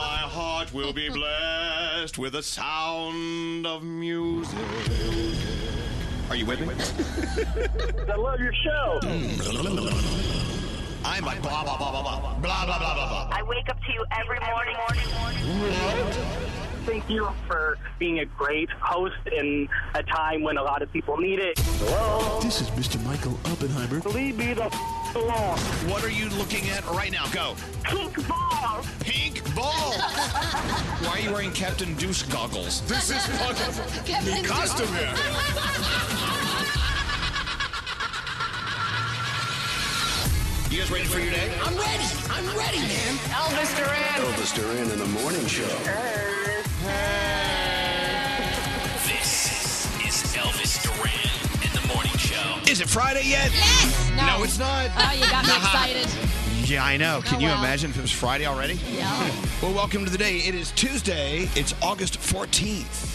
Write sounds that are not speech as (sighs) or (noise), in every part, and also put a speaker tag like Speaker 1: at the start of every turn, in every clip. Speaker 1: heart will be blessed with the sound of music. Are you with me?
Speaker 2: I love your show.
Speaker 1: I'm a blah blah blah blah blah blah blah blah blah.
Speaker 3: I wake up to you every morning.
Speaker 2: Thank you for being a great host in a time when a lot of people need it. Hello?
Speaker 4: This is Mr. Michael Oppenheimer.
Speaker 2: Leave me the f- alone.
Speaker 1: blah. What are you looking at right now? Go.
Speaker 3: Pink balls.
Speaker 1: Pink ball. Why are you wearing Captain Deuce goggles?
Speaker 5: This is fucking
Speaker 6: Captain
Speaker 5: costume here.
Speaker 1: You guys ready for your day?
Speaker 6: I'm ready. I'm ready, man.
Speaker 3: Elvis Duran.
Speaker 7: Elvis Duran in the morning show.
Speaker 8: This is Elvis Duran in the morning show.
Speaker 1: Is it Friday yet?
Speaker 6: Yes.
Speaker 1: No, it's not.
Speaker 6: Oh, you got me excited.
Speaker 1: Yeah, I know. Can
Speaker 6: Oh,
Speaker 1: you
Speaker 6: wow.
Speaker 1: imagine if it was Friday already?
Speaker 6: Yeah.
Speaker 1: Well, welcome to the day. It is Tuesday. It's August 14th,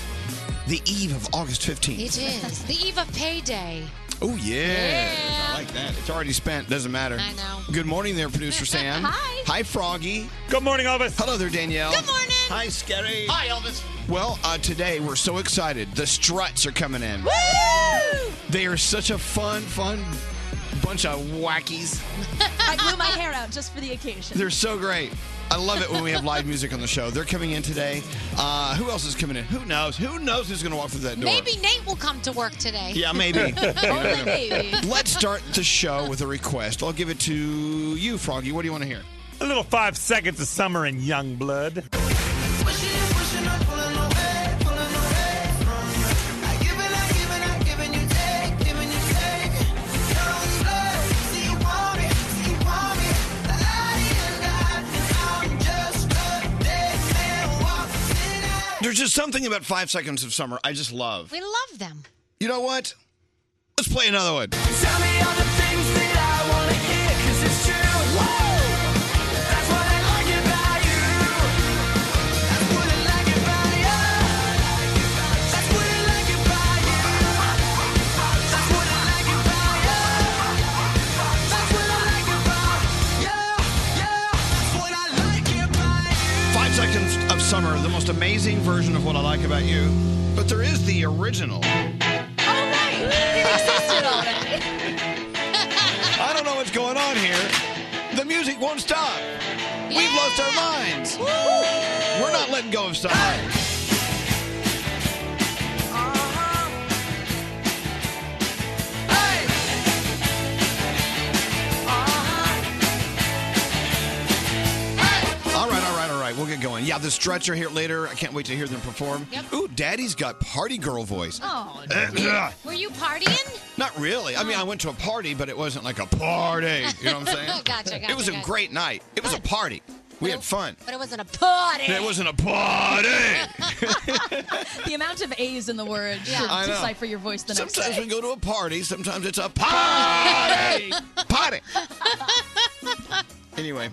Speaker 1: the eve of August 15th.
Speaker 6: It is the eve of payday.
Speaker 1: Oh, yeah.
Speaker 6: Yeah.
Speaker 1: I like that. It's already spent. Doesn't matter.
Speaker 6: I know.
Speaker 1: Good morning there, producer Sam.
Speaker 6: (laughs) Hi.
Speaker 1: Hi, Froggy.
Speaker 9: Good morning, Elvis.
Speaker 1: Hello there, Danielle.
Speaker 6: Good morning.
Speaker 1: Hi, Scary.
Speaker 5: Hi, Elvis.
Speaker 1: Well, uh, today we're so excited. The struts are coming in. They are such a fun, fun bunch of wackies.
Speaker 10: I blew my hair out just for the occasion.
Speaker 1: They're so great. I love it when we have
Speaker 6: (laughs)
Speaker 1: live music on the show. They're coming in today. Uh, who else is coming in? Who knows? Who knows who's going to walk through that door?
Speaker 6: Maybe Nate will come to work today. Oh,
Speaker 1: Yeah,
Speaker 6: (laughs)
Speaker 1: maybe. (laughs)
Speaker 10: Only maybe.
Speaker 1: Let's start the show with a request. I'll give it to you, Froggy. What do you want to hear?
Speaker 9: A little five seconds of summer in young blood.
Speaker 1: There's just something about Five Seconds of Summer I just love.
Speaker 6: We love them.
Speaker 1: You know what? Let's play another one. Five Seconds of Summer, the most amazing version of what I like about you. But there is the original. I don't know what's going on here. The music won't stop. We've lost our minds. We're not letting go of summer. All right, all right, all right. We'll get going. Yeah, the struts are here later. I can't wait to hear them perform.
Speaker 6: Yep.
Speaker 1: Ooh, Daddy's got party girl voice.
Speaker 6: Oh, dear. were you partying?
Speaker 1: Not really. I mean, I went to a party, but it wasn't like a party. You know what I'm saying?
Speaker 6: Gotcha, gotcha,
Speaker 1: It was a
Speaker 6: gotcha.
Speaker 1: great night. It was a party. We had fun.
Speaker 6: But it wasn't a party.
Speaker 1: It wasn't a party.
Speaker 10: (laughs) The amount of A's in the word
Speaker 1: I
Speaker 10: to
Speaker 1: know.
Speaker 10: decipher your voice the next
Speaker 1: Sometimes we
Speaker 10: day.
Speaker 1: go to a party. Sometimes it's a
Speaker 10: (laughs)
Speaker 1: party. party. anyway,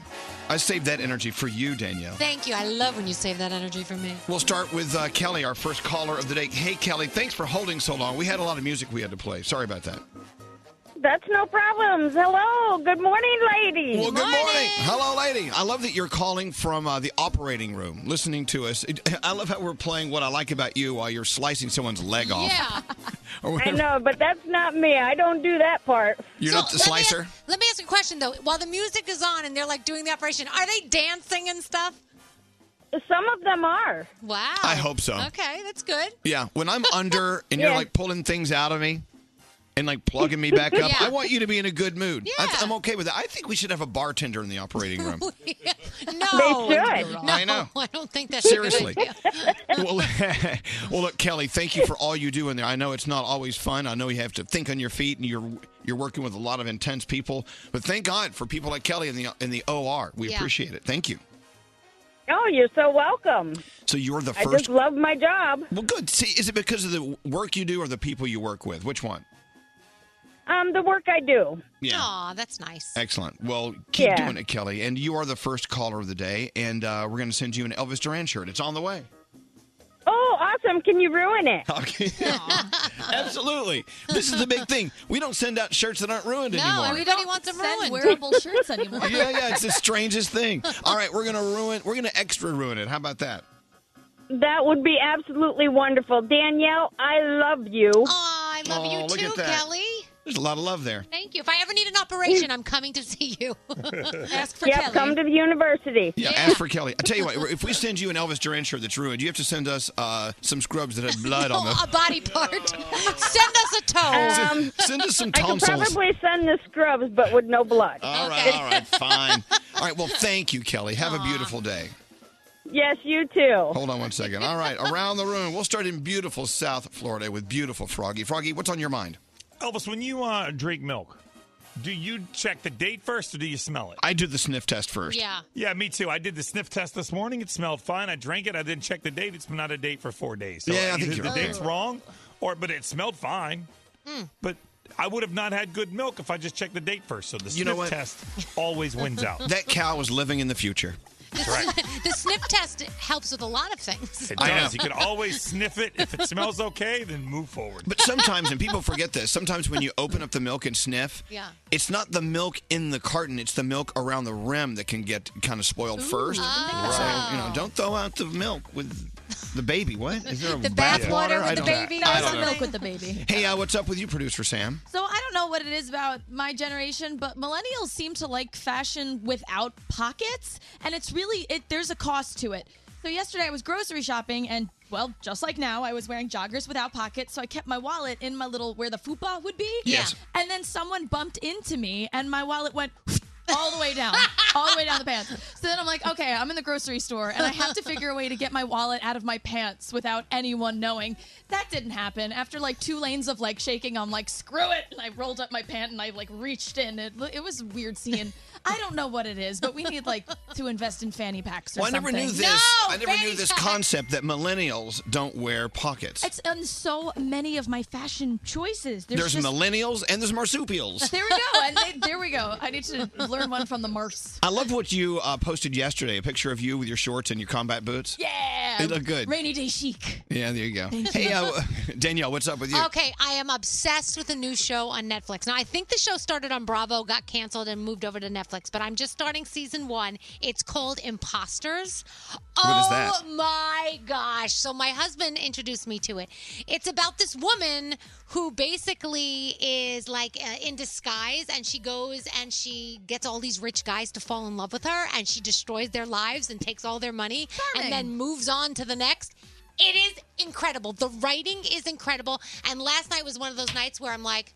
Speaker 1: I saved that energy for you, Danielle.
Speaker 6: Thank you. I love when you save that energy for me.
Speaker 1: We'll start with uh, Kelly, our first caller of the day. Hey, Kelly, thanks for holding so long. We had a lot of music we had to play. Sorry about that.
Speaker 11: That's no problems. Hello. Good morning, ladies.
Speaker 1: Well, good morning. Hello, lady. I love that you're calling from uh, the operating room, listening to us. It- I love how we're playing What I Like About You while you're slicing someone's leg off.
Speaker 6: Yeah.
Speaker 1: (laughs) Or
Speaker 11: I
Speaker 1: whatever.
Speaker 11: know, but that's not me. I don't do that part.
Speaker 1: You're
Speaker 6: So,
Speaker 1: not the
Speaker 6: let me ask-
Speaker 1: slicer?
Speaker 6: let me ask you a question, though. While the music is on and they're like doing the operation, are they dancing and stuff?
Speaker 11: Some of them are.
Speaker 6: Wow.
Speaker 1: I hope so.
Speaker 6: Okay, that's good.
Speaker 1: Yeah, when I'm
Speaker 6: (laughs)
Speaker 1: under and you're
Speaker 11: Yeah.
Speaker 1: like pulling things out of me and like plugging me back up,
Speaker 6: (laughs) Yeah.
Speaker 1: I want you to be in a good mood. I
Speaker 6: Yeah.
Speaker 1: am okay with that. I think we should have a bartender in the operating room.
Speaker 6: no.
Speaker 11: They should.
Speaker 6: No,
Speaker 1: I know.
Speaker 6: (laughs) I don't think that's
Speaker 1: Seriously.
Speaker 6: A good idea.
Speaker 1: well, well, look, Kelly, thank you for all you do in there. I know it's not always fun. I know you have to think on your feet, and you're you're working with a lot of intense people. But thank God for people like Kelly in the in the OR. We
Speaker 6: Yeah.
Speaker 1: appreciate it. Thank you.
Speaker 11: Oh, you're so welcome.
Speaker 1: So you're the
Speaker 11: I
Speaker 1: first.
Speaker 11: just love my job.
Speaker 1: well, good. See, is it because of the work you do or the people you work with? Which one?
Speaker 11: Um, the work I do.
Speaker 1: Yeah.
Speaker 6: Aw, that's nice.
Speaker 1: Excellent. Well, keep
Speaker 11: Yeah.
Speaker 1: doing it, Kelly. And you are the first caller of the day, and uh, we're going to send you an Elvis Duran shirt. It's on the way.
Speaker 11: Oh, awesome. Can you ruin it?
Speaker 1: Okay. Absolutely. This is the big thing. We don't send out shirts that aren't ruined anymore.
Speaker 10: everybody wants them send wearable shirts anymore.
Speaker 1: (laughs) yeah, yeah, it's the strangest thing. All right, we're gonna ruin. We're gonna extra ruin it. How about that?
Speaker 11: (laughs) That would be absolutely wonderful. Danielle, I love you.
Speaker 6: I love
Speaker 1: Oh,
Speaker 6: you
Speaker 1: look
Speaker 6: too,
Speaker 1: at that.
Speaker 6: Kelly.
Speaker 1: There's a lot of love there.
Speaker 6: Thank you. If I ever need an operation, I'm coming to see
Speaker 1: (laughs)
Speaker 6: you. Ask for
Speaker 11: yep, come to the university.
Speaker 1: Yeah, ask for Kelly. I tell you what, if we send you an Elvis Duran shirt that's ruined, you have to send us uh, some scrubs that have blood
Speaker 6: (laughs)
Speaker 1: on them.
Speaker 6: a body part. Send us a toe.
Speaker 11: Um,
Speaker 1: Send us some
Speaker 11: I could
Speaker 1: tonsils.
Speaker 11: probably send the scrubs, but with no blood.
Speaker 1: All right, all right,
Speaker 6: (laughs)
Speaker 1: fine. All right, well, thank you, Kelly. Have a beautiful day.
Speaker 11: yes, you too.
Speaker 1: Hold on one second. All right, around the room. We'll start in beautiful South Florida with beautiful Froggy. Froggy, what's on your mind?
Speaker 9: Elvis, when you uh, drink milk, do you check the date first or do you smell it?
Speaker 1: I do the sniff test first.
Speaker 6: yeah.
Speaker 9: Yeah, me too. I did the sniff test this morning. It smelled fine. I drank it. I didn't check the date. It's been out of date for four days. So
Speaker 1: Yeah, I think
Speaker 9: either
Speaker 1: you're
Speaker 9: the
Speaker 1: right.
Speaker 9: date's wrong, or but it smelled fine. But I would have not had good milk if I just checked the date first. So the
Speaker 1: You
Speaker 9: sniff
Speaker 1: know what?
Speaker 9: test always wins out.
Speaker 1: That cow was living in the future.
Speaker 6: The sniff test helps with a lot of things.
Speaker 9: It
Speaker 1: I know.
Speaker 9: does. You can
Speaker 1: (laughs)
Speaker 9: always sniff it. If it smells okay, then move forward.
Speaker 1: But sometimes, and people forget this, sometimes when you open up the milk and sniff,
Speaker 6: Yeah.
Speaker 1: it's not the milk in the carton, it's the milk around the rim that can get kind of spoiled first. So, you know, don't throw out the milk with the baby. What? Is there a
Speaker 6: The
Speaker 1: bath
Speaker 6: bath
Speaker 1: water?
Speaker 6: water
Speaker 1: I
Speaker 6: with the
Speaker 1: don't-
Speaker 6: baby.
Speaker 1: I
Speaker 10: I
Speaker 1: don't
Speaker 10: was
Speaker 1: know.
Speaker 10: milk with the baby.
Speaker 1: Hey, uh, what's up with you, producer Sam?
Speaker 10: So I don't know what it is about my generation, but millennials seem to like fashion without pockets, and it's really it. There's a cost to it. So yesterday I was grocery shopping, and well, just like now, I was wearing joggers without pockets. So I kept my wallet in my little where the fupa would be.
Speaker 1: Yes.
Speaker 10: And then someone bumped into me, and my wallet went. All the way down, all the way down the pants. So then I'm like, okay, I'm in the grocery store and I have to figure a way to get my wallet out of my pants without anyone knowing. That didn't happen. After like two lanes of like shaking, I'm like, screw it. And I rolled up my pant and I like reached in. It, it was weird seeing. I don't know what it is, but we need like to invest in fanny packs or
Speaker 1: Well, I
Speaker 10: something.
Speaker 1: never knew this.
Speaker 6: No,
Speaker 1: I never knew
Speaker 6: fanny
Speaker 1: this
Speaker 6: pack.
Speaker 1: concept that millennials don't wear pockets.
Speaker 10: It's in so many of my fashion choices.
Speaker 1: there's
Speaker 10: just-
Speaker 1: millennials and there's marsupials.
Speaker 10: There we go. And they, there we go. I need to learn one from the Mars.
Speaker 1: I love what you uh, posted yesterday. A picture of you with your shorts and your combat boots.
Speaker 10: Yeah.
Speaker 1: They look good.
Speaker 10: Rainy day chic.
Speaker 1: Yeah, there you go. Hey, uh, (laughs) Danielle, what's up with you?
Speaker 6: Okay, I am obsessed with a new show on Netflix. Now, I think the show started on Bravo, got canceled, and moved over to Netflix, but I'm just starting season one. It's called Imposters.
Speaker 1: What
Speaker 6: oh
Speaker 1: is that?
Speaker 6: my gosh. So, my husband introduced me to it. It's about this woman who basically is like uh, in disguise, and she goes and she gets all these rich guys to fall in love with her, and she destroys their lives and takes all their money and
Speaker 10: Charming.
Speaker 6: then moves on to the next. It is incredible. The writing is incredible. And last night was one of those nights where I'm like,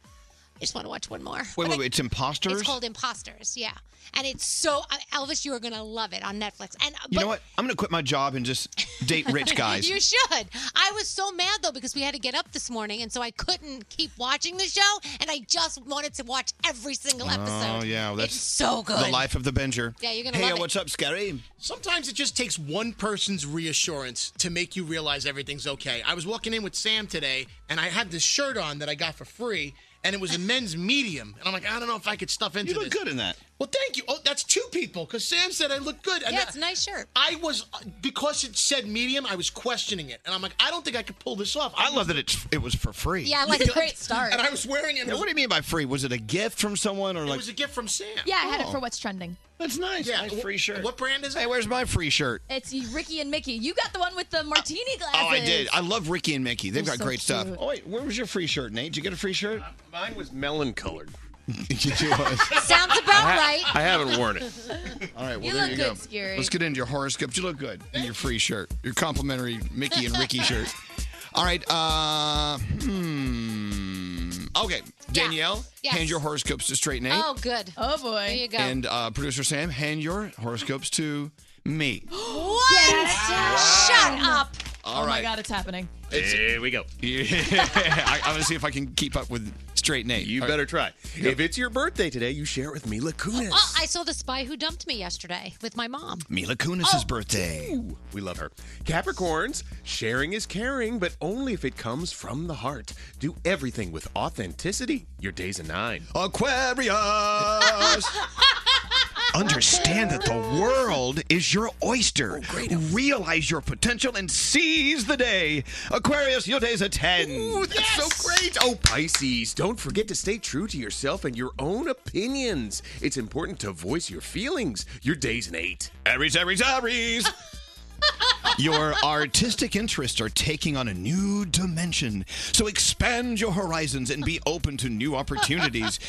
Speaker 6: I just want to watch one more.
Speaker 1: Wait,
Speaker 6: But
Speaker 1: wait,
Speaker 6: I-
Speaker 1: wait. It's imposters.
Speaker 6: It's called Imposters, yeah. And it's so uh, Elvis, you are gonna love it on Netflix. And uh,
Speaker 1: you
Speaker 6: but-
Speaker 1: know what? I'm gonna quit my job and just date
Speaker 6: (laughs)
Speaker 1: rich guys.
Speaker 6: You should. I was so mad though because we had to get up this morning, and so I couldn't keep watching the show, and I just wanted to watch every single episode.
Speaker 1: oh yeah, well, that's
Speaker 6: it's so good.
Speaker 1: The life of the Benger.
Speaker 6: Yeah, you're gonna
Speaker 1: Hey,
Speaker 6: love
Speaker 1: uh,
Speaker 6: it.
Speaker 1: what's up, Scary?
Speaker 5: Sometimes it just takes one person's reassurance to make you realize everything's okay. I was walking in with Sam today, and I had this shirt on that I got for free, and it was a men's medium. And I'm like, I don't know if I could stuff into
Speaker 1: You look
Speaker 5: this.
Speaker 1: good in that.
Speaker 5: Well, thank you. Oh, that's two people, because Sam said I look good. And
Speaker 6: yeah,
Speaker 5: that-
Speaker 6: it's a nice shirt.
Speaker 5: I was because it said medium. I was questioning it, and I'm like, I don't think I could pull this off.
Speaker 1: I love that it's it was for free.
Speaker 6: Yeah,
Speaker 1: (laughs)
Speaker 5: (laughs)
Speaker 6: I like
Speaker 10: It's a
Speaker 6: it.
Speaker 10: great start.
Speaker 5: And I was wearing it. And
Speaker 1: Now,
Speaker 5: it,
Speaker 1: what
Speaker 5: was,
Speaker 1: do you mean by free? Was it a gift from someone or
Speaker 5: it
Speaker 1: like?
Speaker 5: was a gift from Sam.
Speaker 10: Yeah, I had
Speaker 1: Oh.
Speaker 10: it for what's trending.
Speaker 1: that's nice.
Speaker 5: Yeah,
Speaker 1: nice
Speaker 5: wh-
Speaker 1: free shirt.
Speaker 5: what brand is it?
Speaker 1: Hey, where's my free shirt?
Speaker 10: It's Ricky and Mickey. You got the one with the martini glasses.
Speaker 1: Oh, I did. I love Ricky and Mickey. They've
Speaker 10: They're
Speaker 1: got
Speaker 10: so
Speaker 1: great stuff.
Speaker 10: cute.
Speaker 1: Oh wait, where was your free shirt, Nate? Did you get a free shirt?
Speaker 7: Uh, Mine was melon colored.
Speaker 1: It was.
Speaker 6: Sounds about right.
Speaker 7: I haven't worn it.
Speaker 1: (laughs) All right, well
Speaker 10: You
Speaker 1: there
Speaker 10: look
Speaker 1: you go.
Speaker 10: good, Scary.
Speaker 1: Let's get into your horoscopes. You look good in your free shirt, your complimentary Mickey and
Speaker 10: (laughs)
Speaker 1: Ricky shirt. All right. Uh, hmm. Okay, Danielle,
Speaker 6: Yes.
Speaker 1: hand your horoscopes to straight Nate,
Speaker 6: Oh, good.
Speaker 10: Oh boy.
Speaker 6: There you go.
Speaker 1: and uh, producer Sam, hand your horoscopes to me.
Speaker 6: what? Shut up.
Speaker 1: All
Speaker 10: oh my
Speaker 1: right.
Speaker 10: god, it's happening.
Speaker 7: Here we go.
Speaker 1: Yeah, (laughs) I, I'm gonna see if I can keep up with straight Nate.
Speaker 7: You
Speaker 1: All right.
Speaker 7: better try. If it's your birthday today, you share it with me, Kunis.
Speaker 6: Oh, I saw the spy who dumped me yesterday with my mom.
Speaker 1: Uh, Mila Kunis' birthday.
Speaker 7: Ooh, we love her. Capricorns, sharing is caring, but only if it comes from the heart. Do everything with authenticity. Your day's a nine.
Speaker 1: Aquarius. Understand that the world is your oyster. Realize your potential and seize the day. Aquarius, your day's a 10.
Speaker 7: Ooh, that's so great. Oh, Pisces, don't forget to stay true to yourself and your own opinions. It's important to voice your feelings. Your day's an eight.
Speaker 1: Aries, Aries, Aries. Your artistic interests are taking on a new dimension. So expand your horizons and be open to new opportunities.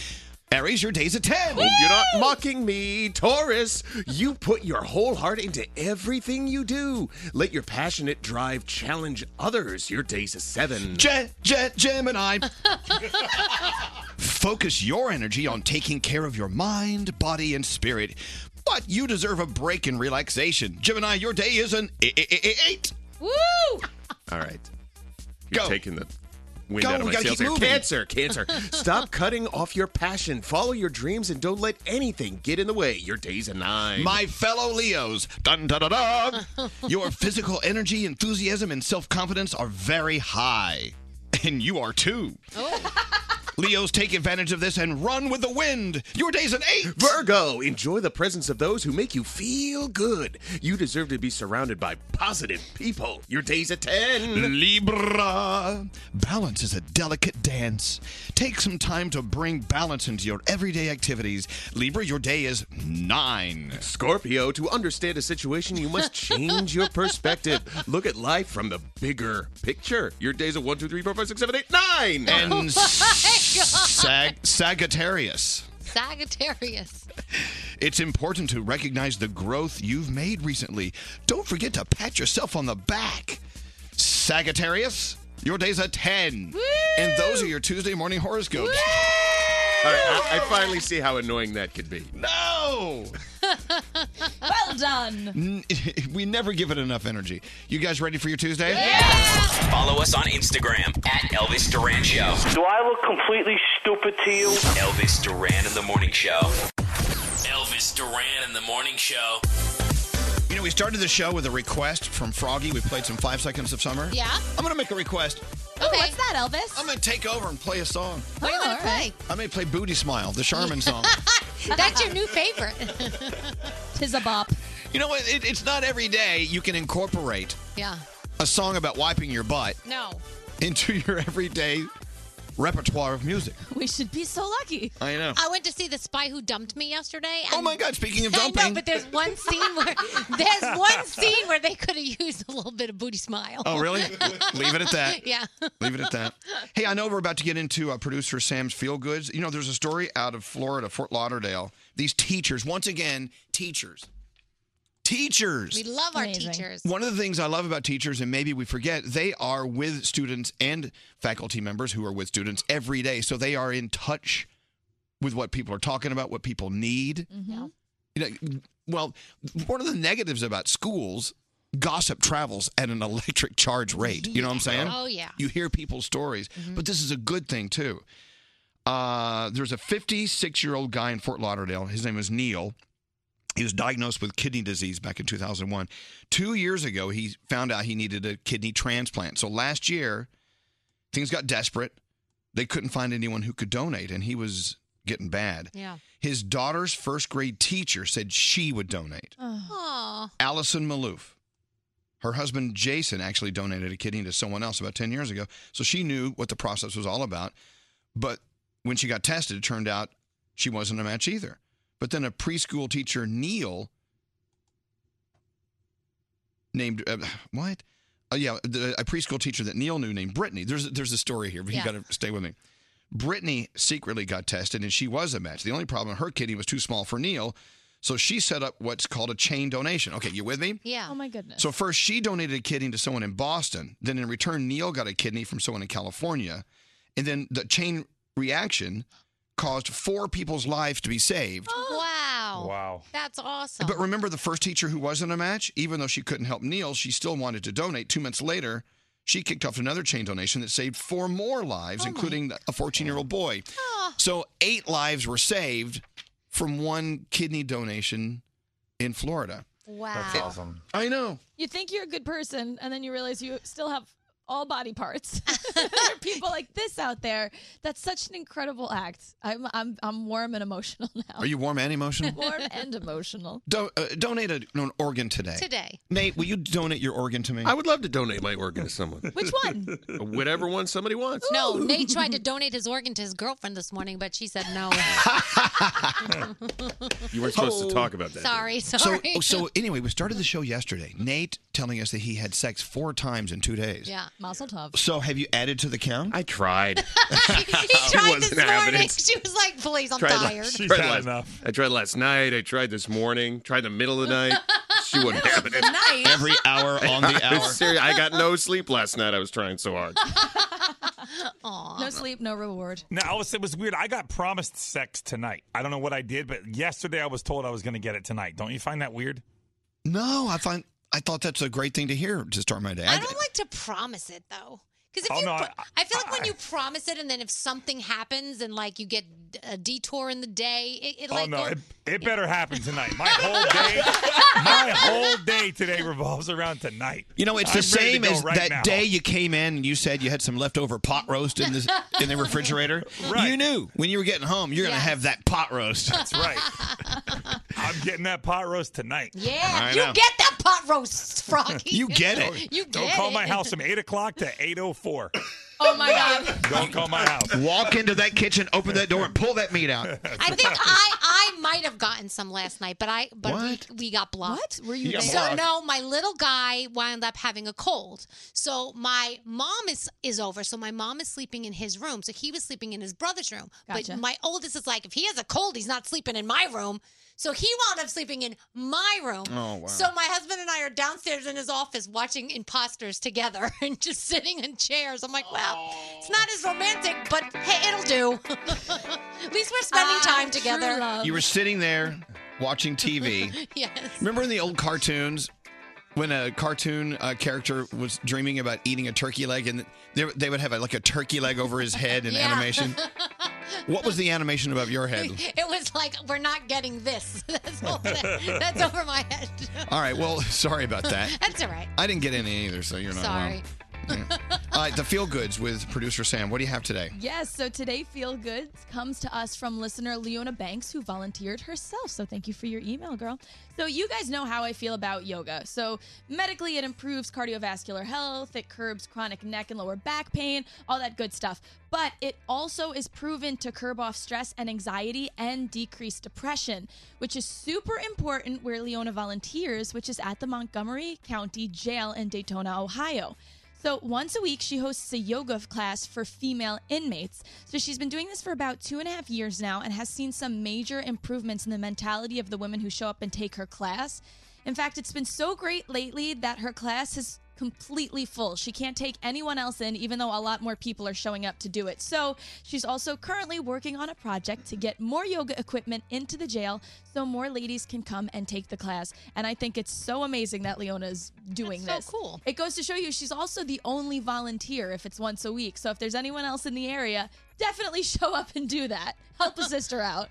Speaker 1: Aries, your day's a 10.
Speaker 7: You're not mocking me, (laughs) Taurus. You put your whole heart into everything you do. Let your passionate drive challenge others. Your day's a seven.
Speaker 1: Jet, jet, Gemini.
Speaker 12: (laughs)
Speaker 1: Focus your energy on taking care of your mind, body, and spirit. But you deserve a break and relaxation. Gemini, your day is an i- i- i- eight.
Speaker 6: Woo!
Speaker 7: All right. You're
Speaker 1: Go.
Speaker 7: taking the wind
Speaker 1: Go,
Speaker 7: out
Speaker 1: we
Speaker 7: of my
Speaker 1: gotta
Speaker 7: sails
Speaker 1: keep
Speaker 7: here.
Speaker 1: moving. (laughs)
Speaker 7: Cancer, cancer. Stop cutting off your passion. Follow your dreams and don't let anything get in the way. Your day's a nine.
Speaker 1: My fellow Leos, dun da da (laughs) da. Your physical energy, enthusiasm, and self confidence are very high. And you are too. Leos, take advantage of this and run with the wind. Your day's an eight.
Speaker 7: Virgo, enjoy the presence of those who make you feel good. You deserve to be surrounded by positive people. Your day's a 10.
Speaker 1: Libra. Balance is a delicate dance. Take some time to bring balance into your everyday activities. Libra, your day is nine.
Speaker 7: Scorpio, to understand a situation, you must change your perspective. Look at life from the bigger picture. Your day's a 1, 2, 3, 4, 5, 6, 7, 8, 9.
Speaker 1: And
Speaker 7: (laughs)
Speaker 6: Oh my God.
Speaker 1: Sag- Sagittarius.
Speaker 6: Sagittarius.
Speaker 1: It's important to recognize the growth you've made recently. Don't forget to pat yourself on the back. Sagittarius, your day's a 10. And those are your Tuesday morning horoscopes.
Speaker 7: All right, I, I finally see how annoying that could be.
Speaker 1: No!
Speaker 10: (laughs) well done.
Speaker 1: N- (laughs) we never give it enough energy. You guys ready for your Tuesday?
Speaker 8: Follow us on Instagram at Elvis Duran Show.
Speaker 2: Do I look completely stupid to you?
Speaker 8: Elvis Duran in the Morning Show. Elvis Duran in the Morning Show.
Speaker 1: You know, we started the show with a request from Froggy. We played some Five Seconds of Summer.
Speaker 6: Yeah.
Speaker 1: I'm going to make a request.
Speaker 10: Oh, what's that, Elvis?
Speaker 1: I'm going to take over and play a song.
Speaker 6: What are you gonna play?
Speaker 1: I may play Booty Smile, the Charmin
Speaker 6: (laughs)
Speaker 1: song.
Speaker 6: That's your new favorite.
Speaker 10: (laughs) Tis a bop.
Speaker 1: you know what? It, it's not every day you can incorporate
Speaker 6: yeah.
Speaker 1: a song about wiping your butt (laughs)
Speaker 6: No.
Speaker 1: into your everyday repertoire of music.
Speaker 10: We should be so lucky.
Speaker 1: I know.
Speaker 6: I went to see The Spy Who Dumped Me yesterday.
Speaker 1: Oh
Speaker 6: and-
Speaker 1: my God! Speaking of
Speaker 6: I
Speaker 1: dumping,
Speaker 6: know, but there's one scene where (laughs) there's one scene where they could have used a little bit of booty smile.
Speaker 1: Oh,
Speaker 6: (laughs)
Speaker 1: really? Leave it at that.
Speaker 6: Yeah.
Speaker 1: Leave it at
Speaker 6: (laughs)
Speaker 1: that. Hey, I know we're about to get into uh, producer Sam's Feel Goods. You know, there's a story out of Florida, Fort Lauderdale. These teachers, once again, teachers. Teachers.
Speaker 6: We love our teachers.
Speaker 1: One of the things I love about teachers, and maybe we forget, they are with students and faculty members who are with students every day. So they are in touch with what people are talking about, what people need.
Speaker 6: Mm-hmm.
Speaker 1: You know, well, one of the negatives about schools, gossip travels at an electric charge rate. You know what I'm saying?
Speaker 6: Oh, yeah. Mm-hmm.
Speaker 1: You hear people's stories, but this is a good thing too. Uh, there's a 56 year old guy in Fort Lauderdale. His name is Neil. He was diagnosed with kidney disease back in 2001. Two years ago, he found out he needed a kidney transplant. So last year, things got desperate. They couldn't find anyone who could donate, and he was getting bad.
Speaker 6: Yeah.
Speaker 1: His daughter's first grade teacher said she would donate.
Speaker 6: Aw.
Speaker 1: Allison Maloof. Her husband Jason actually donated a kidney to someone else about 10 years ago. So she knew what the process was all about. But when she got tested, it turned out she wasn't a match either. But then a preschool teacher, Neil, named uh, what? Oh yeah, the, a preschool teacher that Neil knew named Brittany. There's there's a story here, but
Speaker 6: Yeah.
Speaker 1: you got to stay with me. Brittany secretly got tested and she was a match. The only problem, her kidney was too small for Neil, so she set up what's called a chain donation. Okay, you with me?
Speaker 6: Yeah.
Speaker 10: Oh my goodness.
Speaker 1: So first she donated a kidney to someone in Boston. Then in return, Neil got a kidney from someone in California. And then the chain reaction caused four people's lives to be saved.
Speaker 6: Wow.
Speaker 9: Wow.
Speaker 6: That's awesome.
Speaker 1: But remember the first teacher who wasn't a match? Even though she couldn't help Neil, she still wanted to donate. Two months later, she kicked off another chain donation that saved four more lives, including a 14 year old boy. So eight lives were saved from one kidney donation in Florida.
Speaker 6: wow.
Speaker 1: I know.
Speaker 10: You think you're a good person, and then you realize you still have all body
Speaker 6: (laughs)
Speaker 10: parts. (laughs) there are people like this out there. That's such an incredible act. I'm I'm I'm warm and emotional now.
Speaker 1: Are you warm and emotional?
Speaker 10: (laughs) Warm and emotional.
Speaker 1: Do, uh, donate a, an organ today.
Speaker 10: Today.
Speaker 1: Nate, will you donate your organ to me?
Speaker 7: I would love to donate my organ to someone.
Speaker 10: Which one?
Speaker 7: (laughs) Whatever one somebody wants.
Speaker 6: No, Nate tried to donate his organ to his girlfriend this morning, but she said
Speaker 1: (laughs)
Speaker 6: no.
Speaker 7: You weren't supposed to talk about that.
Speaker 6: Oh. Sorry,
Speaker 1: So,
Speaker 6: sorry.
Speaker 1: oh,
Speaker 6: (laughs)
Speaker 1: so anyway, we started the show yesterday. Nate telling us that he had sex four times in two days.
Speaker 6: yeah,
Speaker 1: (laughs)
Speaker 10: Mazel tov.
Speaker 1: So have you added to the count?
Speaker 7: I tried. (laughs)
Speaker 6: he tried this morning. She was like, "Please,
Speaker 1: (laughs)
Speaker 6: I'm tired."
Speaker 7: enough. I tried last night. I tried this morning. Tried the middle of the night.
Speaker 6: (laughs)
Speaker 7: She wouldn't have it.
Speaker 6: Nice.
Speaker 1: Every hour on
Speaker 7: (laughs)
Speaker 1: the hour.
Speaker 7: Seriously, I got no sleep last night. I was trying so (laughs) hard.
Speaker 10: No sleep, no reward.
Speaker 9: Now, I was, it was weird. I got promised sex tonight. I don't know what I did, but yesterday I was told I was going to get it tonight. Don't you find that weird?
Speaker 1: No, I find I thought that's a great thing to hear to start my day.
Speaker 6: I don't like to promise it though. Because if
Speaker 1: Oh,
Speaker 6: you,
Speaker 1: no,
Speaker 6: put,
Speaker 1: I-
Speaker 6: I, feel like when you promise it, and then if something happens, and like you get a detour in the day, it, it
Speaker 9: oh
Speaker 6: like
Speaker 9: no,
Speaker 6: go-
Speaker 9: it, it better happen tonight.
Speaker 6: (laughs)
Speaker 9: My whole day, my whole day today revolves around tonight.
Speaker 1: You know, it's
Speaker 9: I'm
Speaker 1: the
Speaker 9: ready
Speaker 1: same
Speaker 9: to go
Speaker 1: as
Speaker 9: right
Speaker 1: that
Speaker 9: now.
Speaker 1: day you came in and you said you had some leftover pot roast in the in the refrigerator.
Speaker 9: Right.
Speaker 1: You knew when you were getting home you're gonna have that pot roast.
Speaker 9: That's right. I'm getting that pot roast tonight.
Speaker 6: (laughs) yeah, you get that pot roast, (laughs) Froggy. (laughs) You
Speaker 9: Don't
Speaker 6: get
Speaker 9: call
Speaker 6: it.
Speaker 9: my house
Speaker 6: (laughs)
Speaker 9: from eight o'clock to eight oh four.
Speaker 10: Oh my god.
Speaker 9: Don't call my house.
Speaker 1: Walk into that kitchen, open that door, and pull that meat out.
Speaker 6: I think
Speaker 1: (laughs)
Speaker 6: I I might have gotten some last night, but I but we, we got blocked. What?
Speaker 10: Were
Speaker 1: You got
Speaker 6: so
Speaker 1: blocked.
Speaker 6: no, my little guy wound up having a cold. So my mom is is over. So my mom is sleeping in his room. So he was sleeping in his brother's room.
Speaker 10: Gotcha.
Speaker 6: But my oldest is like, if he has a cold, he's not sleeping in my room. So he wound up sleeping in my room.
Speaker 12: Oh, wow.
Speaker 6: So my husband and I are downstairs in his office watching Imposters together (laughs) and just sitting in chairs. I'm like, well, it's not as romantic, but hey, it'll do. At least we're spending
Speaker 10: Ah,
Speaker 6: time together.
Speaker 1: You were sitting there watching TV.
Speaker 6: (laughs) yes.
Speaker 1: Remember in the old cartoons when a cartoon uh, character was dreaming about eating a turkey leg and they, they would have a, like a turkey leg over his head in
Speaker 6: (laughs) Yeah.
Speaker 1: animation? What was the animation above your
Speaker 6: (laughs)
Speaker 1: head?
Speaker 6: It was like we're not getting this. (laughs) That's, all that- that's over my head.
Speaker 1: All right, well, (laughs) sorry about that.
Speaker 6: (laughs) That's all right.
Speaker 1: I didn't get any either, so you're not
Speaker 6: Sorry.
Speaker 1: wrong. All right, the feel goods with producer Sam. What do you have today?
Speaker 10: Yes, so today Feel Good comes to us from listener Leona Banks, who volunteered herself. So thank you for your email, girl. So you guys know how I feel about yoga. So medically, it improves cardiovascular health, it curbs chronic neck and lower back pain, all that good stuff. But it also is proven to curb off stress and anxiety and decrease depression, which is super important where Leona volunteers, which is at the Montgomery County Jail in Daytona, Ohio. So once a week, she hosts a yoga class for female inmates. So she's been doing this for about two and a half years now and has seen some major improvements in the mentality of the women who show up and take her class. In fact, it's been so great lately that her class is completely full. She can't take anyone else in, even though a lot more people are showing up to do it. So she's also currently working on a project to get more yoga equipment into the jail so more ladies can come and take the class. And I think it's so amazing that Leona's doing
Speaker 6: That's
Speaker 10: this.
Speaker 6: so cool.
Speaker 10: It goes to show you she's also the only volunteer if it's once a week. So if there's anyone else in the area, definitely (laughs) show up and do that. Help a sister out.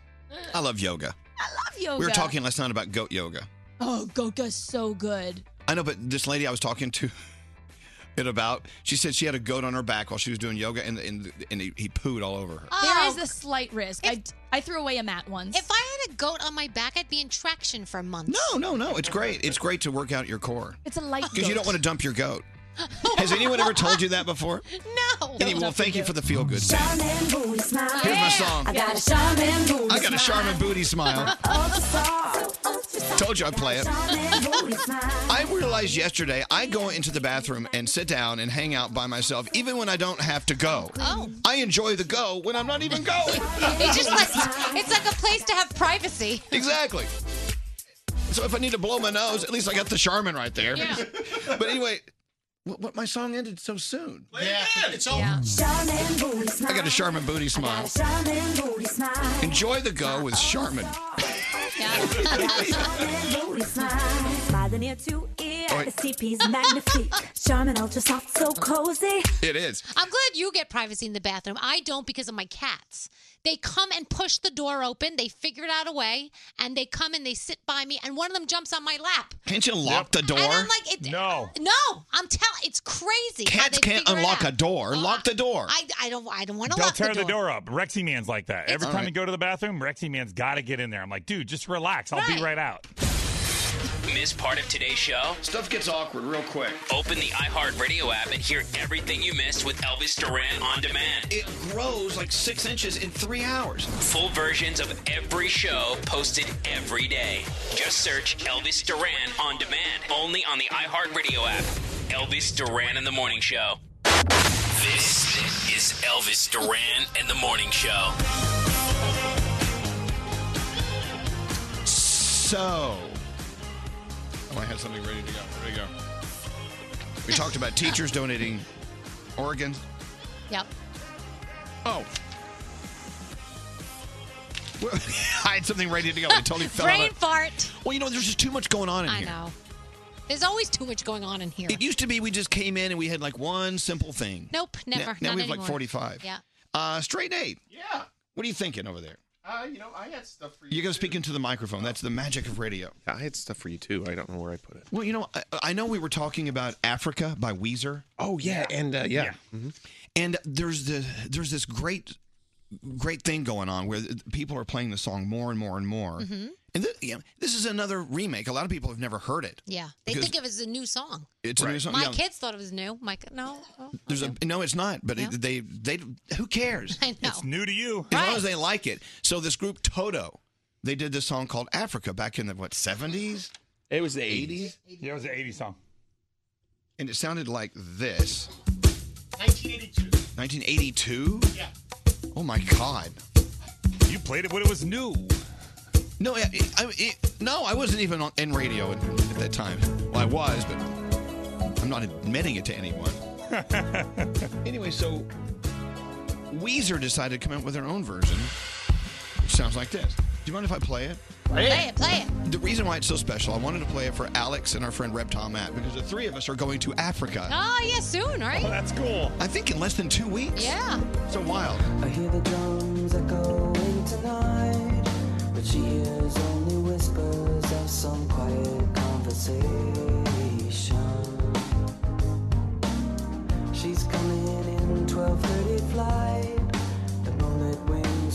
Speaker 1: I love yoga.
Speaker 10: Love yoga.
Speaker 1: We were talking last night about goat yoga.
Speaker 10: Oh, goga's so good.
Speaker 1: I know, but this lady I was talking to (laughs) it about, she said she had a goat on her back while she was doing yoga and, and, and he, he pooed all over her.
Speaker 10: there is a slight risk. I, I threw away a mat once.
Speaker 6: Oh. If I had a goat on my back, I'd be in traction for months.
Speaker 1: No, no, no. It's great. It's great to work out your core.
Speaker 10: It's a light
Speaker 1: Because you don't want to dump your goat. Has anyone ever told you that before?
Speaker 6: (laughs) No.
Speaker 1: Anyway, well, thank you for the feel good.
Speaker 3: Charmin booty smile.
Speaker 1: Here's my song.
Speaker 3: I got a Charmin booty
Speaker 1: I got a Charmin booty
Speaker 3: (laughs)
Speaker 1: smile. Told you I'd play it. I realized yesterday I go into the bathroom and sit down and hang out by myself, even when I don't have to go.
Speaker 6: Oh.
Speaker 1: I enjoy the go when I'm not even going.
Speaker 3: (laughs)
Speaker 6: It just lets, it's like a place to have privacy.
Speaker 1: Exactly. So if I need to blow my nose, at least I got the Charmin right there. (laughs) But anyway, what, what my song ended so soon.
Speaker 5: Yeah, it's over.
Speaker 3: Charmin booty smile.
Speaker 1: I got a Charmin booty smile.
Speaker 3: Charmin booty smile.
Speaker 1: Enjoy the go with Charmin.
Speaker 3: Charmin booty smile. By the near to ear.
Speaker 1: wait.
Speaker 3: CP's magnifique. Charmin Ultra Soft, so cozy.
Speaker 1: It is.
Speaker 6: I'm glad you get privacy in the bathroom. I don't because of my cats. They come and push the door open. They figured out a way, and they come and they sit by me, and one of them jumps on my lap.
Speaker 1: Can't you lock the door?
Speaker 6: And I'm like, it,
Speaker 1: no.
Speaker 6: no, I'm telling. It's crazy. how
Speaker 1: Cats
Speaker 6: they
Speaker 1: can't
Speaker 6: figure it
Speaker 1: unlock
Speaker 6: out.
Speaker 1: a door. Lock the door.
Speaker 6: I, I don't I don't want to
Speaker 9: They'll
Speaker 6: lock
Speaker 9: tear
Speaker 6: the door.
Speaker 9: up. Rexy Man's like that. Every
Speaker 6: All
Speaker 9: time
Speaker 6: right.
Speaker 9: you go to the bathroom, Rexy Man's got to get in there. I'm like, dude, just relax. I'll be right out.
Speaker 8: Miss part of today's show?
Speaker 1: Stuff gets awkward real quick.
Speaker 8: Open the iHeartRadio app and hear everything you missed with Elvis Duran on demand.
Speaker 1: It grows like six inches in three hours.
Speaker 8: Full versions of every show posted every day. Just search Elvis Duran on demand only on the iHeartRadio app. Elvis Duran and the Morning Show. This is Elvis Duran and the Morning Show.
Speaker 1: So, oh, I had something ready to go. Ready to go. We talked about teachers donating organs. (laughs)
Speaker 6: Yep.
Speaker 1: Oh. Well, I had something ready to go. I totally fell out.
Speaker 6: Brain
Speaker 1: of-
Speaker 6: fart.
Speaker 1: Well, you know, there's just too much going on in
Speaker 6: I
Speaker 1: here.
Speaker 6: know. There's always too much going on in here.
Speaker 1: It used to be we just came in and we had like one simple thing.
Speaker 6: Nope,
Speaker 1: Now-
Speaker 6: never.
Speaker 1: Now,
Speaker 6: Not
Speaker 1: we have
Speaker 6: anymore.
Speaker 1: like 45.
Speaker 6: Yeah.
Speaker 1: Uh, straight eight.
Speaker 7: Yeah.
Speaker 1: What are you thinking over there?
Speaker 7: Uh, you know, I had stuff for
Speaker 1: You're going to speak into the microphone. That's the magic of radio.
Speaker 7: I had stuff for you too. I don't know where I put it.
Speaker 1: Well, you know, I, I know we were talking about Africa by Weezer.
Speaker 7: Oh yeah, and uh, yeah.
Speaker 1: and there's the there's this great great thing going on where th- people are playing the song more and more and more.
Speaker 6: Mhm.
Speaker 1: And th- yeah, this is another remake. A lot of people have never heard it.
Speaker 6: Yeah. They
Speaker 1: Because-
Speaker 6: think of it as a new song.
Speaker 1: It's a new song.
Speaker 6: My
Speaker 1: yeah.
Speaker 6: kids thought it was new. My ki- no. Oh.
Speaker 1: There's a no, it's not. But
Speaker 6: No?
Speaker 1: it, they they who cares?
Speaker 6: (laughs) I know.
Speaker 1: It's
Speaker 9: new to you.
Speaker 1: As long as they like it. So this group Toto, they did this song called Africa back in the what seventies?
Speaker 7: It was the
Speaker 1: 80s.
Speaker 9: Yeah, it was an 80s song.
Speaker 1: And it sounded like this.
Speaker 5: 1982.
Speaker 1: 1982?
Speaker 5: Yeah.
Speaker 1: Oh my God.
Speaker 9: You played it when it was new.
Speaker 1: No, I, I, I- no, I wasn't even on, in radio at, at that time. Well, I was, but I'm not admitting it to
Speaker 9: (laughs)
Speaker 1: anyone. anyway, so Weezer decided to come out with their own version. which Sounds like this. Do you mind if I play it?
Speaker 6: Play it, play it.
Speaker 1: The reason why it's so special, I wanted to play it for Alex and our friend Reptile Matt because the three of us are going to Africa.
Speaker 6: Oh yeah, soon, right?
Speaker 9: that's cool.
Speaker 1: I think in less than two weeks.
Speaker 6: Yeah.
Speaker 1: So wild.
Speaker 12: I hear the drums echoing tonight, but she hears only whispers of some quiet conversation. She's coming in 12:30 flight. The moonlit wings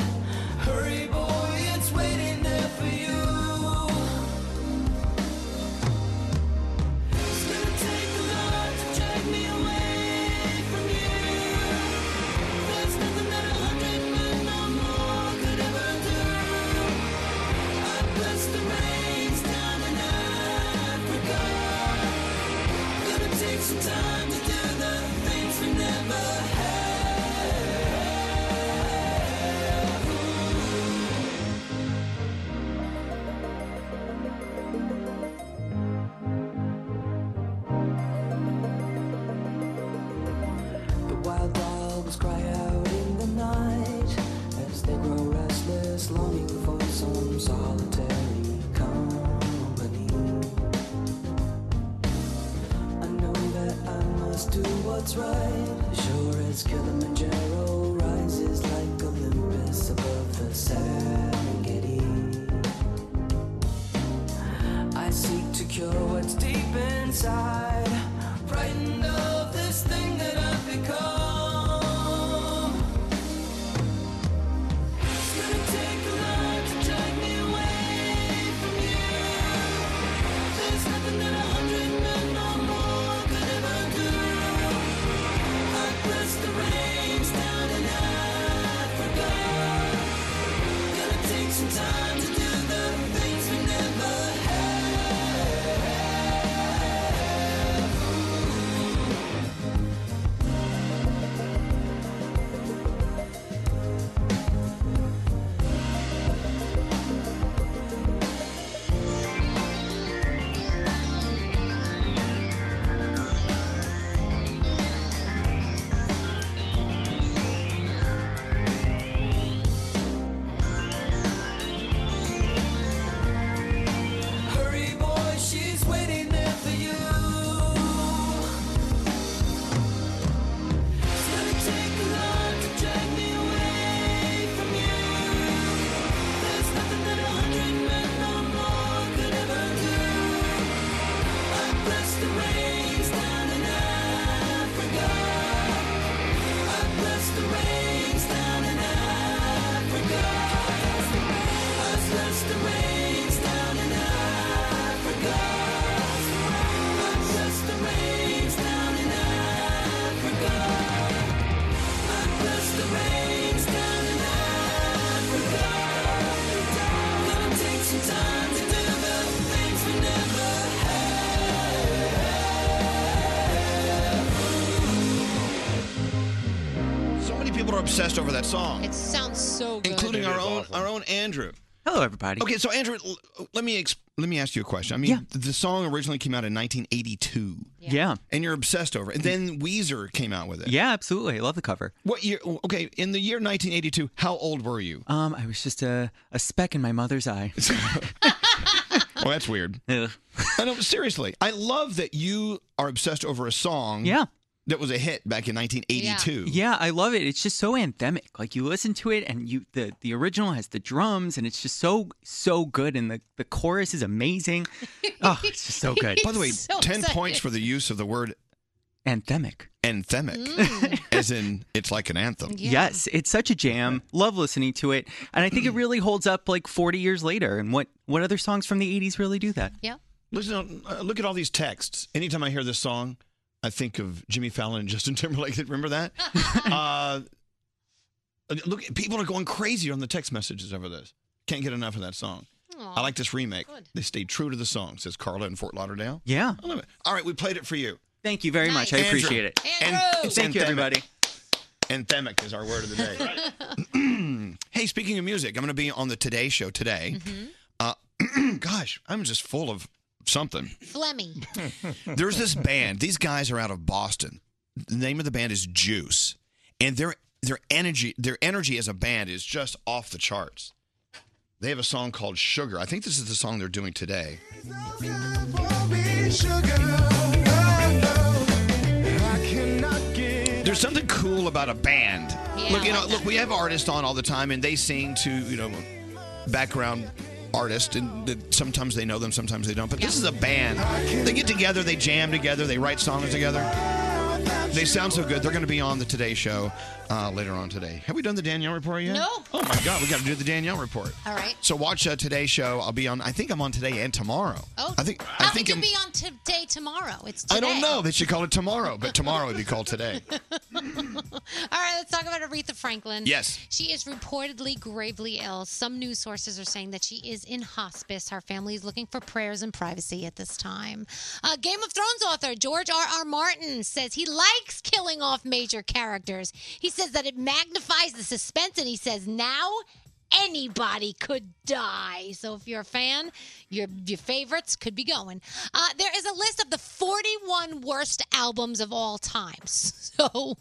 Speaker 12: Hurry, boy, it's waiting there for you. It's gonna take a lot to drag me away from you. There's nothing that a hundred men no more could ever do.
Speaker 1: people are obsessed over that song,
Speaker 6: It sounds so good.
Speaker 1: including our own our own Andrew.
Speaker 13: Hello, everybody.
Speaker 1: Okay, so Andrew, l- let me ex- let me ask you a question. I mean, th- the song originally came out in 1982.
Speaker 13: Yeah. Yeah.
Speaker 1: and you're obsessed over it. And then Weezer came out with it.
Speaker 13: Yeah, absolutely. I love the cover.
Speaker 1: What year? Okay, in the year 1982, how old were you?
Speaker 13: Um, I was just a, a speck in my mother's
Speaker 1: (laughs)
Speaker 13: eye.
Speaker 1: Oh, that's weird.
Speaker 13: (laughs) I
Speaker 1: know, seriously, I love that you are obsessed over a song. Yeah. That was a hit back in 1982.
Speaker 13: Yeah, I love it. It's just so anthemic. Like you listen to it and you the the original has the drums and it's just so so good and the the chorus is (laughs) amazing. Oh, it's just so good.
Speaker 1: By the way, 10 points for the use of the word
Speaker 13: anthemic.
Speaker 1: Anthemic.
Speaker 13: Mm.
Speaker 1: (laughs) As in, it's like an anthem.
Speaker 13: Yes, it's such a jam. Love listening to it. And I think it really holds up like 40 years later and what what other songs from the 80s really do that?
Speaker 6: Yeah.
Speaker 1: Listen, uh, look at all these texts. Anytime I hear this song, I think of Jimmy Fallon and (laughs) Justin Timberlake. Remember that? uh, look, people are going crazy on the text messages over this. Can't get enough of that song.
Speaker 12: Aw,
Speaker 1: I like this remake. They stayed true to the song, says Carla in Fort Lauderdale.
Speaker 13: Yeah.
Speaker 1: I love it. All right, we played it for you.
Speaker 13: Thank you very much. I
Speaker 1: Andrew.
Speaker 13: appreciate it.
Speaker 1: And- it's
Speaker 13: Thank you
Speaker 1: anthemic.
Speaker 13: everybody.
Speaker 1: Anthemic is our word of the
Speaker 12: (laughs)
Speaker 6: (laughs)
Speaker 1: day. (clears throat) hey, speaking of music, I'm going to be on the Today Show today.
Speaker 6: Mm-hmm.
Speaker 1: Uh, (clears throat) gosh, I'm just full of something. (laughs)
Speaker 6: Flemmy.
Speaker 1: There's this band. These guys are out of Boston. The name of the band is Juice, and their their energy their energy as a band is just off the charts. They have a song called Sugar. I think this is the song they're doing today. There's something cool about a band.
Speaker 12: Yeah,
Speaker 1: look, you
Speaker 12: I
Speaker 1: know,
Speaker 12: like
Speaker 1: look, we have artists on all the time, and they sing to you know background artists, and th- sometimes they know them, sometimes they don't. But this is a band. They get together, they jam together, they write songs together. They sound so good. They're going to be on the Today Show uh, later on today. Have we done the Danielle report yet?
Speaker 6: No.
Speaker 1: Oh my God, we got to do the Danielle report.
Speaker 6: All right.
Speaker 1: So watch uh, Today Show. I'll be on. I think I'm on today and tomorrow.
Speaker 6: Oh,
Speaker 1: I think. I
Speaker 6: How
Speaker 1: think.
Speaker 6: could
Speaker 1: I'm-
Speaker 6: be on today tomorrow? It's today.
Speaker 1: I don't know. They should call it tomorrow, but tomorrow would be called today.
Speaker 6: All right, let's talk about Aretha Franklin.
Speaker 1: Yes.
Speaker 6: She is reportedly gravely ill. Some news sources are saying that she is in hospice. Her family is looking for prayers and privacy at this time. Uh, Game of Thrones author George R. R. Martin says he likes killing off major characters. He says that it magnifies the suspense, and he says now anybody could die. So if you're a fan, your your favorites could be going. Uh, there is a list of the 41 worst albums of all time. (laughs) So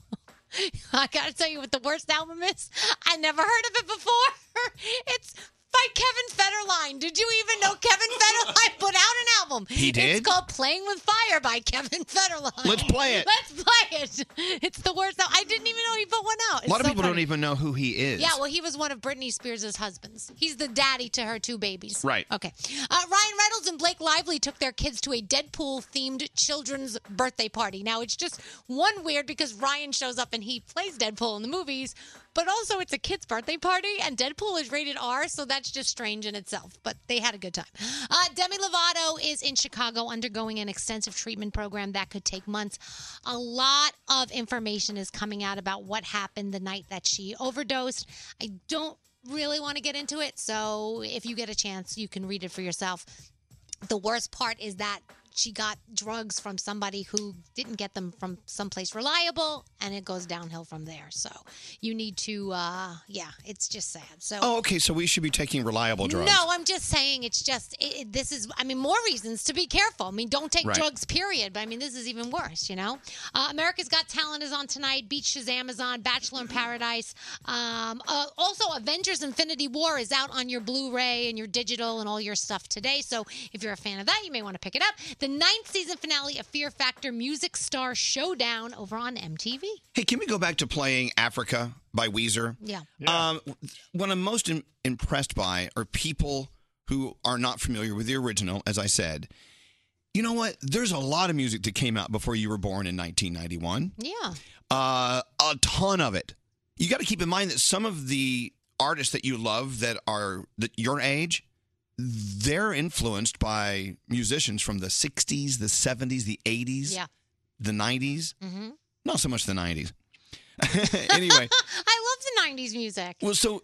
Speaker 6: (laughs) I gotta tell you what the worst album is. I never heard of it before. (laughs) It's by Kevin Federline. Did you even know
Speaker 1: (laughs)
Speaker 6: Kevin Federline put out an album?
Speaker 12: He did?
Speaker 6: It's called "Playing with Fire" by Kevin Federline.
Speaker 1: Let's play it.
Speaker 6: Let's play it. (laughs) It's the worst. al- I didn't even know he put one out.
Speaker 1: A lot
Speaker 6: It's
Speaker 1: of
Speaker 6: so
Speaker 1: people
Speaker 6: funny.
Speaker 1: don't even know who he is.
Speaker 6: Yeah, well, he was one of Britney Spears' husbands. He's the daddy to her two babies.
Speaker 1: Right.
Speaker 6: Okay. Uh, Ryan Reynolds and Blake Lively took their kids to a Deadpool themed children's birthday party. Now, it's just one weird because Ryan shows up and he plays Deadpool in the movies, but also it's a kid's birthday party, and Deadpool is rated R, so that's just strange in itself. But they had a good time. Uh, Demi Lovato is in Chicago undergoing an extensive treatment program that could take months. A lot of information is coming out about what happened the night that she overdosed. I don't really want to get into it, so if you get a chance, you can read it for yourself. The worst part is that she got drugs from somebody who didn't get them from someplace reliable, and it goes downhill from there. So you need to, uh, yeah, it's just sad. So
Speaker 1: Oh, okay. So we should be taking reliable drugs.
Speaker 6: no, I'm just saying it's just it, it- this is. I mean, more reasons to be careful. I mean, don't take
Speaker 1: Right.
Speaker 6: drugs, period. But I mean, this is even worse. You know, uh, America's Got Talent is on tonight. Beach Shazam is on. Bachelor in Paradise. Um, uh, also, Avengers: Infinity War is out on your Blu-ray and your digital and all your stuff today. So if you're a fan of that, you may want to pick it up. The ninth season finale of Fear Factor: Music Star Showdown over on MTV.
Speaker 1: Hey, can we go back to playing Africa by Weezer?
Speaker 6: Yeah.
Speaker 1: Um, what I'm most im- impressed by are people who are not familiar with the original, as I said. You know what? There's a lot of music that came out before you were born in 1991.
Speaker 6: Yeah.
Speaker 1: Uh, a ton of it. You got to keep in mind that some of the artists that you love that are that your age, they're influenced by musicians from the 60s, the 70s, the 80s,
Speaker 6: Yeah.
Speaker 1: the 90s.
Speaker 6: hmm
Speaker 1: Not so much the 90s. (laughs) anyway,
Speaker 6: I love the '90s music.
Speaker 1: well, so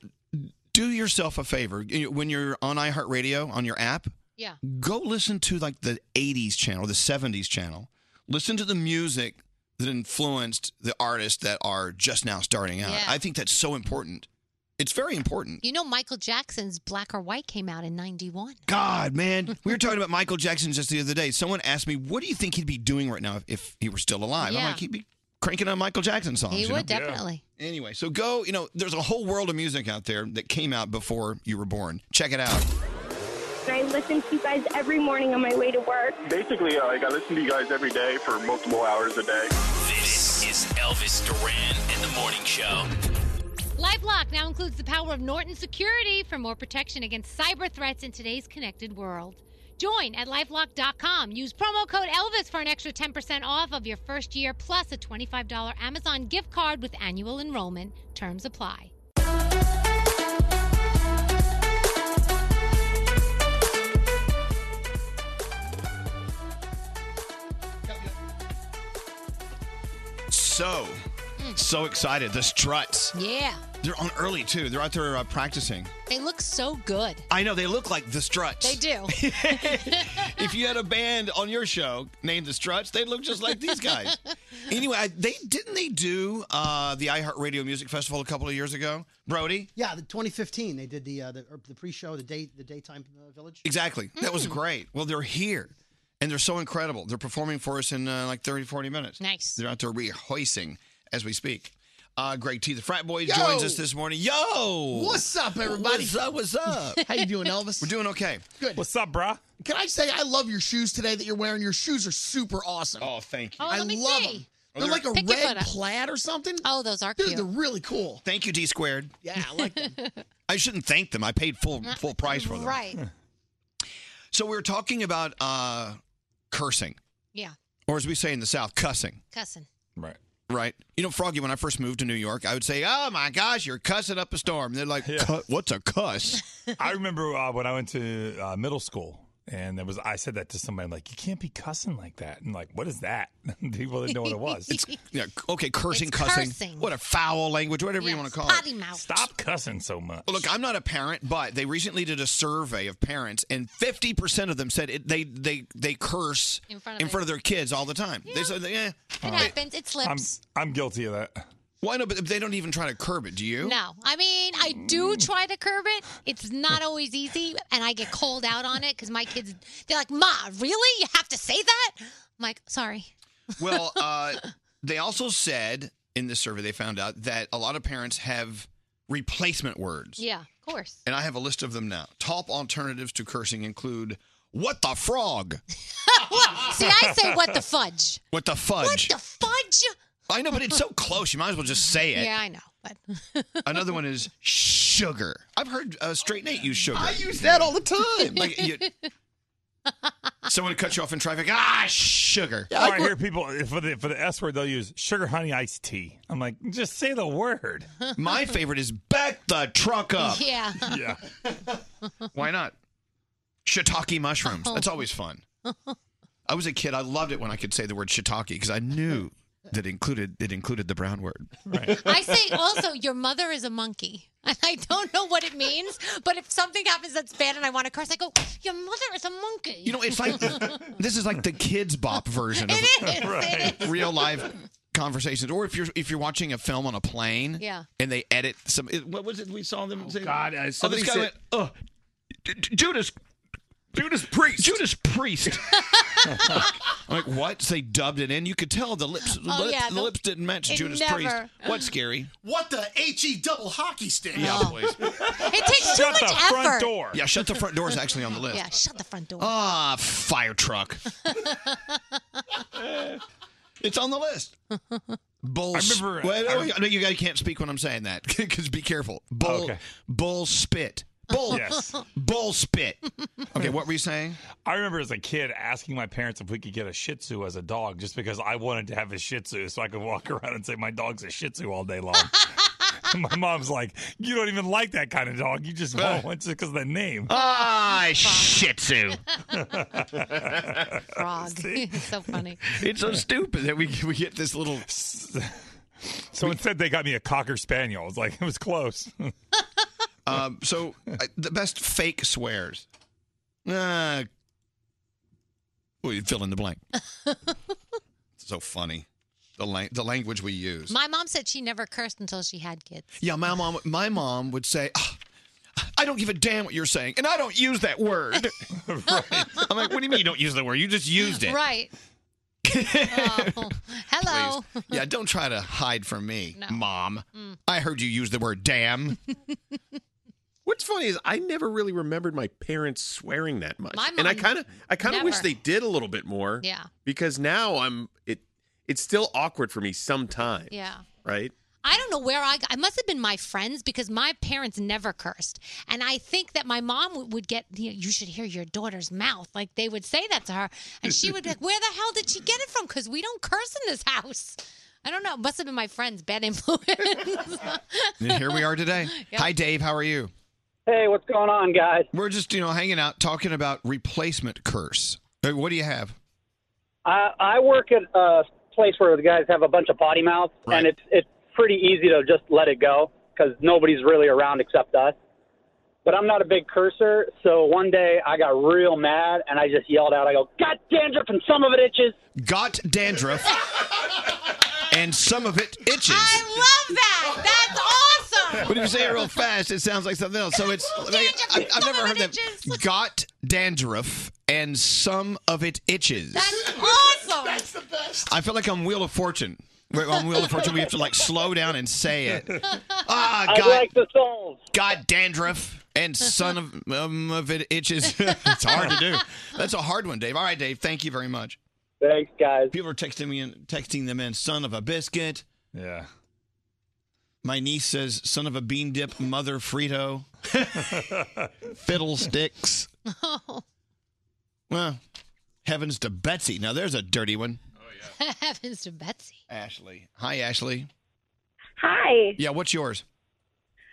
Speaker 1: do yourself a favor You- when you're on iHeartRadio on your app.
Speaker 6: Yeah.
Speaker 1: Go listen to like the 80s channel, the 70s channel. Listen to the music that influenced the artists that are just now starting out.
Speaker 6: Yeah.
Speaker 1: I think that's so important. It's very important.
Speaker 6: You know, Michael Jackson's Black or White came out in 91.
Speaker 1: God,
Speaker 6: (laughs)
Speaker 1: man, we were talking about Michael Jackson just the other day. Someone asked me, "What do you think he'd be doing right now if, if he were still alive?" I'm
Speaker 6: Yeah.
Speaker 1: like, he'd be cranking out Michael Jackson songs.
Speaker 6: He
Speaker 1: you know?
Speaker 6: would, definitely.
Speaker 1: Anyway, so go. You know, there's a whole world of music out there that came out before you were born. Check it out.
Speaker 14: I listen to you guys every morning on my way to work.
Speaker 15: Basically, uh, like I listen to you guys every day for multiple hours a day.
Speaker 8: This is Elvis Duran and the Morning Show.
Speaker 6: LifeLock now includes the power of Norton Security for more protection against cyber threats in today's connected world. Join at lifelock.com. Use promo code Elvis for an extra 10% off of your first year plus a $25 Amazon gift card with annual enrollment. Terms apply.
Speaker 1: So, so excited. The Struts.
Speaker 6: Hmm. Yeah.
Speaker 1: They're on early too. They're out there uh, practicing.
Speaker 6: They look so good.
Speaker 1: I know they look like the Struts.
Speaker 6: They do.
Speaker 1: if you had a band on your show named the Struts, they'd look just like these guys. (laughs) anyway, I, they didn't they do uh, the iHeartRadio Music Festival a couple of years ago, Brody?
Speaker 16: Yeah, the 2015 they did the uh, the, er, the pre-show, the day the daytime uh, village.
Speaker 1: Exactly. That was great. Well, they're here. And they're so incredible. They're performing for us in uh, like 30, 40 minutes.
Speaker 6: Nice.
Speaker 1: They're out there rehearsing as we speak. Uh, Greg T, the frat boy, joins us this morning. Yo!
Speaker 5: What's up, everybody?
Speaker 1: What's up? What's
Speaker 5: (laughs)
Speaker 1: up?
Speaker 5: How you doing, Elvis?
Speaker 1: We're doing okay.
Speaker 5: Good.
Speaker 9: What's up, bruh?
Speaker 5: Can I say I love your shoes today that you're wearing? Your shoes are super awesome.
Speaker 1: Oh, thank
Speaker 6: you. Oh,
Speaker 5: I
Speaker 6: let me
Speaker 5: love
Speaker 6: see.
Speaker 5: them.
Speaker 6: Oh,
Speaker 5: They're
Speaker 6: they're-
Speaker 5: like a
Speaker 6: Pick your foot
Speaker 5: red
Speaker 6: up.
Speaker 5: plaid or something.
Speaker 6: Oh, those are
Speaker 5: Dude,
Speaker 6: cute.
Speaker 5: they're really cool.
Speaker 1: Thank you, D squared.
Speaker 5: Yeah, I like
Speaker 6: (laughs)
Speaker 5: them.
Speaker 1: I shouldn't thank them. I paid full full price for them.
Speaker 6: Right.
Speaker 1: So we were talking about uh, cursing,
Speaker 6: Yeah.
Speaker 1: or as we say in the South, cussing.
Speaker 6: Cussing.
Speaker 9: Right.
Speaker 1: Right. You know, Froggy, when I first moved to New York, I would say, oh my gosh, you're cussing up a storm. They're like, "Cu- what's a cuss?
Speaker 9: (laughs) I remember uh, when I went to uh, middle school. And there was, I said that to somebody, I'm like, you can't be cussing like that. And like, what is that? (laughs) People didn't know what it was.
Speaker 1: It's- yeah, okay, cursing, cussing. What a foul language, whatever you want to call it.
Speaker 9: Stop cussing so much.
Speaker 1: Well, look, I'm not a parent, but they recently did a survey of parents, and 50% of them said it, they they they curse
Speaker 6: In front of their-
Speaker 1: their kids all the time. They said, yeah,
Speaker 6: It happens. It slips.
Speaker 9: I'm guilty of that.
Speaker 1: Well, I know, but they don't even try to curb it. Do you? Mm.
Speaker 6: No, I mean I do try to curb it. It's not always easy, and I get called out on it because my kids they're like, "Ma, really? You have to say that?" I'm like, "Sorry."
Speaker 1: (laughs)
Speaker 6: (laughs)
Speaker 1: Well, uh, they also said in this survey they found out that a lot of parents have replacement words,
Speaker 6: Yeah, of (laughs) course.
Speaker 1: and I have a list of them now. Top alternatives to cursing include "What the frog,"
Speaker 6: See, I say what the fudge.
Speaker 1: "What the fudge."
Speaker 6: What the fudge?
Speaker 1: I know, but it's so close. You might as well just say it.
Speaker 6: Yeah, I know. But
Speaker 1: Another one is sugar. I've heard uh, straight Nate use sugar.
Speaker 6: I
Speaker 5: use that all the
Speaker 1: time. like
Speaker 6: (laughs)
Speaker 1: you, (laughs) someone cut you off in traffic. Ah, sugar.
Speaker 9: or I hear people for the for the S word they'll use sugar honey iced tea. I'm like, just say the word.
Speaker 1: My favorite is back the truck (laughs) up.
Speaker 6: Yeah.
Speaker 9: Yeah.
Speaker 1: Why not? Shiitake mushrooms.
Speaker 6: Oh.
Speaker 1: That's always fun. I was a kid. I loved it when I could say the word shiitake because I knew that included it included the brown word. Right. (laughs)
Speaker 6: I say also your mother is a monkey. And I don't know what it means, but if something happens that's bad and I want to curse, I go, "Your mother is a monkey."
Speaker 1: You know, it's
Speaker 6: (laughs)
Speaker 1: like this is like the kids bop version of
Speaker 6: It is, it Right. is.
Speaker 1: real live conversations. Or if you're if you're watching a film on a plane,
Speaker 6: Yeah.
Speaker 1: and they edit some. it- What was it we saw them? say?
Speaker 7: God, uh,
Speaker 1: oh, this
Speaker 7: somebody
Speaker 1: guy
Speaker 7: said-
Speaker 1: went, oh, J- J- Judas, Judas Priest, Judas Priest. (laughs) I'm like, what? So they dubbed it in. You could tell the lips,
Speaker 5: Oh,
Speaker 1: lip-
Speaker 5: yeah,
Speaker 1: the
Speaker 5: the-
Speaker 1: lips didn't match
Speaker 5: it
Speaker 1: Judas Priest.
Speaker 5: (sighs) never-
Speaker 1: What's scary?
Speaker 5: What the H E double hockey stick?
Speaker 1: Yeah,
Speaker 5: (laughs)
Speaker 1: boys.
Speaker 6: It
Speaker 5: Shut
Speaker 6: takes too
Speaker 5: the
Speaker 6: much effort.
Speaker 5: front door.
Speaker 1: Yeah, shut the front door is actually on the list.
Speaker 6: Yeah, shut the front door.
Speaker 1: Ah, fire truck. it's on the list. Bull.
Speaker 9: I remember-
Speaker 1: Wait,
Speaker 9: I-
Speaker 1: wait, wait, no, you guys can't speak when I'm saying that (laughs) because be careful. Bull.
Speaker 9: Okay.
Speaker 1: Bull spit. Bull.
Speaker 9: Yes.
Speaker 1: (laughs) Bull
Speaker 9: (laughs)
Speaker 1: spit. Okay, what were you saying?
Speaker 9: I remember as a kid asking my parents if we could get a Shih Tzu as a dog, just because I wanted to have a Shih Tzu, so I could walk (laughs) around and say my dog's a Shih Tzu all day
Speaker 1: (laughs)
Speaker 9: long. And my mom's like, you don't even like that kind of dog. You just want one just because of the name.
Speaker 1: Ah, Shih
Speaker 9: (laughs)
Speaker 1: Tzu.
Speaker 6: Frog. (laughs) it's so funny.
Speaker 1: It's so stupid that we we get this little.
Speaker 9: (laughs) So instead, they got me a cocker spaniel. It's like it was close.
Speaker 1: (laughs) Um, so I, the best fake swears. Uh, well, you fill in the blank. so funny. the lang- the language we use.
Speaker 6: My mom said she never cursed until she had kids.
Speaker 1: Yeah, my mom my mom would say, "Ah, "I don't give a damn what you're saying," and I don't use that (laughs) word. I'm like, "What do you mean you don't use that word? You just used it."
Speaker 6: Right. Oh, hello.
Speaker 1: Yeah, don't try to hide from me,
Speaker 6: No.
Speaker 1: mom.
Speaker 6: Mm.
Speaker 1: I heard you use the word damn.
Speaker 7: What's funny is I never really remembered my parents swearing that much,
Speaker 6: My
Speaker 7: and I
Speaker 6: mom
Speaker 7: kind of I kind of wish
Speaker 6: never.
Speaker 7: they did a little bit more.
Speaker 6: Yeah.
Speaker 7: Because now I'm it. It's still awkward for me sometimes.
Speaker 6: Yeah.
Speaker 7: Right.
Speaker 6: I don't know where I got, I must have been my friends because my parents never cursed. And I think that my mom would, would get, you, know, you should hear your daughter's mouth. Like they would say that to her. And she would be like, where the hell did she get it from? Because we don't curse in this house. I don't know. It must have been my friend's bad (laughs) influence.
Speaker 1: And here we are today.
Speaker 6: (laughs) Yep.
Speaker 1: Hi, Dave. How are you?
Speaker 17: Hey, what's going on, guys?
Speaker 1: We're just you know hanging out, talking about replacement curse. Uh, What do you have?
Speaker 17: I, I work at a place where the guys have a bunch of potty mouths, and it's it's pretty easy to just let it go because nobody's really around except us. But I'm not a big cursor, so one day I got real mad and I just yelled out, "I go, got dandruff and some of it itches."
Speaker 1: Got dandruff, and some of it itches.
Speaker 6: I love that. That's awesome.
Speaker 1: But if you say it real fast, it sounds like something else. So it's I, have never heard that. Got dandruff and some of it itches.
Speaker 6: That's awesome.
Speaker 12: That's the best.
Speaker 1: I feel like I'm Wheel of Fortune. We're on Wheel of Fortune, we have to like slow down and say it. Ah,
Speaker 12: I
Speaker 1: got,
Speaker 12: like
Speaker 17: the songs.
Speaker 1: Got dandruff and son of um, of it itches. (laughs) it's hard to do. That's a hard one, Dave. All right, Dave. Thank you very much.
Speaker 17: Thanks, guys.
Speaker 1: People are texting me and texting them in. Son of a biscuit.
Speaker 9: Yeah.
Speaker 1: My niece says, "Son of a bean dip, mother Frito, (laughs) fiddlesticks."
Speaker 6: Oh,
Speaker 1: Well, heavens to Betsy. Now there's a dirty one.
Speaker 6: heavens to Betsy.
Speaker 1: Ashley. Hi, Ashley.
Speaker 14: Hi,
Speaker 1: Yeah, what's yours?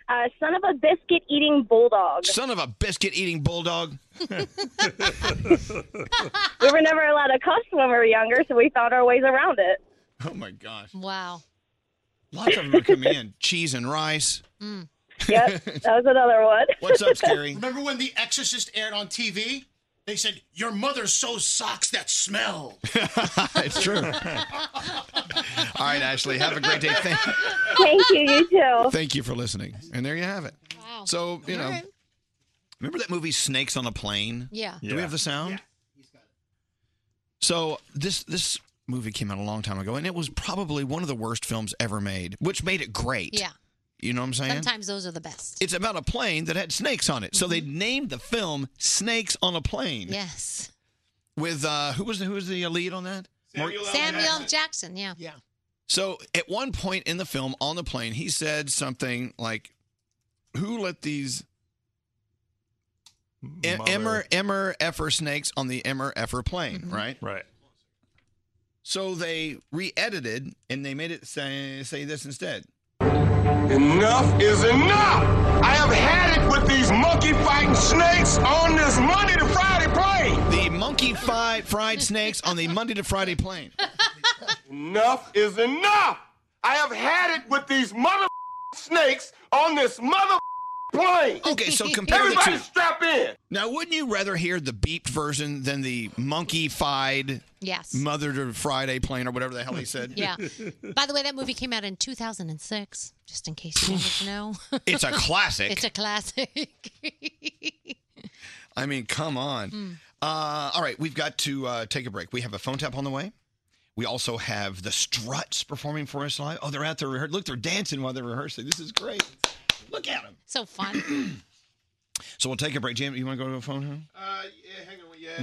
Speaker 14: uh, son of a biscuit eating bulldog.
Speaker 1: Son of a biscuit eating bulldog. (laughs)
Speaker 14: (laughs) we were never allowed to cuss when we were younger, so we found our ways around it.
Speaker 1: Oh my gosh.
Speaker 6: Wow.
Speaker 1: Lots of them are coming in. Cheese and rice.
Speaker 6: Mm.
Speaker 14: Yep, that was another one.
Speaker 1: (laughs) What's up,
Speaker 14: (laughs)
Speaker 1: Scary?
Speaker 5: Remember when The Exorcist aired on TV? They said, Your mother sews socks
Speaker 1: (laughs)
Speaker 5: that smell.
Speaker 1: it's true. (laughs) All right, Ashley. Have a great day. Thank,
Speaker 14: (laughs) Thank you, you too.
Speaker 1: thank you for listening. And there you have it.
Speaker 6: Wow.
Speaker 1: So, you know, remember that movie Snakes on a Plane?
Speaker 6: Yeah.
Speaker 1: Do we have the sound? So this this movie came out a long time ago, and it was probably one of the worst films ever made, which made it great.
Speaker 6: Yeah.
Speaker 1: You know what I'm saying?
Speaker 6: Sometimes those are the best.
Speaker 1: It's about a plane that had snakes on it, so they named the film "Snakes on a Plane."
Speaker 6: Yes.
Speaker 1: With uh, who was the, who was the lead on that? Samuel
Speaker 6: Samuel L. Jackson. Yeah.
Speaker 5: Yeah.
Speaker 1: So at one point in the film, on the plane, he said something like, "Who let these e- emmer emmer effer snakes on the emmer effer plane?" Right.
Speaker 9: Right.
Speaker 1: So they re-edited and they made it say say this instead.
Speaker 15: Enough is enough! I have had it with these monkey fighting snakes on this Monday to Friday plane!
Speaker 1: The monkey fi- fried snakes on the Monday to Friday plane.
Speaker 15: Enough is enough! I have had it with these mother snakes on this mother plane!
Speaker 1: Okay,
Speaker 15: (laughs)
Speaker 6: (laughs)
Speaker 1: so compare the
Speaker 15: Everybody
Speaker 1: two.
Speaker 15: strap in!
Speaker 1: Now, wouldn't you rather hear the beeped version than the monkey fied
Speaker 6: Yes.
Speaker 1: mother to Friday plane or whatever the hell he said? (laughs)
Speaker 6: Yeah. By the way, that movie came out in 2006, just in case you wanted to know.
Speaker 1: It's
Speaker 6: (laughs)
Speaker 1: a classic.
Speaker 6: It's a classic. (laughs)
Speaker 1: I mean, come on.
Speaker 6: Mm.
Speaker 1: Uh, all right, we've got to uh, take a break. We have a phone tap on the way. We also have the Struts performing for us live. Oh, they're out there rehearsing. Look, they're dancing while they're rehearsing. This is great. Look at them.
Speaker 6: So fun.
Speaker 1: So we'll take a break. Jim, you want to go to a phone? Huh?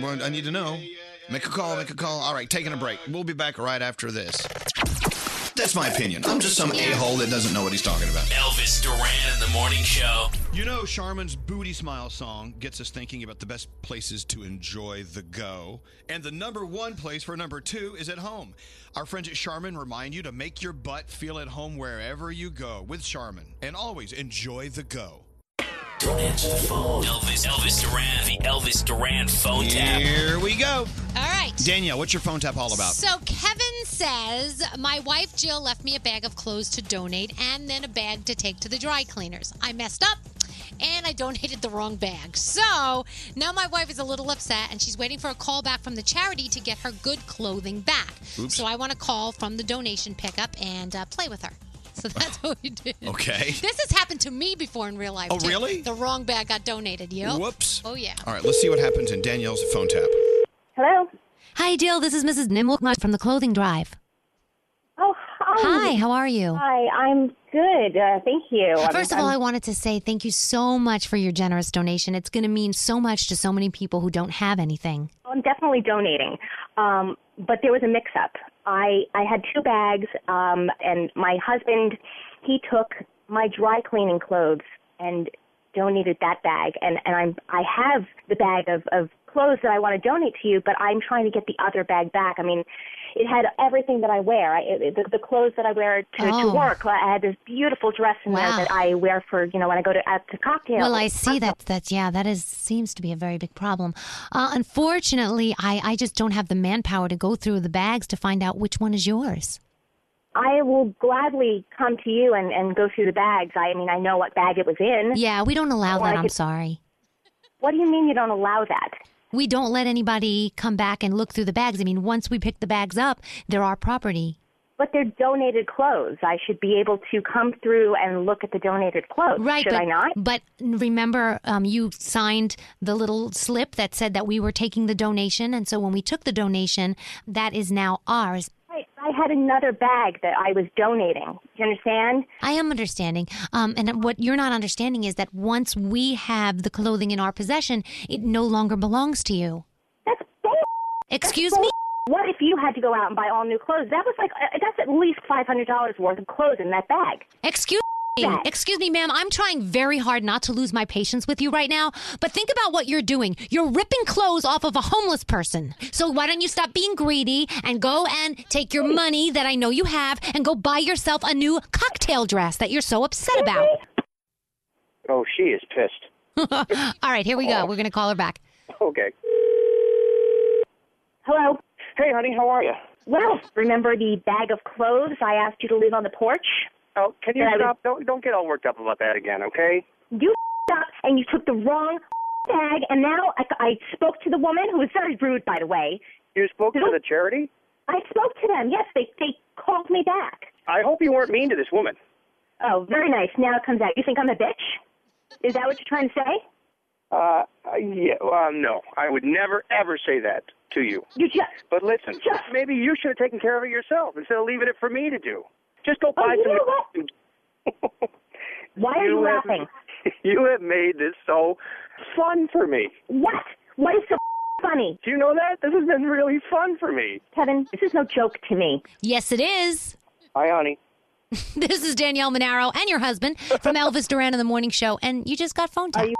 Speaker 1: Well, I need to know. Make a call, make a call. All right, taking a break. We'll be back right after this. That's my opinion. I'm just some a hole that doesn't know what he's talking about.
Speaker 8: Elvis Duran in the morning show.
Speaker 1: You know, Charmin's Booty Smile song gets us thinking about the best places to enjoy the go. And the number one place for number two is at home. Our friends at Charmin remind you to make your butt feel at home wherever you go with Charmin. And always enjoy the go.
Speaker 8: Don't answer the phone. Elvis, Elvis Duran, the Elvis Duran phone tap.
Speaker 1: Here we go.
Speaker 6: All right.
Speaker 1: Danielle, what's your phone tap all about?
Speaker 6: So Kevin says, My wife Jill left me a bag of clothes to donate and then a bag to take to the dry cleaners. I messed up and I donated the wrong bag. So now my wife is a little upset, and she's waiting for a call back from the charity to get her good clothing back.
Speaker 1: Oops.
Speaker 6: So I want to call from the donation pickup and uh, play with her.
Speaker 1: (laughs)
Speaker 6: So that's what we did.
Speaker 1: Okay.
Speaker 6: This has happened to me before in real life.
Speaker 1: Oh,
Speaker 6: too.
Speaker 1: really?
Speaker 6: The wrong bag got donated. Yep.
Speaker 1: Whoops.
Speaker 6: Oh yeah.
Speaker 1: All right, let's see what happens in Danielle's phone tap.
Speaker 6: Hello. Hi, Jill. This is Mrs. Nimwilknot from the clothing drive.
Speaker 14: Oh, hi.
Speaker 6: Hi, how are you?
Speaker 14: Hi, I'm good. Uh, thank you. I mean,
Speaker 6: First of all,
Speaker 14: I'm-
Speaker 6: I wanted to say thank you so much for your generous donation. It's going to mean so much to so many people who don't have anything.
Speaker 14: I'm definitely donating. Um, but there was a mix up. I, I had two bags, um, and my husband, he took my dry cleaning clothes and donated that bag. And, and I'm, I have the bag of, of clothes that I want to donate to you, but I'm trying to get the other bag back. I mean, it had everything that I wear. I, it, the, the clothes that I wear to,
Speaker 6: Oh.
Speaker 14: to work. I had this beautiful dress in there
Speaker 6: Wow.
Speaker 14: that I wear for, you know, when I go to, out to cocktails.
Speaker 6: Well, I see that. That yeah, that is seems to be a very big problem. Uh, unfortunately, I I just don't have the manpower to go through the bags to find out which one is yours.
Speaker 14: I will gladly come to you and, and go through the bags. I mean, I know what bag it was in.
Speaker 6: Yeah, we don't allow
Speaker 14: Or Oh, I
Speaker 6: that. I'm
Speaker 14: could-
Speaker 6: sorry.
Speaker 14: What do you mean you don't allow that?
Speaker 6: We don't let anybody come back and look through the bags. I mean, once we pick the bags up, they're our property.
Speaker 14: But they're donated clothes. I should be able to come through and look at the donated clothes.
Speaker 6: Right,
Speaker 14: Should
Speaker 6: but,
Speaker 14: I not?
Speaker 6: But remember, um, you signed the little slip that said that we were taking the donation, and so when we took the donation, that is now ours.
Speaker 14: Right, I had another bag that I was donating. Do you understand?
Speaker 6: I am understanding, um, and what you're not understanding is that once we have the clothing in our possession, it no longer belongs to you. That's Excuse me.
Speaker 14: What if you had to go out and buy all new clothes? That was like uh, that's at least five hundred dollars worth of clothes in that bag.
Speaker 6: Excuse me.
Speaker 14: Yes.
Speaker 6: Excuse me, ma'am. I'm trying very hard not to lose my patience with you right now, but think about what you're doing. You're ripping clothes off of a homeless person. So why don't you stop being greedy and go and take your money that I know you have and go buy yourself a new cocktail dress that you're so upset about? (laughs)
Speaker 18: Oh, she is pissed. (laughs)
Speaker 6: All right, here we go. We're going to call her back.
Speaker 18: Okay.
Speaker 14: Hello.
Speaker 18: Hey, honey, how are you?
Speaker 14: Well, remember the bag of clothes I asked you to leave on the porch?
Speaker 18: Oh, Can you
Speaker 14: that I was
Speaker 18: stop? Don't don't get all worked up about that again, okay?
Speaker 14: You (laughs) up and you took the wrong (laughs) bag, and now I, I spoke to the woman who was very rude, by the way.
Speaker 18: You spoke to the charity.
Speaker 14: I spoke to them. Yes, they they called me back.
Speaker 18: I hope you weren't mean to this woman.
Speaker 14: Oh, very nice. Now it comes out. You think I'm a bitch? Is that what you're trying to say?
Speaker 18: Uh, yeah. Well, no, I would never ever say that to you.
Speaker 14: You just.
Speaker 18: But listen, maybe you should have taken care of it yourself instead of leaving it for me to do. Just go buy
Speaker 14: Oh, you
Speaker 18: some.
Speaker 14: know (laughs) Why are you
Speaker 18: have-
Speaker 14: laughing?
Speaker 18: (laughs) you have made this so fun for me.
Speaker 14: What? What is so (laughs) funny?
Speaker 18: Do you know that? This has been really fun for me.
Speaker 14: Kevin, this is no joke to me.
Speaker 6: Yes, it is.
Speaker 18: Hi, honey.
Speaker 6: This is Danielle Monaro and your husband from Elvis Duran in the Morning Show, and you just got phone tap. Are you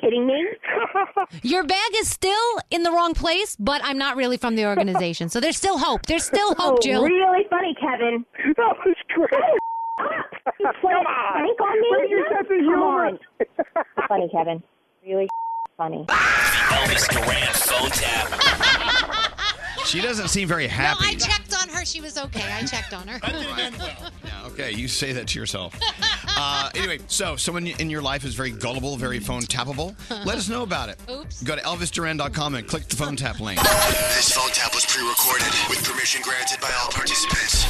Speaker 14: kidding me?
Speaker 6: (laughs)
Speaker 14: (laughs)
Speaker 6: your bag is still in the wrong place, but I'm not really from the organization, so there's still hope. There's still hope,
Speaker 14: Oh,
Speaker 6: Jill.
Speaker 14: really funny, Kevin.
Speaker 18: That was great.
Speaker 14: You play
Speaker 18: Come
Speaker 14: a
Speaker 18: on.
Speaker 14: prank on me?
Speaker 18: Where's your sense of
Speaker 14: Come
Speaker 18: humor?
Speaker 14: on. (laughs) funny, Kevin. Really funny.
Speaker 8: Elvis Duran phone tap.
Speaker 1: She doesn't seem very happy.
Speaker 6: Oh, I checked on her. She was okay. I checked on
Speaker 1: (laughs)
Speaker 6: her.
Speaker 1: Okay, you say that to
Speaker 6: (laughs)
Speaker 1: yourself. uh, anyway, so someone in your life is very gullible, very phone tappable. Let us know about it.
Speaker 6: Oops.
Speaker 1: Go to elvisduran.com and click the phone tap link.
Speaker 19: This phone tap was pre-recorded with permission granted by all participants.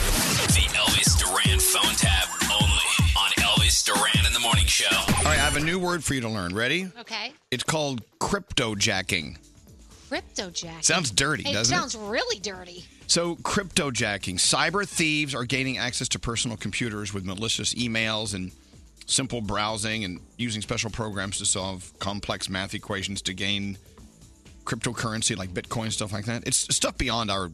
Speaker 8: The Elvis Duran phone tap only on Elvis Duran in the Morning Show.
Speaker 1: All right, I have a new word for you to learn. Ready?
Speaker 6: Okay.
Speaker 1: It's called cryptojacking.
Speaker 6: (laughs) Crypto jack.
Speaker 1: Sounds dirty,
Speaker 6: it
Speaker 1: doesn't it?
Speaker 6: sounds really dirty.
Speaker 1: So, cryptojacking. Cyber thieves are gaining access to personal computers with malicious emails and simple browsing and using special programs to solve complex math equations to gain cryptocurrency like Bitcoin, stuff like that. It's stuff beyond our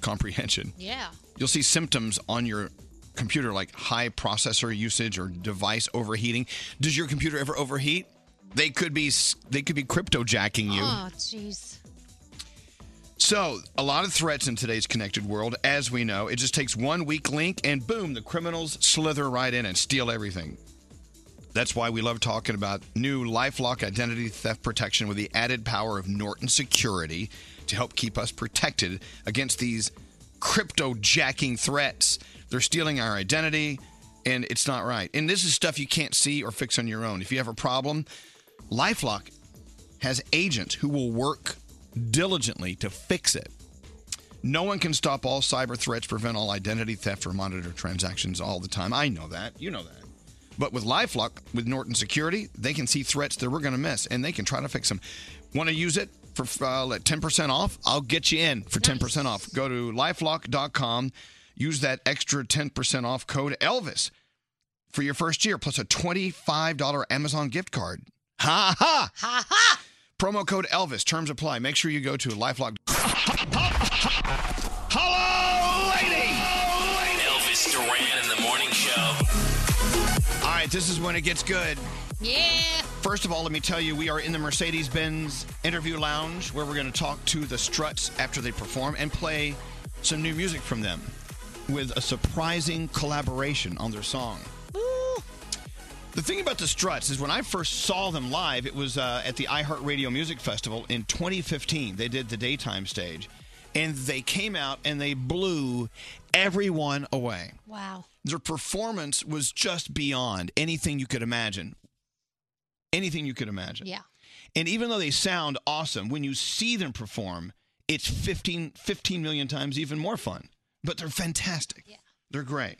Speaker 1: comprehension.
Speaker 6: Yeah.
Speaker 1: You'll see symptoms on your computer like high processor usage or device overheating. Does your computer ever overheat? They could be s- they could be cryptojacking you.
Speaker 6: Oh, jeez.
Speaker 1: So, a lot of threats in today's connected world, as we know. It just takes one weak link, and boom, the criminals slither right in and steal everything. That's why we love talking about new Lifelock identity theft protection with the added power of Norton Security to help keep us protected against these crypto jacking threats. They're stealing our identity, and it's not right. And this is stuff you can't see or fix on your own. If you have a problem, Lifelock has agents who will work diligently to fix it. No one can stop all cyber threats, prevent all identity theft, or monitor transactions all the time. I know that. You know that. But with Lifelock, with Norton Security, they can see threats that we're going to miss and they can try to fix them. Want to use it for uh, like 10% off? I'll get you in for 10% off. Go to lifelock.com, use that extra 10% off code Elvis for your first year, plus a $25 Amazon gift card. Ha ha! Ha ha! Promo code Elvis, terms apply. Make sure you go to lifelock.
Speaker 12: Hello, lady.
Speaker 8: Elvis Duran in the morning show.
Speaker 1: All right, this is when it gets good.
Speaker 6: Yeah.
Speaker 1: First of all, let me tell you, we are in the Mercedes Benz interview lounge where we're going to talk to the struts after they perform and play some new music from them with a surprising collaboration on their song. The thing about the struts is when I first saw them live, it was uh, at the iHeartRadio Music Festival in 2015. They did the daytime stage and they came out and they blew everyone away.
Speaker 6: Wow.
Speaker 1: Their performance was just beyond anything you could imagine. Anything you could imagine.
Speaker 6: Yeah.
Speaker 1: And even though they sound awesome, when you see them perform, it's 15, 15 million times even more fun. But they're fantastic. Yeah. They're great.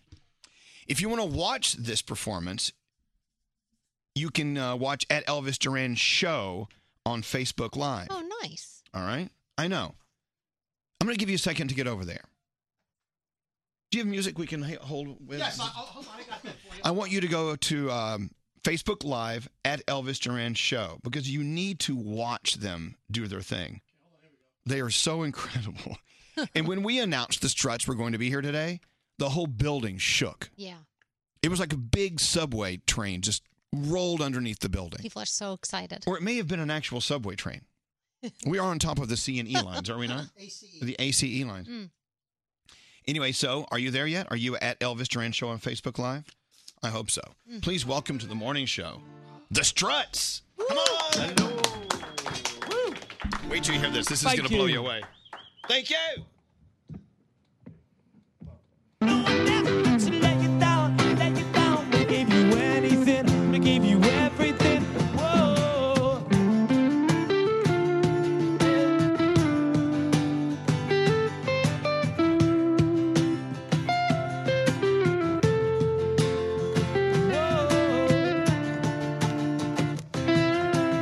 Speaker 1: If you want to watch this performance, you can uh, watch at Elvis Duran Show on Facebook Live.
Speaker 6: Oh, nice.
Speaker 1: All right. I know. I'm going to give you a second to get over there. Do you have music we can h- hold with?
Speaker 5: Yes, I, oh, hold on, I got that for you.
Speaker 1: I want you to go to um, Facebook Live at Elvis Duran Show because you need to watch them do their thing. They are so incredible. and when we announced the struts were going to be here today, the whole building shook.
Speaker 6: Yeah.
Speaker 1: It was like a big subway train just rolled underneath the building.
Speaker 6: People are so excited.
Speaker 1: Or it may have been an actual subway train. We are on top of the C and E lines, are we not? The ACE lines.
Speaker 6: Mm.
Speaker 1: Anyway, so are you there yet? Are you at Elvis Duran Show on Facebook Live? I hope so. Please welcome to the morning show, The Struts. Come on. Wait till you hear this. This is
Speaker 12: Thank
Speaker 1: going to blow
Speaker 12: you.
Speaker 1: you away. Thank you. (laughs)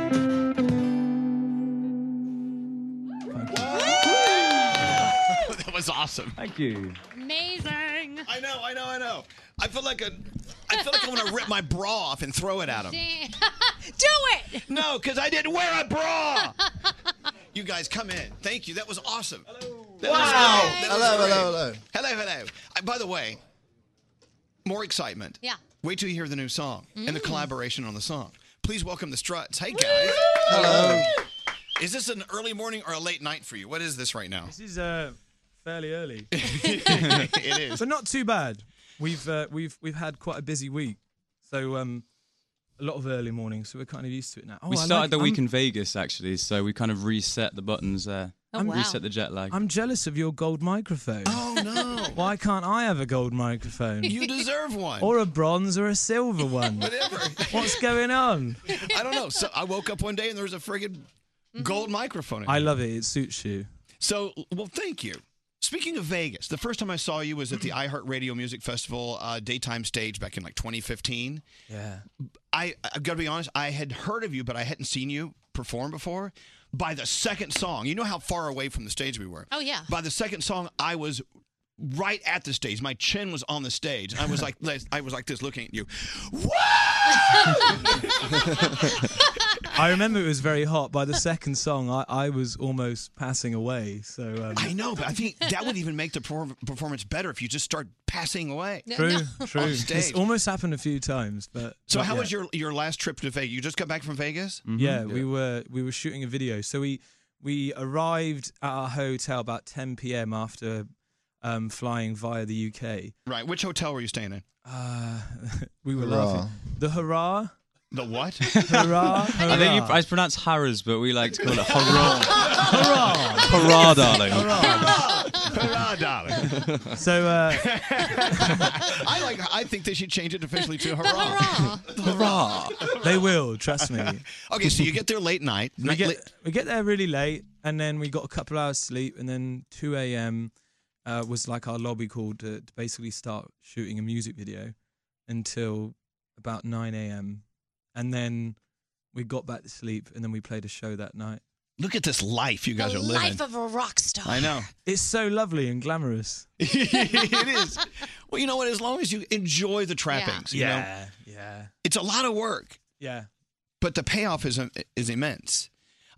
Speaker 1: that was awesome.
Speaker 20: Thank you.
Speaker 6: Amazing.
Speaker 1: I know, I know, I know. I feel like a, I feel like I'm gonna rip my bra off and throw it at him.
Speaker 6: Damn. (laughs) Do it.
Speaker 1: No, because I didn't wear a bra. you guys, come in. Thank you. That was awesome. Hello.
Speaker 21: Wow. Hello, hello, hello.
Speaker 1: hello, hello. Uh, by the way, more excitement.
Speaker 6: Yeah.
Speaker 1: Wait till you hear the new song and the collaboration on the song. Please welcome the Struts. Hey guys.
Speaker 21: Hello.
Speaker 1: Is this an early morning or a late night for you? What is this right now?
Speaker 20: This is uh,
Speaker 1: (laughs)
Speaker 20: fairly early.
Speaker 1: it is.
Speaker 20: So not too bad. We've uh, we've we've had quite a busy week. So um, a lot of early mornings. So we're kind of used to it now.
Speaker 22: we
Speaker 20: Oh, I
Speaker 22: started
Speaker 20: like-
Speaker 22: the week
Speaker 20: I'm-
Speaker 22: in Vegas actually, so we kind of reset the buttons there.
Speaker 20: Oh, I'm- wow.
Speaker 22: Reset the jet lag.
Speaker 20: I'm jealous of your gold microphone.
Speaker 1: Oh no.
Speaker 20: (laughs) Why can't I have a gold microphone?
Speaker 1: You deserve one.
Speaker 20: Or a bronze or
Speaker 1: (laughs)
Speaker 20: a silver one.
Speaker 1: Whatever.
Speaker 20: What's going on?
Speaker 1: I don't know. So I woke up one day and there was a friggin' gold microphone. in
Speaker 20: Mm-hmm. I
Speaker 1: here.
Speaker 20: love it. It
Speaker 1: (laughs)
Speaker 20: suits you.
Speaker 1: So, well, thank you. Speaking of Vegas, the first time I saw you was at the
Speaker 20: (clears throat)
Speaker 1: iHeartRadio Music Festival uh, daytime stage back in like 2015.
Speaker 20: Yeah.
Speaker 1: I, I've got to be honest, I had heard of you, but I hadn't seen you perform before. By the second song, you know how far away from the stage we were.
Speaker 6: Oh, yeah.
Speaker 1: By the second song, I was right at the stage. My chin was on the stage. I
Speaker 20: (laughs)
Speaker 1: was like, I was like this, looking at you.
Speaker 20: I remember it was very hot. By the second song, I, I was almost passing away. So um,
Speaker 1: I know, but I think that would even make the perform- performance better if you just start passing away.
Speaker 20: true, true.
Speaker 1: On
Speaker 20: It's
Speaker 1: stage.
Speaker 20: almost happened a few times, but
Speaker 1: So
Speaker 20: not
Speaker 1: how
Speaker 20: yet.
Speaker 1: was your your last trip to Vegas? You just got back from Vegas?
Speaker 20: Mm-hmm.
Speaker 1: (laughs)
Speaker 20: Yeah, (laughs) we were we were shooting a video. So we we arrived at our hotel about 10 p.m. after um, flying via the UK.
Speaker 1: Right. Which hotel were you staying in?
Speaker 20: Uh, (laughs) we were
Speaker 22: Hurrah.
Speaker 20: laughing. The hurrah.
Speaker 1: The what?
Speaker 20: (laughs)
Speaker 1: (laughs)
Speaker 20: hurrah.
Speaker 22: I think you,
Speaker 20: hurrah.
Speaker 22: I- it's pronounced Harrah's, but we like to call it Hurrah.
Speaker 20: Hurrah.
Speaker 22: Hurrah, darling.
Speaker 20: Hurrah.
Speaker 1: Hello, darling.
Speaker 20: So uh,
Speaker 1: I like. I think they should change it officially
Speaker 20: (laughs)
Speaker 1: to hurrah.
Speaker 20: hurrah! They will, trust me.
Speaker 1: (laughs) okay, so you get there late night.
Speaker 20: We get, we get there really late, and then we got a couple hours sleep, and then 2 a.m. Uh, was like our lobby call to, to basically start shooting a music video until about 9 a.m. And then we got back to sleep, and then we played a show that night.
Speaker 1: Look at this life you guys
Speaker 6: The life of a rock star.
Speaker 20: It's so lovely
Speaker 1: (laughs)
Speaker 20: and glamorous.
Speaker 1: (laughs) it is. Well, you know what? As long as you enjoy the trappings, you know?
Speaker 20: Yeah, yeah.
Speaker 1: it's a lot of work.
Speaker 20: Yeah.
Speaker 1: But the payoff is is immense.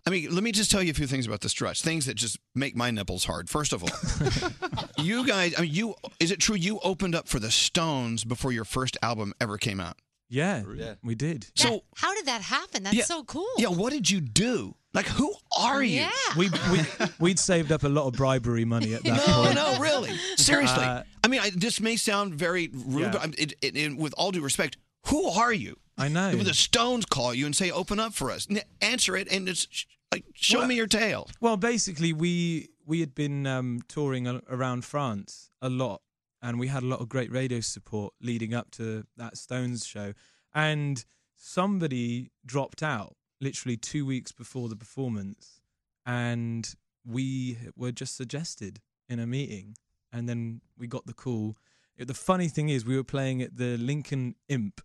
Speaker 1: I mean, let me just tell you a few things about the stretch. Things that just make my nipples hard. First of all,
Speaker 20: (laughs)
Speaker 1: you guys. I mean, you. Is it true you opened up for the Stones before your first album ever came out?
Speaker 20: Yeah, we did.
Speaker 6: That- how did that happen? That's
Speaker 20: Yeah.
Speaker 6: so cool.
Speaker 1: Yeah. What did you do? Like,
Speaker 20: (laughs)
Speaker 1: who are you?
Speaker 6: Yeah.
Speaker 20: We, we, we'd saved up a lot of bribery money at that
Speaker 1: No,
Speaker 20: point.
Speaker 1: no, really. Seriously.
Speaker 20: (laughs) Uh,
Speaker 1: I mean, I, this may sound very rude,
Speaker 20: Yeah.
Speaker 1: but I'm, it, it, it- with all due respect, who are you?
Speaker 20: I know.
Speaker 1: The Stones call you and say, "Open up for us." N- answer it, and it's sh- like, "Show
Speaker 20: Well-
Speaker 1: me your tail."
Speaker 20: Well, basically, we we had been um, touring a- around France a lot, and we had a lot of great radio support leading up to that Stones show. And somebody dropped out literally two weeks before the performance, and we were just suggested in a meeting, and then we got the call. The funny thing is, we were playing at the Lincoln Imp,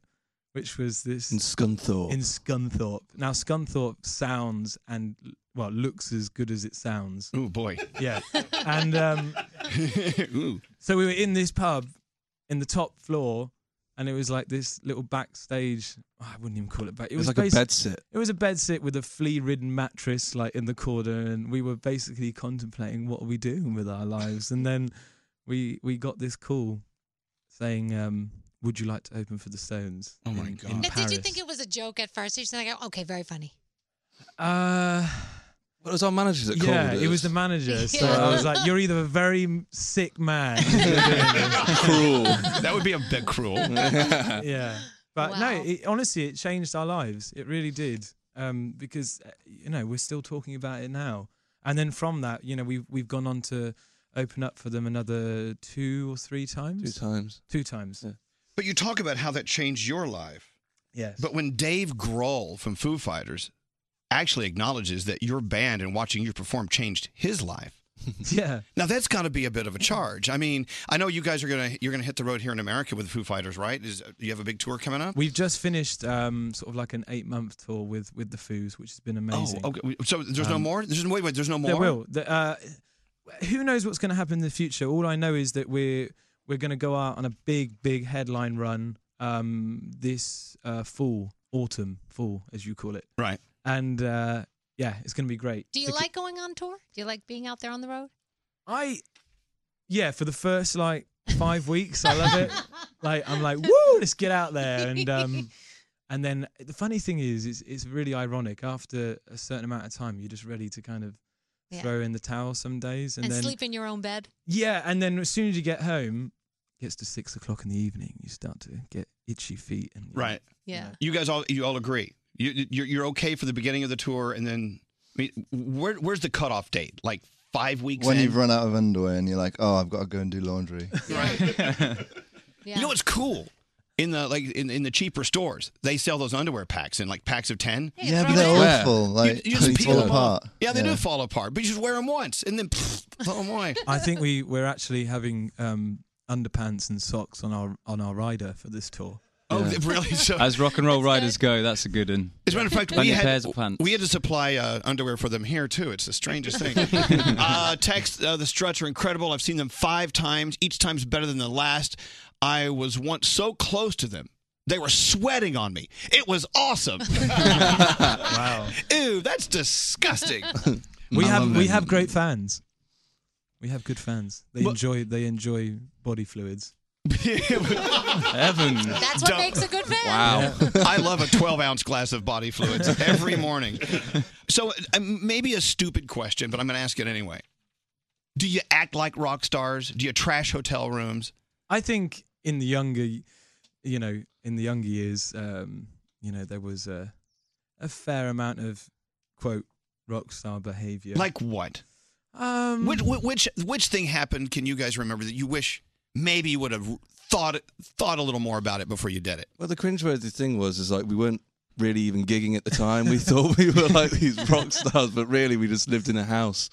Speaker 20: which was this
Speaker 22: In Scunthorpe.
Speaker 20: in Scunthorpe. Now Scunthorpe sounds and well looks as good as it sounds.
Speaker 1: Oh boy.
Speaker 20: Yeah.
Speaker 22: (laughs)
Speaker 20: and um, so we were in this pub in the top floor, and it was like this little backstage. oh, I wouldn't even call it back. It,
Speaker 22: It was like a
Speaker 20: basi-
Speaker 22: bed sit.
Speaker 20: It was a bed sit with a flea-ridden mattress, like in the corner, and we were basically contemplating what are we doing with our lives. and then we we got this call saying, um, "Would you like to open for the Stones?" Oh my god!
Speaker 6: Now, did you think it was a joke at first? You just like, okay, very funny.
Speaker 20: Uh,
Speaker 22: Well, it was our manager that called
Speaker 20: yeah,
Speaker 22: us.
Speaker 20: it was the manager. So
Speaker 6: Yeah.
Speaker 20: I was like, "You're either a very m- sick man,
Speaker 22: (laughs)
Speaker 20: cruel."
Speaker 1: That would be a bit cruel.
Speaker 20: (laughs) yeah, but no,
Speaker 6: Wow.
Speaker 20: it, honestly, it changed our lives. It really did, um, because uh, you know we're still talking about it now. And then from that, you know, we've we've gone on to open up for them another two or three times.
Speaker 1: Two
Speaker 22: times.
Speaker 20: Two times.
Speaker 1: But you talk about how that changed your life.
Speaker 20: Yes.
Speaker 1: But when Dave Grohl from Foo Fighters actually acknowledges that your band and watching you perform changed his life.
Speaker 20: (laughs) yeah.
Speaker 1: Now that's got to be a bit of a charge. I mean, I know you guys are gonna you're gonna hit the road here in America with Foo Fighters, right? Is you have a big tour coming up?
Speaker 20: We've just finished um, sort of like an eight month tour with with the Foos, which has been amazing.
Speaker 1: Oh, okay. So there's no
Speaker 20: Um,
Speaker 1: more. There's no wait, wait. There's no more.
Speaker 20: There will. The, uh, who knows what's going to happen in the future? All I know is that we're we're going to go out on a big, big headline run um, this uh, fall, autumn, fall as you call it.
Speaker 1: Right.
Speaker 20: And uh, yeah, it's going to be great.
Speaker 6: Do you
Speaker 20: Becau-
Speaker 6: like going on tour? Do you like being out there on the road?
Speaker 20: I yeah, for the first like
Speaker 6: (laughs)
Speaker 20: five weeks, I love it. Like I'm like, woo, let's get out there. And um, and then the funny thing is, it's it's really ironic. After a certain amount of time, you're just ready to kind of
Speaker 6: Yeah.
Speaker 20: throw in the towel some days, and,
Speaker 6: And,
Speaker 20: then
Speaker 6: sleep in your own bed?
Speaker 20: yeah, and then as soon as you get home, gets to six o'clock in the evening, you start to get itchy feet
Speaker 6: (laughs)
Speaker 20: and
Speaker 1: Right.
Speaker 6: Yeah.
Speaker 1: You guys all you all agree. You you're, you're okay for the beginning of the tour, and then I mean, where where's the cutoff date? Like five weeks.
Speaker 21: When
Speaker 1: in?
Speaker 21: you've run out of underwear and you're like, oh, I've got to go and do laundry.
Speaker 1: You know what's cool? In the like in, in the cheaper stores, they sell those underwear packs in like packs of ten.
Speaker 21: Yeah, Yeah, but throw they're them in. awful, like, they fall
Speaker 1: them off.
Speaker 21: apart.
Speaker 1: Yeah, they do
Speaker 21: Yeah.
Speaker 1: fall apart, but you just wear them once and then (laughs) pfft, throw them away.
Speaker 20: I think we we're actually having um, underpants and socks on our on our rider for this tour.
Speaker 1: Oh, really? So-
Speaker 22: As rock and roll riders go, that's a good one.
Speaker 1: As a matter of fact, we
Speaker 22: Plenty of
Speaker 1: had,
Speaker 22: pairs of pants.
Speaker 1: we had to supply uh, underwear for them here too. It's the strangest thing. uh, text uh, the Struts are incredible. I've seen them five times. Each time's better than the last. I was once so close to them. They were sweating on me. It was awesome. (laughs) wow. Ew, that's
Speaker 21: (laughs)
Speaker 1: disgusting.
Speaker 20: We
Speaker 1: I
Speaker 20: have
Speaker 1: love
Speaker 20: we
Speaker 1: it.
Speaker 20: have great fans. We have good fans. They
Speaker 1: Well-
Speaker 20: enjoy they enjoy body fluids. Heaven.
Speaker 6: That's what makes a good fan.
Speaker 1: I love a 12 ounce glass of body fluids every morning. So, uh, maybe a stupid question, but I'm going to ask it anyway. Do you act like rock stars? Do you trash hotel rooms?
Speaker 20: I think in the younger, you know, in the younger years, um, you know, there was a a fair amount of quote rock star behavior.
Speaker 1: Like what?
Speaker 20: Um,
Speaker 1: which, which- which which thing happened? Can you guys remember that you wish maybe you would have thought thought a little more about it before you did it?
Speaker 22: Well, the cringeworthy thing was is like we weren't really even gigging at the time. We (laughs) thought we were like these rock stars, but really we just lived in a house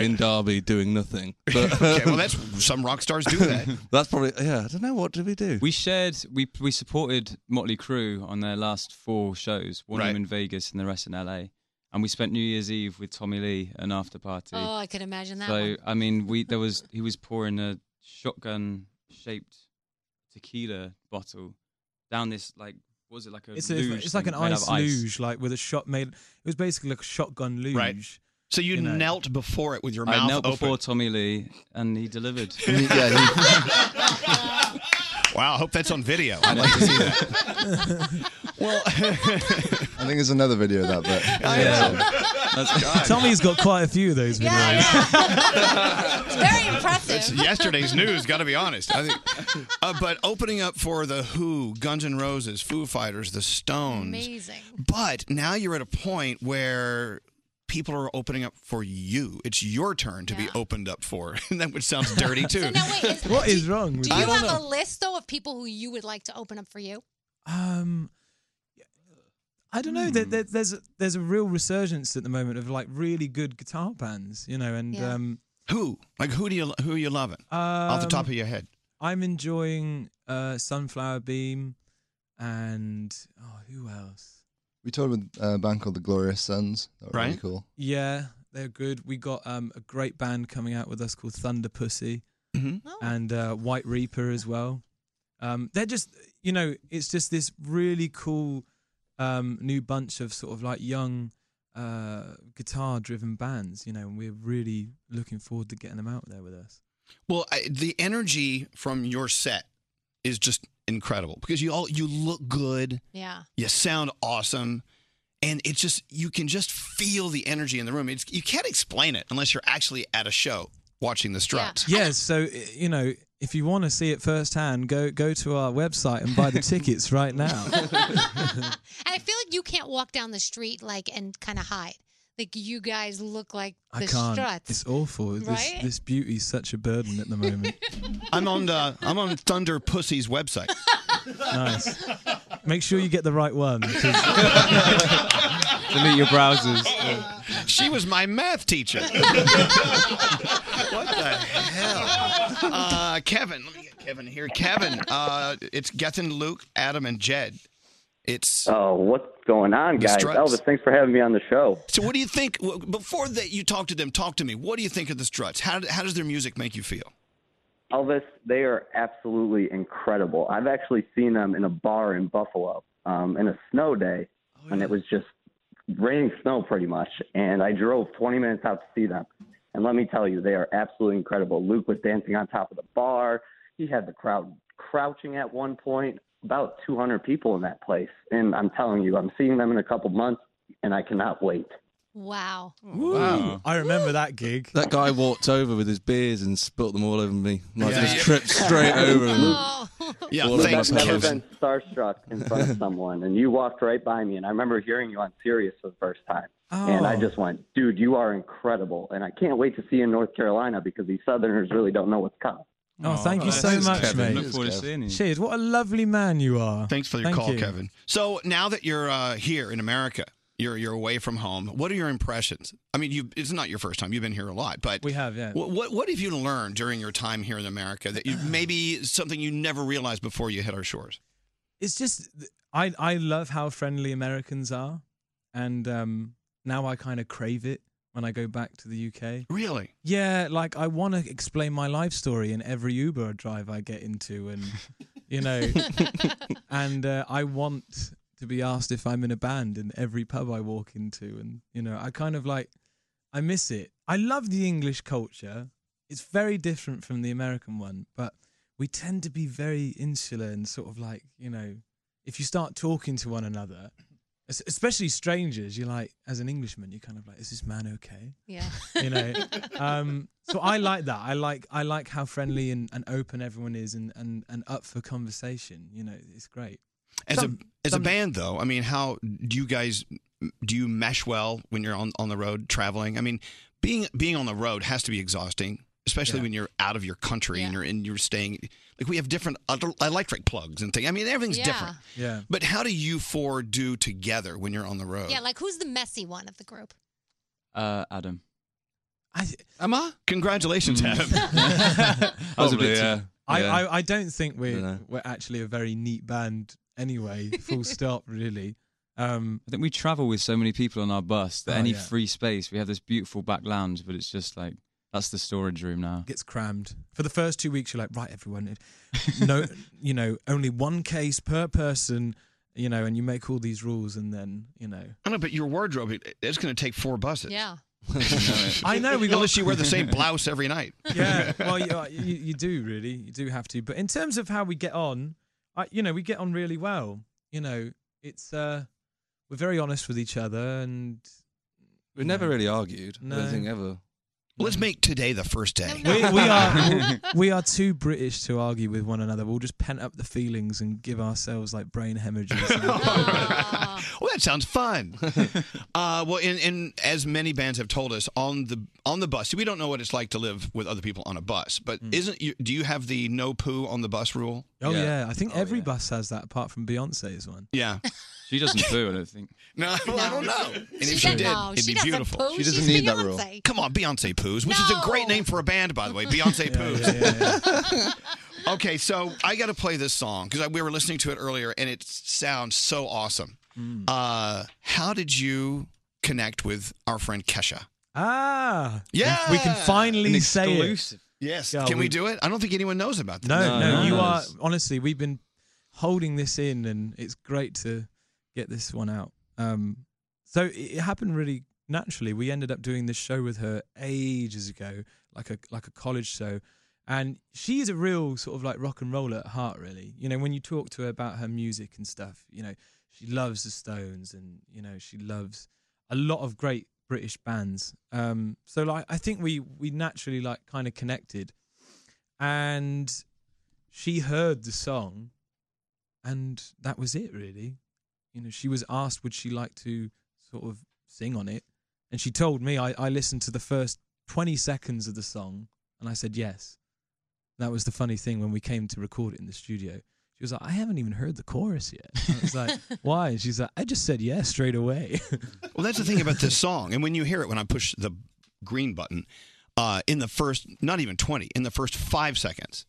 Speaker 22: in Derby doing
Speaker 1: (laughs)
Speaker 22: nothing. But,
Speaker 1: okay,
Speaker 22: (laughs)
Speaker 1: well, that's some rock stars do
Speaker 20: (laughs)
Speaker 1: that.
Speaker 22: that's probably yeah. I don't know what did we do. We shared we we supported Motley Crue on their last four shows, one of them in Vegas and the rest in L.A. And we spent New Year's Eve with Tommy Lee an after party.
Speaker 6: Oh, I could imagine that.
Speaker 22: So
Speaker 6: one.
Speaker 22: I mean, we there was he was pouring a shotgun shaped tequila bottle down this like what was it like a
Speaker 20: It's, a,
Speaker 22: luge
Speaker 20: it's like
Speaker 22: thing
Speaker 20: an
Speaker 22: made out
Speaker 20: ice
Speaker 22: of ice.
Speaker 20: luge, like with a shot made. It was basically like a shotgun luge.
Speaker 22: Right.
Speaker 1: So you,
Speaker 20: know.
Speaker 1: knelt before it with your
Speaker 22: I
Speaker 1: mouth
Speaker 22: knelt
Speaker 1: open. (laughs)
Speaker 22: before Tommy Lee and he (laughs) delivered. (laughs)
Speaker 1: wow, I hope that's on video. I'd like to see that. well,
Speaker 21: I think there's another video of that, but
Speaker 20: Tommy's got quite a few of those videos.
Speaker 6: it's very impressive.
Speaker 1: It's yesterday's news. Got to be honest. I think, uh, but opening up for the Who, Guns N' Roses, Foo Fighters, the Stones.
Speaker 6: Amazing.
Speaker 1: But now you're at a point where people are opening up for you. It's your turn to be opened up for, (laughs) and that which sounds dirty too.
Speaker 6: (laughs)
Speaker 20: what is wrong? With
Speaker 6: Do
Speaker 20: that?
Speaker 6: you have a list though of people who you would like to open up for you?
Speaker 20: Um, I don't know. There, there, there's a, there's a real resurgence at the moment of like really good guitar bands, you know. And
Speaker 6: Yeah.
Speaker 20: um,
Speaker 1: who like who do you who are you loving off the top of your head?
Speaker 20: I'm enjoying uh, Sunflower Beam, and oh, who else?
Speaker 21: we toured with uh, a band called the Glorious Sons. That was really
Speaker 20: Right.
Speaker 21: cool.
Speaker 20: Yeah, they're good. We got um, a great band coming out with us called Thunder Pussy, and uh, White Reaper as well. Um, they're just, you know, it's just this really cool um, new bunch of sort of like young uh, guitar-driven bands, you know, and we're really looking forward to getting them out there with us.
Speaker 1: Well, I, the energy from your set is just incredible because you all you look good.
Speaker 20: (laughs)
Speaker 6: Yeah. (laughs)
Speaker 1: You sound awesome. And it's just you can just feel the energy in the room. It's, you can't explain it unless you're actually at a show watching the Struts.
Speaker 20: Yes, so i- you know, if you want to see it firsthand, go go to our website and buy the tickets right now.
Speaker 6: (laughs) And I feel like you can't walk down the street like and kind of hide. Like you guys look like the
Speaker 20: I can't.
Speaker 6: struts.
Speaker 20: It's awful. This
Speaker 6: right?
Speaker 20: this beauty's such a burden at the moment.
Speaker 1: (laughs) I'm on the I'm on Thunder Pussy's website.
Speaker 20: nice. Make sure you get the right one.
Speaker 1: (laughs)
Speaker 20: 'cause-
Speaker 1: Delete your browsers. (laughs) She was my math teacher. what the hell? Uh, Kevin, let me get Kevin here. Kevin, uh, it's Gethin, Luke, Adam, and Jed. It's
Speaker 4: Oh, what's going on,
Speaker 1: The
Speaker 4: guys?
Speaker 1: Struts.
Speaker 4: Elvis, thanks for having me on the show.
Speaker 1: So, what do you think? w- Before that, you talk to them. Talk to me. What do you think of the Struts? How, how does their music make you feel?
Speaker 4: Elvis, they are absolutely incredible. I've actually seen them in a bar in Buffalo um, in a snow day
Speaker 1: Oh,
Speaker 4: when it was just raining snow pretty much, and I drove 20 minutes out to see them. And let me tell you, they are absolutely incredible. Luke was dancing on top of the bar. He had the crowd crouching at one point, about 200 people in that place. And I'm telling you, I'm seeing them in a couple months, and I cannot wait.
Speaker 6: Wow.
Speaker 20: Wow. I remember that gig.
Speaker 22: That guy walked over with his beers and spilt them all over me. Like
Speaker 4: Yeah.
Speaker 22: just tripped straight over
Speaker 4: (laughs)
Speaker 22: him. All over
Speaker 4: I've
Speaker 22: my
Speaker 4: never
Speaker 22: pants.
Speaker 4: been starstruck in front of someone, and you walked right by me, and I remember hearing you on Sirius for the first time, and I
Speaker 22: Oh.
Speaker 4: just went, "Dude, you are incredible!" And I can't wait to see you in North Carolina because these Southerners really don't know what's coming.
Speaker 20: Oh, thank you
Speaker 4: well,
Speaker 20: so
Speaker 4: thanks,
Speaker 20: much,
Speaker 4: Kevin.
Speaker 20: mate.
Speaker 4: Look forward to seeing you.
Speaker 20: Cheers. What a lovely man you are.
Speaker 1: Thanks for your
Speaker 20: Thank
Speaker 1: call,
Speaker 20: you.
Speaker 1: Kevin. So now that you're uh, here in America, you're you're away from home. What are your impressions? I mean, you it's not your first time. You've been here a lot, but
Speaker 20: We have, yeah.
Speaker 1: What what, what have you learned during your time here in America
Speaker 20: (sighs)
Speaker 1: that you maybe something you never realized before you hit our shores?
Speaker 20: it's just th- I I love how friendly Americans are, and um, now I kind of crave it when I go back to the UK.
Speaker 1: Really?
Speaker 20: Yeah, like I want to explain my life story in every Uber drive I get into, and you know, and uh, I want to be asked if I'm in a band in every pub I walk into, and you know, I kind of like I miss it. I love the English culture. It's very different from the American one, but we tend to be very insular and sort of like, you know, if you start talking to one another, es- especially strangers, you're like, as an Englishman, you're kind of like, is this man okay?
Speaker 6: Yeah.
Speaker 20: You know? um, so I like that. I like I like how friendly and, and open everyone is and, and, and up for conversation. You know, it's great.
Speaker 1: As
Speaker 20: Some-
Speaker 1: a as
Speaker 20: some-
Speaker 1: a band, though, I mean, how do you guys do you mesh well when you're on on the road traveling? I mean, being being on the road has to be exhausting, especially
Speaker 2: Yeah.
Speaker 1: when you're out of your country and you're in you're staying. Like we have different other- electric plugs and things. I mean, everything's
Speaker 6: Yeah.
Speaker 1: different.
Speaker 20: Yeah.
Speaker 1: But how do you four do together when you're on the road?
Speaker 6: (laughs) Yeah, like who's the messy one of the
Speaker 20: (laughs)
Speaker 6: group? (laughs)
Speaker 22: Uh, Adam. Mm.
Speaker 1: Emma, congratulations, Adam. (laughs)
Speaker 20: (laughs)
Speaker 22: I was a
Speaker 20: Probably,
Speaker 22: bit. too-
Speaker 20: yeah. I,
Speaker 22: yeah.
Speaker 20: I, I don't think we're
Speaker 22: Dunno.
Speaker 20: we're actually a very neat band anyway. Full stop, really. Um,
Speaker 22: I think we travel with so many people on our bus that
Speaker 20: Oh,
Speaker 22: any
Speaker 20: yeah.
Speaker 22: free space, we have this beautiful back lounge, but it's just like that's the storage room now.
Speaker 20: Gets crammed for the first two weeks. You're like, right, everyone, if- no, (laughs) you know, only one case per person, you know, and you make all these rules, and then you know,
Speaker 1: I know, but your wardrobe it- it's going to take four buses. (laughs)
Speaker 6: Yeah.
Speaker 20: I know we got-
Speaker 1: unless you wear the
Speaker 22: (laughs)
Speaker 1: same blouse every night.
Speaker 20: yeah. (laughs) Well, you, uh, you, you do really, you do have to. But in terms of how we get on, I, you know, we get on really well. You know, it's uh, we're very honest with each other, and
Speaker 2: We never really argued. I
Speaker 20: No.
Speaker 2: don't think ever.
Speaker 1: Let's make today the first day.
Speaker 20: we, we (laughs) are we are too British to argue with one another. We'll just pent up the feelings and give ourselves like brain hemorrhages.
Speaker 1: (laughs)
Speaker 20: (laughs)
Speaker 1: Well, that sounds
Speaker 22: (laughs)
Speaker 1: fun. uh, well, and, and as many bands have told us on the on the bus, we don't know what it's like to live with other people on a bus. But
Speaker 22: Hmm.
Speaker 1: isn't you, do you have the no poo on the bus rule?
Speaker 20: oh yeah, I think every bus has that apart from Beyonce's one.
Speaker 1: Yeah.
Speaker 22: (laughs) She doesn't poo, I don't think.
Speaker 1: No, I don't know. And
Speaker 22: She
Speaker 1: if she
Speaker 22: doesn't
Speaker 1: did,
Speaker 22: know.
Speaker 1: it'd
Speaker 22: She
Speaker 1: be
Speaker 22: doesn't
Speaker 1: beautiful.
Speaker 22: poo. She doesn't She's need that rule. Beyonce.
Speaker 1: Come on, Beyonce poos, which is a great name for a band, by the
Speaker 22: (laughs)
Speaker 1: way. Beyonce poos. okay, so I got to play this song because we were listening to it earlier, and it sounds so awesome.
Speaker 20: Mm.
Speaker 1: Uh, how did you connect with our friend Kesha?
Speaker 20: Ah,
Speaker 1: Yeah,
Speaker 20: we can finally
Speaker 1: An
Speaker 20: say it.
Speaker 1: exclusive. Yes,
Speaker 20: Yeah,
Speaker 1: can we,
Speaker 20: we-
Speaker 1: do it? I don't think anyone knows about this.
Speaker 20: No, no, you are honestly. We've been holding this in, and it's great to get this one out. Um, so it, it happened really naturally. We ended up doing this show with her ages ago, like a like a college show, and she is a real sort of like rock and roller at heart. Really, you know, when you talk to her about her music and stuff, you know, she loves the Stones, and you know, she loves a lot of great British bands. Um, so like, I think we we naturally like kind of connected and she heard the song and that was it really you know she was asked would she like to sort of sing on it and she told me i, I listened to the first 20 seconds of the song and i said yes that was the funny thing when we came to record it in the studio she was like i haven't even heard the chorus yet And i was like why and she's like i just said yes straight away (laughs)
Speaker 1: Well, that's the thing about this song. And when you hear it, when I push the green button, uh, in the first, not even 20, in the first five seconds,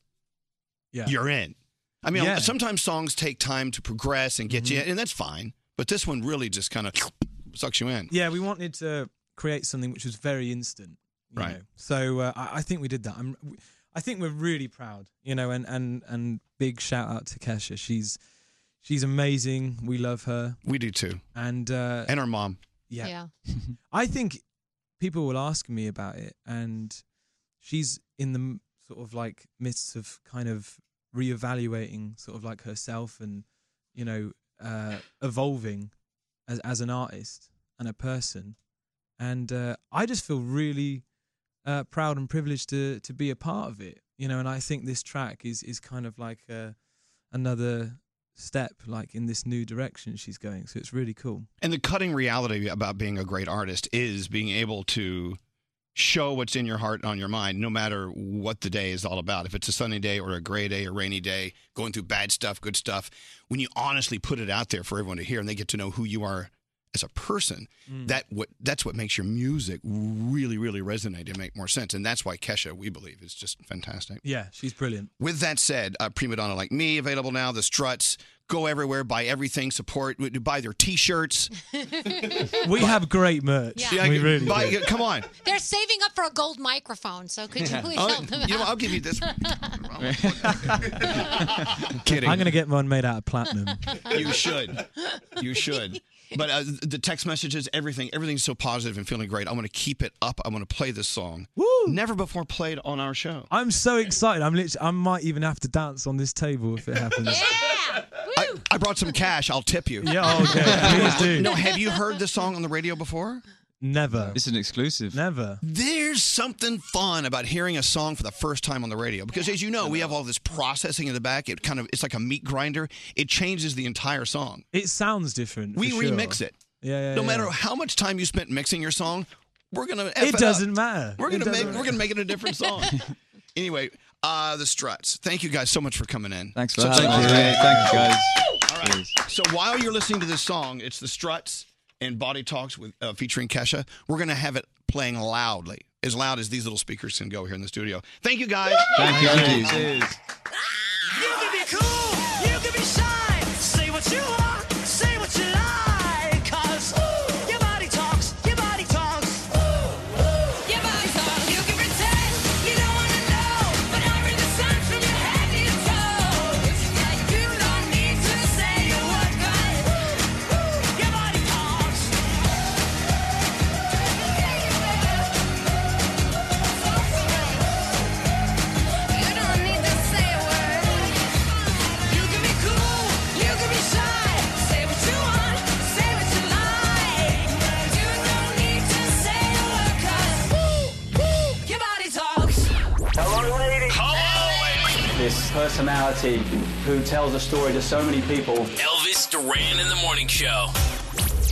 Speaker 20: Yeah.
Speaker 1: you're in. I mean,
Speaker 20: Yeah. Mm-hmm.
Speaker 1: sometimes songs take time to progress and get you, and that's fine. But this one really just kind of sucks you in.
Speaker 20: Yeah, we wanted to create something which was very instant. you
Speaker 1: Right.
Speaker 20: know. So uh, I, I think we did that. I'm, I think we're really proud, you know, and, and, and big shout out to Kesha. She's she's amazing. We love her.
Speaker 1: We do too.
Speaker 20: And uh,
Speaker 1: and our mom.
Speaker 20: Yeah.
Speaker 6: Yeah.
Speaker 20: (laughs) I think people will ask me about it, and she's in the m- sort of like midst of kind of reevaluating sort of like herself and you know uh, evolving as as an artist and a person, and uh, I just feel really uh, proud and privileged to to be a part of it, you know. And I think this track is is kind of like uh, another step like in this new direction she's going so it's really cool
Speaker 1: And the cutting reality about being a great artist is being able to show what's in your heart and on your mind, no matter what the day is all about. If it's a sunny day or a gray day or rainy day, going through bad stuff, good stuff, when you honestly put it out there for everyone to hear and they get to know who you are as a person,
Speaker 20: Mm.
Speaker 1: that what that's what makes your music really, really resonate and make more sense. And that's why Kesha, we believe, is just fantastic.
Speaker 20: yeah she's brilliant
Speaker 1: With that said, uh, Prima Donna Like Me, available now, The Struts, go everywhere, buy everything, support, buy their t-shirts.
Speaker 20: we have great merch.
Speaker 1: Yeah,
Speaker 20: we really
Speaker 1: buy-
Speaker 20: do.
Speaker 1: come
Speaker 20: (laughs)
Speaker 1: on.
Speaker 6: They're saving up for a gold microphone, so could you
Speaker 20: Yeah.
Speaker 6: please
Speaker 20: Oh,
Speaker 6: help them out?
Speaker 1: you know what, I'll give you
Speaker 6: (laughs)
Speaker 1: this one. Kidding.
Speaker 20: I'm gonna get one made out
Speaker 1: (laughs)
Speaker 20: of (laughs) platinum.
Speaker 1: you should. You should. But uh, the text messages, everything, everything's so positive and feeling great. I want to keep it up. I want to play this song. Never before played on our show.
Speaker 20: I'm so excited. I'm literally. I might even have to dance on this table if it happens. (laughs)
Speaker 1: I, I brought some cash. I'll tip you.
Speaker 20: Yeah,
Speaker 1: (laughs)
Speaker 20: oh, okay. Please do.
Speaker 1: No, have you heard this song on the radio before?
Speaker 20: Never.
Speaker 22: It's an exclusive.
Speaker 20: Never.
Speaker 1: There's something fun about hearing a song for the first time on the radio because, as you know, we have all this processing in the back. It kind of it's like a meat grinder. It changes the entire song.
Speaker 20: It sounds different. for
Speaker 1: We
Speaker 20: sure.
Speaker 1: remix it.
Speaker 20: Yeah, yeah.
Speaker 1: no
Speaker 20: yeah.
Speaker 1: matter how much time you spent mixing your song, We're gonna. F
Speaker 20: It
Speaker 1: up.
Speaker 20: doesn't matter.
Speaker 1: We're
Speaker 20: It
Speaker 1: gonna
Speaker 20: doesn't
Speaker 1: make. We're gonna make it a different
Speaker 20: (laughs)
Speaker 1: song. anyway, uh, the Struts. Thank you guys so much for coming in.
Speaker 22: Thanks for
Speaker 1: So-
Speaker 22: having
Speaker 1: so-
Speaker 22: us. mate. Thank you, guys.
Speaker 1: All right. So while you're listening to this song, it's the Struts and Body Talks with uh, featuring Kesha. We're gonna have it playing loudly, as loud as these little speakers can go here in the studio. Thank you guys.
Speaker 22: Thank you.
Speaker 12: You can be cool, you can be shy. Say what you want, say what you like. Cause ooh, your body talks, your body talks. Ooh, ooh, your body talks. You can pretend you don't wanna know, but I read the signs from your head to your toes. Yeah, you don't need to say a word, guys. Ooh, ooh, your body talks. You don't need to say a word. You can be cool, you can be shy. Say what you want, say what you like. You don't need to say a word, 'cause woo, woo, your body talks. Hello, lady.
Speaker 10: This personality who tells a story to so many people.
Speaker 8: Elvis Duran in the morning show.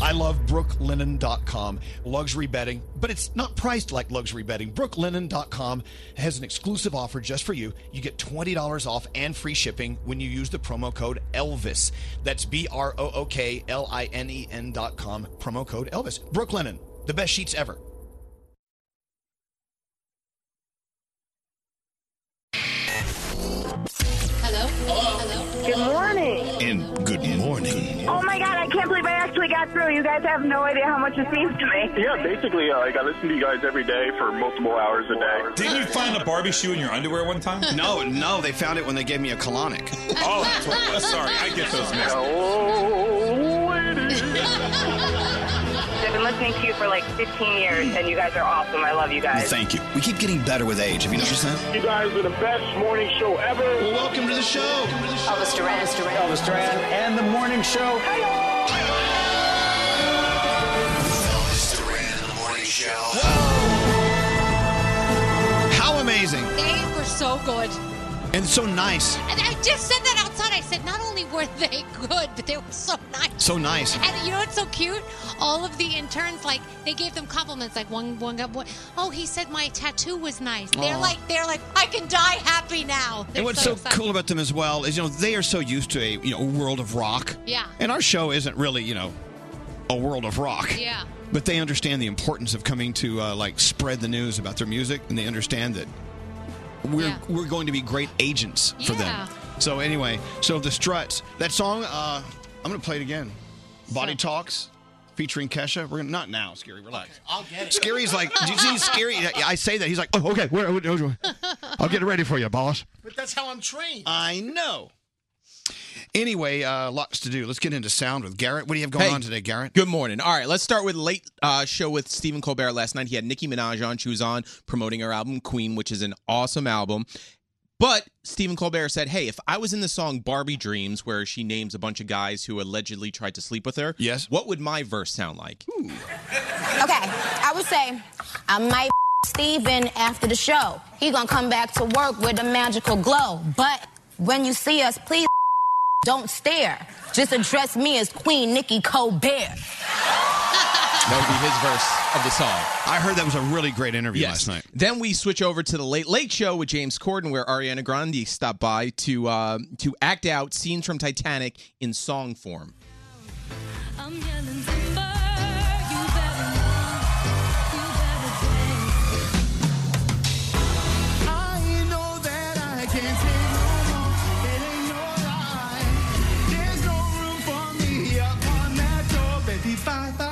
Speaker 11: I love brooklinen.com, luxury bedding, but it's not priced like luxury bedding. Brooklinen.com has an exclusive offer just for you. You get $20 off and free shipping when you use the promo code Elvis. That's B R O O K L I N E N.com, promo code Elvis. Brooklinen, the best sheets ever.
Speaker 12: Hello. Hello. Good morning.
Speaker 1: And good morning.
Speaker 12: Oh my God! I can't believe I actually got through. You guys have no idea how much it seems to me.
Speaker 23: Yeah, basically, uh, like I listen to you guys every day for multiple hours a day.
Speaker 9: Didn't you find a Barbie shoe in your underwear one
Speaker 6: (laughs)
Speaker 9: time?
Speaker 1: No, no, they found it when they gave me a colonic.
Speaker 9: (laughs) oh, that's what it was. sorry, I get those mixed.
Speaker 12: I've been listening to you for like 15 years, and you guys are awesome. I love you guys.
Speaker 1: Thank you. We keep getting better with age. Have you noticed that?
Speaker 23: You guys are the best morning show ever.
Speaker 1: welcome to the show.
Speaker 12: Elvis Duran. Elvis Duran.
Speaker 10: Elvis Duran and the Morning Show.
Speaker 19: Elvis Duran in the morning show.
Speaker 1: How amazing
Speaker 6: They were so good.
Speaker 1: and so nice.
Speaker 6: And I just said that outside. I said, not only were they good, but they were so nice.
Speaker 1: So nice.
Speaker 6: And you know what's so cute? All of the interns, like, they gave them compliments. Like one, one guy, one, oh, he said my tattoo was nice. They're
Speaker 1: Aw.
Speaker 6: like, they're like, I can die happy now. They're
Speaker 1: and what's so,
Speaker 6: excited. (laughs)
Speaker 1: cool about them as well is you know they are so used to a you know world of rock.
Speaker 6: Yeah.
Speaker 1: And our show isn't really you know a world of rock.
Speaker 6: Yeah.
Speaker 1: But they understand the importance of coming to uh, like spread the news about their music, and they understand that we're we're going to be great agents for
Speaker 6: Yeah.
Speaker 1: them. So anyway, so the Struts that song uh, I'm going to play it again. Body Talks featuring Kesha. We're gonna, not now, Scary. Relax.
Speaker 5: I'll get it.
Speaker 1: Scary's like, do you see
Speaker 5: (laughs)
Speaker 1: Scary? I say that he's like, oh okay, where, where- where- I'll get it ready for you, boss.
Speaker 5: But that's how I'm trained.
Speaker 1: I know. Anyway, uh, lots to do. Let's get into sound with Garrett. What do you have going on today, Garrett?
Speaker 24: Good morning. All right, let's start with late uh, show with Stephen Colbert last night. He had Nicki Minaj on. She was on promoting her album Queen, which is an awesome album. But Stephen Colbert said, "Hey, if I was in the song Barbie Dreams, where she names a bunch of guys who allegedly tried to sleep with her, yes, what would my verse sound like?"
Speaker 25: Okay, I would say I might Steven after the show. He gonna come back to work with a magical glow. But when you see us, please (laughs) don't stare. Just address me as Queen Nikki Colbert.
Speaker 24: That would be his verse of the song.
Speaker 1: I heard that was a really great interview
Speaker 24: last night. Then we switch over to the Late Late Show with James Corden, where Ariana Grande stopped by to uh, to act out scenes from Titanic in song form.
Speaker 12: I'm yelling timber. You better run. You better dance. I know that I can't take no more. It ain't no lie. There's no room for me up on that door, baby. Bye, bye,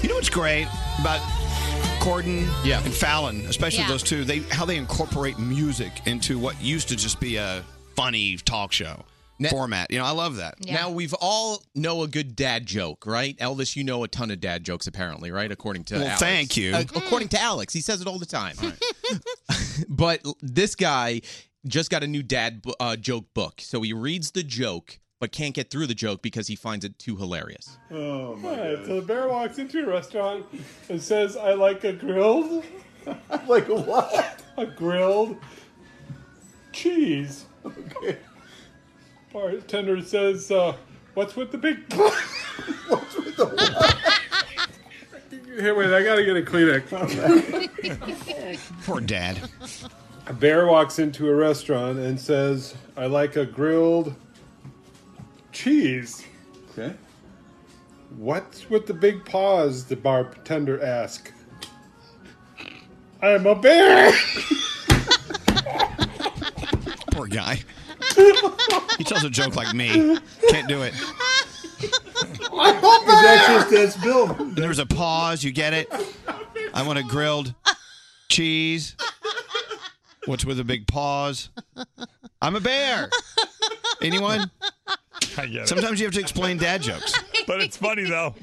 Speaker 1: You know what's great about Corden yeah. and Fallon, especially
Speaker 6: Yeah.
Speaker 1: those two, they how they incorporate music into what used to just be a funny talk show format. You know, I love that.
Speaker 24: Now we've all know a good dad joke, right? Elvis, you know a ton of dad jokes apparently, right? According to
Speaker 1: Well,
Speaker 24: Alex.
Speaker 1: thank you.
Speaker 24: Uh, according to Alex, he says it all the time. (laughs) but l- this guy just got a new dad bo- uh, joke book, so he reads the joke but can't get through the joke because he finds it too hilarious.
Speaker 26: Oh my So the bear walks into a restaurant and says, "I like a grilled." I'm (laughs) like what? A grilled cheese. Okay. Bartender says, uh, What's with the big? (laughs) Here, wait, I gotta get a (laughs) Kleenex.
Speaker 1: Poor dad.
Speaker 26: A bear walks into a restaurant and says, "I like a grilled cheese."
Speaker 2: Okay.
Speaker 26: What's with the big paws? The bartender asks. I'm a bear. (laughs)
Speaker 1: Poor guy. he tells a joke like me. Can't do it.
Speaker 12: that
Speaker 1: that's Bill. There was a pause. You get it. I want a grilled cheese. What's with a big pause? I'm a bear. Anyone?
Speaker 9: I get it.
Speaker 1: Sometimes you have to explain dad jokes.
Speaker 9: But it's funny though.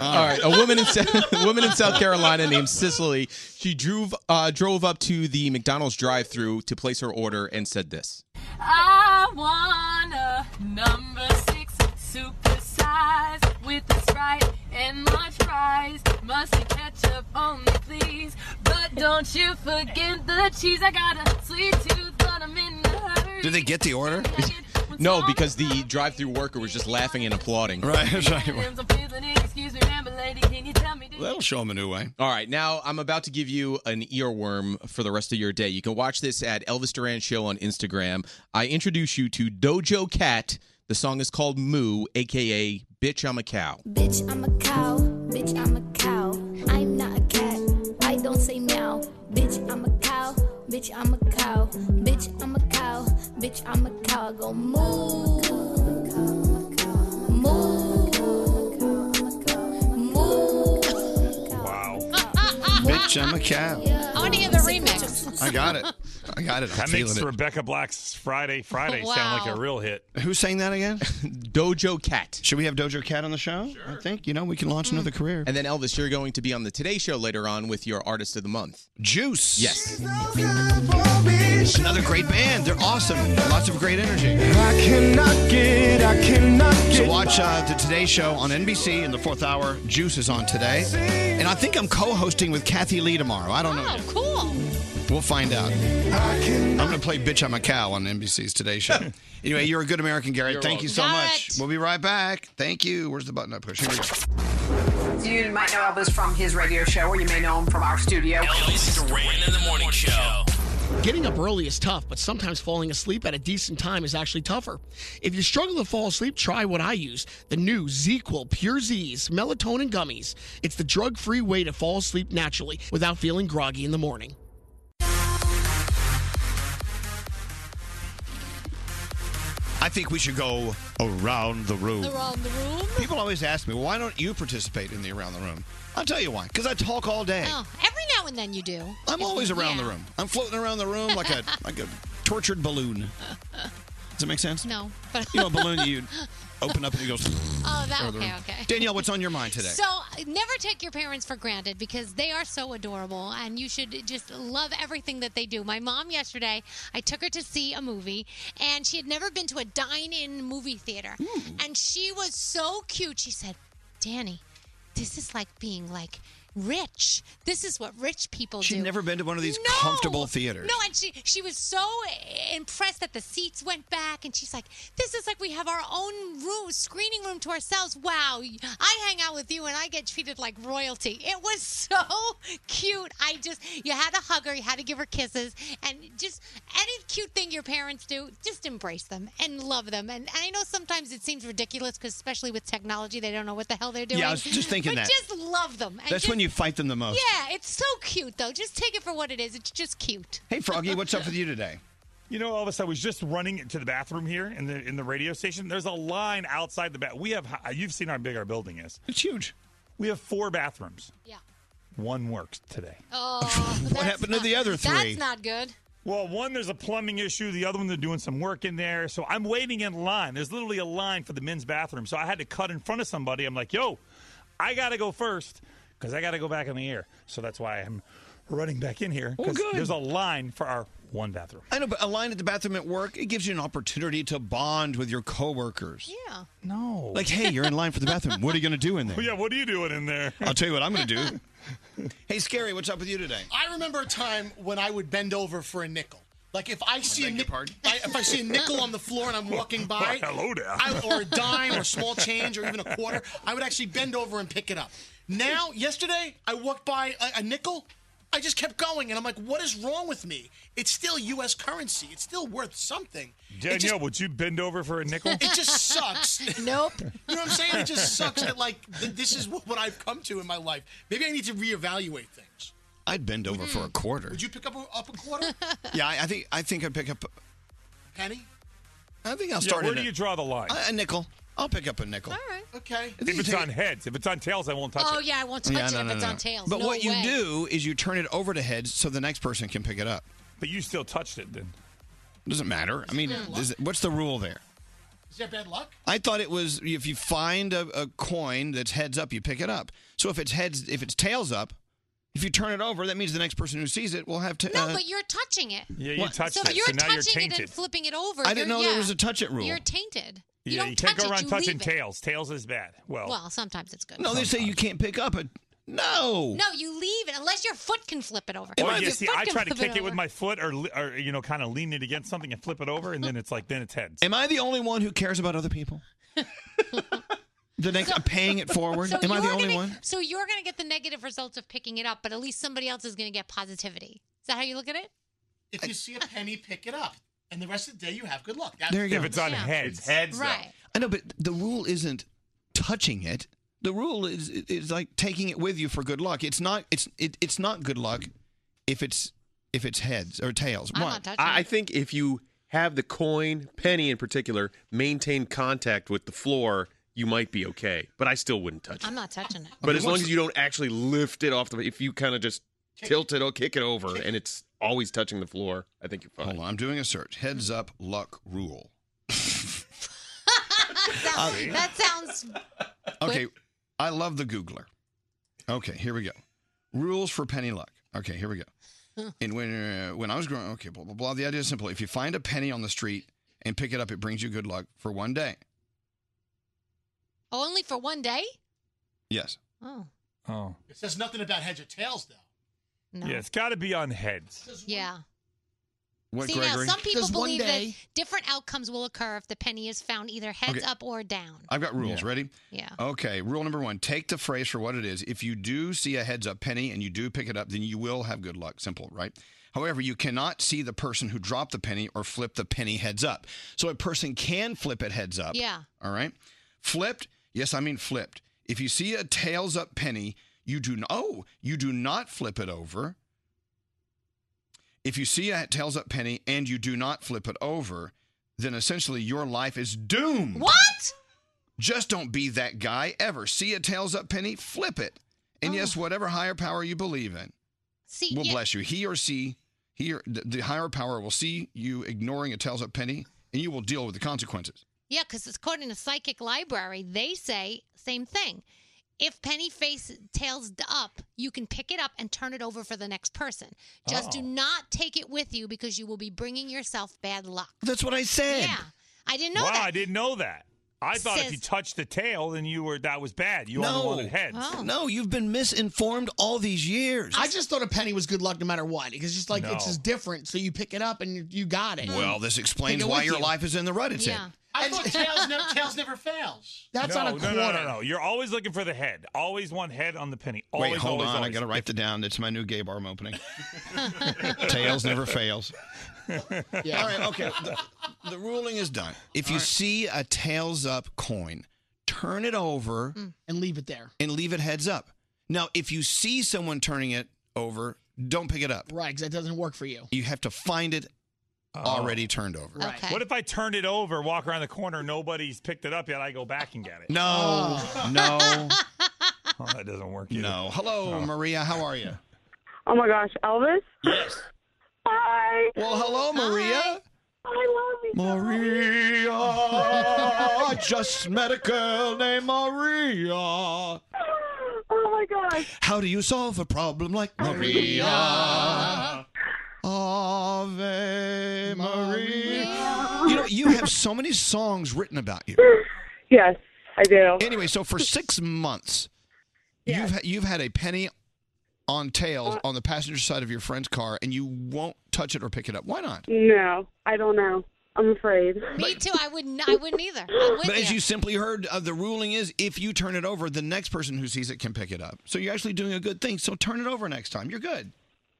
Speaker 24: All right, a woman in (laughs) a woman in South Carolina named Cicely. She drove uh, drove up to the McDonald's drive-through to place her order and said this.
Speaker 3: I want a number six super size with a sprite and large fries. Mustard ketchup only, please. But don't you forget the cheese. I got a sweet tooth, but I'm in a hurry.
Speaker 1: Did they get the order?
Speaker 24: (laughs) No, because the drive-through worker was just laughing and applauding.
Speaker 1: Right, (laughs)
Speaker 3: Sometimes I'm feeling it. Excuse me, remember, lady, can you tell me?
Speaker 1: That'll show them a new way.
Speaker 24: All right, now I'm about to give you an earworm for the rest of your day. You can watch this at Elvis Duran Show on Instagram. I introduce you to Dojo Cat. The song is called Moo, aka Bitch I'm a Cow.
Speaker 7: Bitch, I'm a cow. Bitch, I'm a cow. I'm not a cat. I don't say meow. Bitch, I'm a cow. Bitch, I'm a cow. Bitch, I'm a cow. Bitch, I'm a cow. I go moo.
Speaker 1: Wow. Bitch, I'm a cow.
Speaker 6: I want to hear the remix.
Speaker 1: I got
Speaker 6: (laughs)
Speaker 1: it. I got it. I'm
Speaker 9: That
Speaker 1: feeling
Speaker 9: makes
Speaker 1: it.
Speaker 9: Rebecca Black's Friday
Speaker 6: (laughs)
Speaker 9: Friday sound like a real hit.
Speaker 1: Who sang that again?
Speaker 24: Dojo Cat.
Speaker 1: Should we have Dojo Cat on the show? Sure. I think you know we can launch another career.
Speaker 24: And then Elvis, you're going to be on the Today Show later on with your Artist of the Month,
Speaker 1: Juice.
Speaker 24: Yes.
Speaker 1: Another great band. They're awesome. Lots of great energy.
Speaker 12: I cannot get, I cannot get.
Speaker 1: So watch uh, the Today Show on NBC in the fourth hour. Juice is on today, and I think I'm co-hosting with Kathy Lee tomorrow. I don't know. yet.
Speaker 6: Oh, Cool.
Speaker 1: We'll find out. I'm going to play Bitch I'm a Cow on NBC's Today
Speaker 13: (laughs)
Speaker 1: Show. anyway, you're a good American, Gary.
Speaker 13: You're
Speaker 1: Thank you so
Speaker 13: welcome. Got
Speaker 1: much. We'll be right back. Thank you. Where's the button I push? Here we go.
Speaker 13: You might know Elvis from his radio show, or you may know him from our studio.
Speaker 8: Elvis Duran in the morning show.
Speaker 5: Getting up early is tough, but sometimes falling asleep at a decent time is actually tougher. If you struggle to fall asleep, try what I use the new ZQL Pure Z's melatonin gummies. It's the drug free way to fall asleep naturally without feeling groggy in the morning.
Speaker 1: I think we should go around the room.
Speaker 6: Around the
Speaker 1: (laughs)
Speaker 6: room?
Speaker 1: People always ask me, why don't you participate in the around the room? I'll tell you why. Because I talk all day.
Speaker 6: Oh, every now and then you do.
Speaker 1: I'm always around the
Speaker 6: Yeah.
Speaker 1: room. I'm floating around the room like a (laughs) like a tortured balloon. Does that make sense?
Speaker 6: (laughs) No, but
Speaker 1: You know, a balloon
Speaker 6: (laughs)
Speaker 1: you open up and it goes.
Speaker 6: Oh, that-
Speaker 1: around the
Speaker 6: okay,
Speaker 1: room.
Speaker 6: okay.
Speaker 1: Danielle, what's on your mind today?
Speaker 6: So never take your parents for granted because they are so adorable and you should just love everything that they do. My mom yesterday, I took her to see a movie and she had never been to a dine-in movie theater. And she was so cute. She said, "Danny, this is like being like rich. This is what rich people
Speaker 1: She'd
Speaker 6: do."
Speaker 1: never been to one of these comfortable theaters.
Speaker 6: No, and she she was so impressed that the seats went back, and she's like, "This is like we have our own room, screening room to ourselves." Wow, I hang out with you, and I get treated like royalty. It was so (laughs) cute. I just you had to hug her, you had to give her kisses, and just any cute thing your parents do, just embrace them and love them. And, and I know sometimes it seems ridiculous because especially with technology, they don't know what the hell they're doing.
Speaker 1: Yeah, I was just thinking
Speaker 6: but
Speaker 1: that.
Speaker 6: just love them. And
Speaker 1: That's
Speaker 6: just-
Speaker 1: when you fight them the most.
Speaker 6: yeah, it's so cute though. Just take it for what it is. It's just cute.
Speaker 1: Hey, Froggy, what's up with you today?
Speaker 9: You know, Elvis, I was just running to the bathroom here in the in the radio station. There's a line outside the bath. We have h- you've seen how big our building is.
Speaker 1: It's huge.
Speaker 9: We have four bathrooms.
Speaker 6: Yeah.
Speaker 9: One works today.
Speaker 6: Oh,
Speaker 9: What happened to the other three?
Speaker 6: That's not good.
Speaker 9: Well, one there's a plumbing issue. The other one they're doing some work in there. So I'm waiting in line. There's literally a line for the men's bathroom. So I had to cut in front of somebody. I'm like, yo, I gotta go first because I gotta go back in the air. So that's why I'm running back in
Speaker 6: Oh,
Speaker 9: here because there's a line for our one bathroom.
Speaker 1: (laughs) I know, but a line at the bathroom at work, it gives you an opportunity to bond with your coworkers.
Speaker 6: Yeah.
Speaker 9: No.
Speaker 1: Like, hey,
Speaker 9: (laughs)
Speaker 1: you're in line for the bathroom. What are you going to do in there?
Speaker 9: Yeah, what are you doing in there?
Speaker 1: I'll tell you what I'm
Speaker 9: (laughs)
Speaker 1: going to do. hey, Scary, what's up with you today?
Speaker 5: I remember a time when I would bend over for a nickel. Like if I see a nic- I- if I see a nickel on the floor and I'm walking by,
Speaker 9: (laughs) Well, hello there.
Speaker 5: I-
Speaker 9: (laughs)
Speaker 5: or a dime or small change or even a quarter, I would actually bend over and pick it up. Now, yesterday, I walked by a, a nickel. I just kept going, and I'm like, "What is wrong with me? It's still U.S. currency. It's still worth something."
Speaker 9: Danielle, would you bend over for
Speaker 1: (laughs)
Speaker 9: a nickel?
Speaker 5: It just sucks.
Speaker 6: nope.
Speaker 5: You know what I'm saying? It just sucks that like th- this is (laughs) what, what I've come to in my life. Maybe I need to reevaluate things.
Speaker 1: I'd bend over for a quarter.
Speaker 5: Would you pick up a, up a quarter?
Speaker 1: yeah, I, I think I think I'd pick up.
Speaker 5: Penny?
Speaker 1: I think I'll
Speaker 9: Yeah,
Speaker 1: start.
Speaker 9: where
Speaker 1: at
Speaker 9: do
Speaker 1: a-
Speaker 9: you draw the line?
Speaker 1: A, a nickel. I'll pick up a nickel.
Speaker 6: right.
Speaker 5: Okay.
Speaker 9: If it's on heads, if it's on tails, I won't touch
Speaker 6: Oh
Speaker 9: it.
Speaker 6: yeah, I won't touch it if it's on tails.
Speaker 1: But
Speaker 6: No
Speaker 1: what you
Speaker 6: way.
Speaker 1: do is you turn it over to heads so the next person can pick it up.
Speaker 9: But you still touched it then.
Speaker 1: Doesn't matter. I mean,
Speaker 5: Mm.
Speaker 1: is it- what's the rule there?
Speaker 5: Is that bad luck?
Speaker 1: I thought it was if you find a, a coin that's heads up, you pick it up. So if it's heads, if it's tails up, if you turn it over, that means the next person who sees it will have to. uh,
Speaker 6: No, but you're touching it.
Speaker 1: Yeah, you What? touched
Speaker 6: so if
Speaker 1: it,
Speaker 6: you're
Speaker 1: so now
Speaker 6: touching
Speaker 1: you're
Speaker 6: it and
Speaker 1: tainted.
Speaker 6: flipping it over.
Speaker 1: I didn't
Speaker 6: you're-
Speaker 1: know there
Speaker 6: yeah,
Speaker 1: was a touch it rule.
Speaker 6: You're tainted.
Speaker 9: yeah, you,
Speaker 6: don't
Speaker 9: can't
Speaker 6: touch
Speaker 9: go
Speaker 6: it,
Speaker 9: around
Speaker 6: you
Speaker 9: touching
Speaker 6: leave it.
Speaker 9: tails. Tails is bad. Well,
Speaker 6: Well, sometimes it's good.
Speaker 1: no, they say "Oh." you can't pick up a. No.
Speaker 6: No, you leave it unless your foot can flip it over.
Speaker 9: Or
Speaker 6: If
Speaker 9: you
Speaker 6: your
Speaker 9: see,
Speaker 6: foot
Speaker 9: I
Speaker 6: can
Speaker 9: try to
Speaker 6: flip
Speaker 9: kick it, with
Speaker 6: over-
Speaker 9: my foot, or li- or you know, kind of lean it against something and flip it over, and then it's like then it's heads.
Speaker 1: Am I the only one who cares about other
Speaker 6: (laughs)
Speaker 1: people? the next, I'm paying it forward.
Speaker 6: So
Speaker 1: Am I the
Speaker 6: you're
Speaker 1: only
Speaker 6: gonna-
Speaker 1: one?
Speaker 6: So you're going to get the negative results of picking it up, but at least somebody else is going to get positivity. Is that how you look at it?
Speaker 5: If you see a penny, pick it up, and the rest of the day you have good luck. That's-
Speaker 1: There you go.
Speaker 9: heads,
Speaker 5: though. Right.
Speaker 1: I know, but the rule isn't touching it. The rule is is like taking it with you for good luck. It's not. It's it, it's not good luck if it's if it's heads or tails.
Speaker 6: I'm
Speaker 1: Why?
Speaker 6: not touching
Speaker 14: I, I think if you have the coin, penny in particular, maintain contact with the floor, you might be okay. But I still wouldn't touch it.
Speaker 6: I'm not touching it.
Speaker 14: But as long as you don't actually lift it off the, if you kind of just tilt it or kick it over, and it's always touching the floor, I think you're fine.
Speaker 1: Hold on, I'm doing a search. Heads up, luck rule.
Speaker 6: (laughs) That, that sounds.
Speaker 1: Okay, I love the Googler. Okay, here we go. Rules for penny luck. Okay, here we go. And when uh, when I was growing, okay, blah blah blah. The idea is simple: if you find a penny on the street and pick it up, it brings you good luck for one day.
Speaker 6: Only for one day?
Speaker 1: Yes.
Speaker 6: Oh,
Speaker 9: Oh,
Speaker 5: It says nothing about heads or tails, though.
Speaker 6: no.
Speaker 9: yeah, it's got to be on heads.
Speaker 6: Yeah.
Speaker 9: What,
Speaker 6: See, now some people believe that different outcomes will occur if the penny is found either heads
Speaker 1: Okay.
Speaker 6: up or down.
Speaker 1: I've got rules. Ready?
Speaker 6: Yeah.
Speaker 1: Okay. Rule number one: take the phrase for what it is. If you do see a heads up penny and you do pick it up, then you will have good luck. Simple, right? However, you cannot see the person who dropped the penny or flipped the penny heads up. So a person can flip it heads up.
Speaker 6: Yeah.
Speaker 1: All right. Flipped. Yes, I mean flipped. If you see a tails up penny, you do no, oh, you do not flip it over. If you see a tails up penny and you do not flip it over, then essentially your life is doomed.
Speaker 6: What?
Speaker 1: Just don't be that guy ever. See a tails up penny, flip it. And
Speaker 5: Oh.
Speaker 1: yes, whatever higher power you believe in
Speaker 6: See,
Speaker 1: will
Speaker 6: yeah,
Speaker 1: bless you. He or she, he or, the, the higher power will see you ignoring a tails up penny and you will deal with the consequences.
Speaker 6: Yeah, because according to Psychic Library, they say same thing. If penny face tails d- up, you can pick it up and turn it over for the next person. Just
Speaker 1: Oh.
Speaker 6: do not take it with you because you will be bringing yourself bad luck.
Speaker 1: That's what I said.
Speaker 6: Yeah, I didn't know
Speaker 9: wow,
Speaker 6: that.
Speaker 9: I didn't know that. I thought
Speaker 6: Says-
Speaker 9: if you touched the tail, then you were that was bad. You only wanted heads.
Speaker 6: Oh.
Speaker 1: No, you've been misinformed all these years.
Speaker 5: Oh. I just thought a penny was good luck no matter what. It's just like it's
Speaker 1: No.
Speaker 5: just different. So you pick it up and you, you got it.
Speaker 1: Well, this explains
Speaker 5: Take it
Speaker 1: why
Speaker 5: with
Speaker 1: your
Speaker 5: you.
Speaker 1: life is in the rut it's in.
Speaker 9: (laughs)
Speaker 5: I thought tails never tails never fails. That's
Speaker 9: no,
Speaker 5: on a
Speaker 9: no,
Speaker 5: quarter.
Speaker 9: No, no, no, You're always looking for the head. Always one head on the penny. Always,
Speaker 1: Wait, hold
Speaker 9: always,
Speaker 1: on.
Speaker 9: Always.
Speaker 1: I got to write that down. That's my new gay bar I'm opening.
Speaker 5: (laughs)
Speaker 1: Tails never fails.
Speaker 5: Yeah.
Speaker 1: All right, okay. The, the ruling is done. If you see a tails up coin, turn it over
Speaker 5: and leave it there.
Speaker 1: and leave it heads up. Now, if you see someone turning it over, don't pick it up.
Speaker 5: Right, because that doesn't work for you.
Speaker 1: You have to find it Oh. already turned over.
Speaker 5: Okay.
Speaker 9: What if I turned it over, walk around the corner, nobody's picked it up yet? I go back and get it.
Speaker 1: No, (laughs) no.
Speaker 9: Oh, that doesn't work. Either.
Speaker 1: No. Hello, Maria. How are you?
Speaker 15: Oh my gosh, Elvis?
Speaker 1: Yes.
Speaker 15: Hi.
Speaker 1: Well, hello, Maria.
Speaker 15: I love you. (laughs)
Speaker 1: Maria. I just met a girl named Maria.
Speaker 15: Oh my gosh.
Speaker 1: How do you solve a problem like Maria?
Speaker 15: (laughs)
Speaker 1: Ave Maria. You know, you have so many songs written about you.
Speaker 15: Yes, I do.
Speaker 1: Anyway, so for six months, you've ha- you've had a penny on tails on the passenger side of your friend's car and you won't touch it or pick it up. Why not?
Speaker 18: No, I don't know. I'm afraid.
Speaker 6: Me too. I wouldn't. I wouldn't either. I'm with
Speaker 1: But as
Speaker 6: you.
Speaker 1: you simply heard, uh, the ruling is if you turn it over, the next person who sees it can pick it up. So you're actually doing a good thing. So turn it over next time. You're good.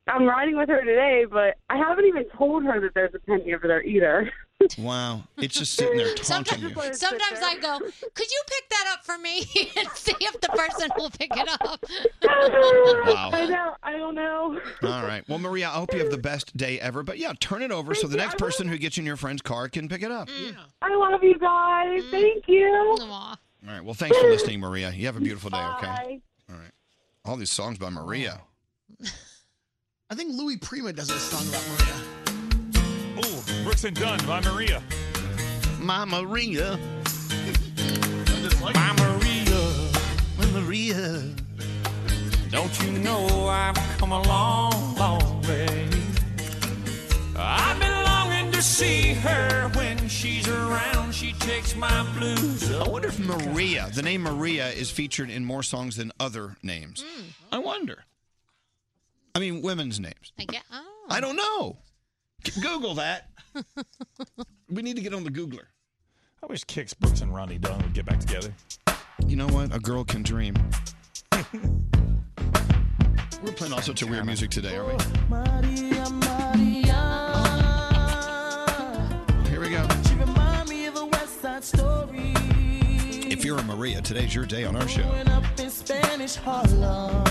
Speaker 18: I'm riding with her today, but I haven't even told her that there's a penny over there either.
Speaker 1: Wow. (laughs) It's just sitting there taunting you.
Speaker 6: Sometimes, sometimes I go, could you pick that up for me (laughs) and see if the person will pick it
Speaker 18: (laughs)
Speaker 6: up?
Speaker 1: Wow.
Speaker 18: I
Speaker 6: (laughs)
Speaker 18: know. I don't know.
Speaker 1: All right. Well, Maria, I hope you have the best day ever. But yeah, turn it over so the next person who gets in your friend's car can pick it up.
Speaker 18: (laughs)
Speaker 6: Mm.
Speaker 18: I love you guys. Thank you.
Speaker 1: All right. Well, thanks for listening, Maria. You have a beautiful day, okay?
Speaker 18: Bye.
Speaker 1: All these songs by Maria.
Speaker 15: I think Louis Prima does a song about Maria.
Speaker 9: Oh, Brooks and Dunn by Maria.
Speaker 1: My Maria.
Speaker 9: My Maria.
Speaker 1: Maria.
Speaker 12: Don't you know I've come a long, long way? I've been longing to see her when she's around. She takes my blues
Speaker 1: I wonder if Maria, the name Maria, is featured in more songs than other names.
Speaker 6: Mm. Hmm.
Speaker 1: I wonder. I mean, women's names.
Speaker 6: I get, oh.
Speaker 1: I don't know. G- Google that. we need to get on the Googler.
Speaker 9: I wish Kicks, Brooks, and Ronnie Dunn would get back together.
Speaker 1: You know what? A girl can dream. We're playing all sorts of weird music today, are we?
Speaker 27: Maria, Maria.
Speaker 1: Here we go.
Speaker 27: She remind me of a West Side story.
Speaker 1: If you're a Maria, today's your day on our show.
Speaker 27: Growing up in Spanish Harlem.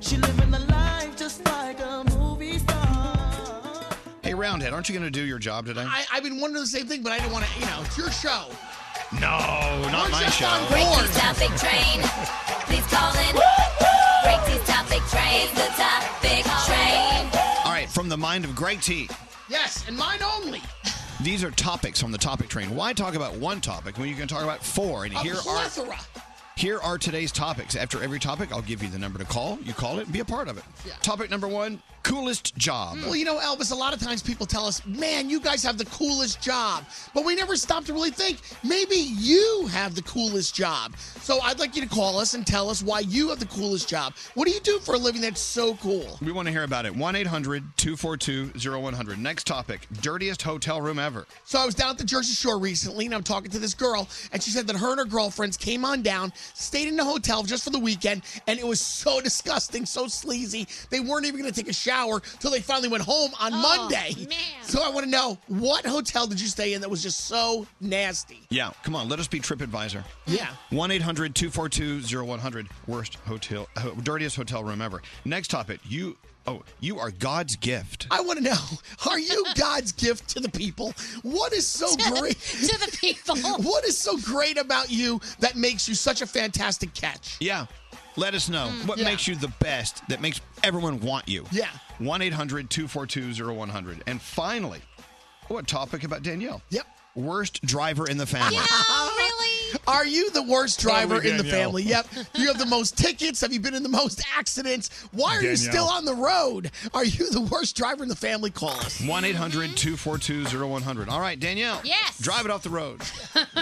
Speaker 27: She living the life just like a movie star.
Speaker 1: Hey, Roundhead, aren't you going to do your job today?
Speaker 15: I, I've been wondering the same thing, but I didn't want to. You know, it's your show.
Speaker 1: No, not
Speaker 15: We're
Speaker 1: my
Speaker 15: just
Speaker 1: show.
Speaker 15: on
Speaker 28: Break these topic train. Please call in. Break these topic train. The topic train.
Speaker 1: All right, from the mind of Greg T.
Speaker 15: Yes, and mine only.
Speaker 1: These are topics on the topic train. Why talk about one topic when you can talk about four? And
Speaker 15: A
Speaker 1: here are
Speaker 15: plethora.
Speaker 1: here are today's topics. After every topic, I'll give you the number to call. You call it and be a part of it. Topic number one: coolest job.
Speaker 15: Well, you know, Elvis, a lot of times people tell us, man, you guys have the coolest job. But we never stop to really think, maybe you have the coolest job. So I'd like you to call us and tell us why you have the coolest job. What do you do for a living that's so cool?
Speaker 1: We want to hear about it. 1 800 242 0100. Next topic dirtiest hotel room ever.
Speaker 15: So I was down at the Jersey Shore recently, and I'm talking to this girl, and she said that her and her girlfriends came on down, stayed in the hotel just for the weekend, and it was so (laughs) disgusting, so sleazy. They weren't even going to take a shower till they finally went home on
Speaker 6: Oh,
Speaker 15: Monday. So I want to know what hotel did you stay in that was just so nasty?
Speaker 1: Yeah, come on. Let us be TripAdvisor.
Speaker 15: Yeah.
Speaker 1: 1 800 242 0100. Worst hotel, ho- dirtiest hotel room ever. Next topic you, oh, you are God's gift.
Speaker 15: I want to know: Are
Speaker 6: (laughs)
Speaker 15: you God's gift to the people? What is so great
Speaker 6: to the people?
Speaker 15: (laughs) What is so great about you that makes you such a fantastic catch?
Speaker 1: Yeah. Let us know what makes you the best that makes everyone want you.
Speaker 15: Mm, Yeah.
Speaker 1: 1 800 242 0100. And finally, what topic about Danielle?
Speaker 15: Yep.
Speaker 1: Worst driver in the family.
Speaker 6: Oh,
Speaker 15: really? Are you the worst driver
Speaker 1: Probably
Speaker 15: in the
Speaker 1: Danielle.
Speaker 15: family? Yep. Do you have the most tickets? Have you been in the most accidents? Why are you
Speaker 1: Danielle.
Speaker 15: still on the road? Are you the worst driver in the family? Call us.
Speaker 1: 1 800 242 0100. All right, Danielle.
Speaker 6: Yes.
Speaker 1: Drive it off the road. (laughs)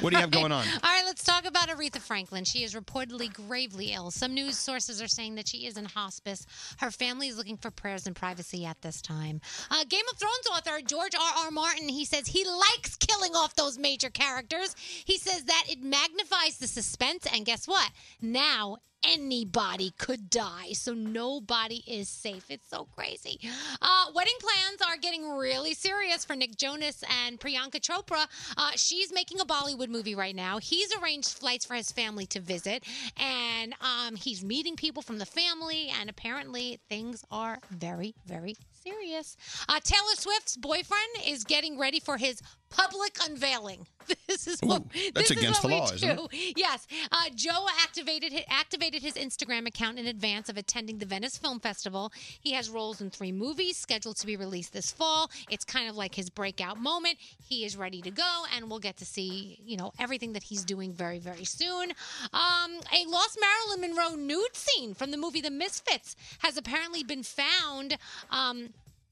Speaker 1: What do you have going on?
Speaker 6: All right, let's talk about Aretha Franklin. She is reportedly gravely ill. Some news sources are saying that she is in hospice. Her family is looking for prayers and privacy at this time. Uh, Game of Thrones author George R. R. Martin he says he likes killing off those major characters. He says that it magnifies the suspense, and guess what? Now anybody could die, so nobody is safe. It's so crazy. Uh, wedding plans are getting really serious for Nick Jonas and Priyanka Chopra. Uh, she's making a Bollywood movie right now. He's arranged flights for his family to visit, and um, he's meeting people from the family, and apparently things are very, very serious. Uh, Taylor Swift's boyfriend is getting ready for his public unveiling. (laughs) This is what
Speaker 1: that's
Speaker 6: this is
Speaker 1: against
Speaker 6: what
Speaker 1: the
Speaker 6: we
Speaker 1: law, isn't
Speaker 6: do. (laughs) Yes, uh, Joe activated hi- activated his Instagram account in advance of attending the Venice Film Festival. He has roles in three movies scheduled to be released this fall. It's kind of like his breakout moment. He is ready to go, and we'll get to see you know everything that he's doing very very soon. Um, a lost Marilyn Monroe nude scene from the movie The Misfits has apparently been found. Um,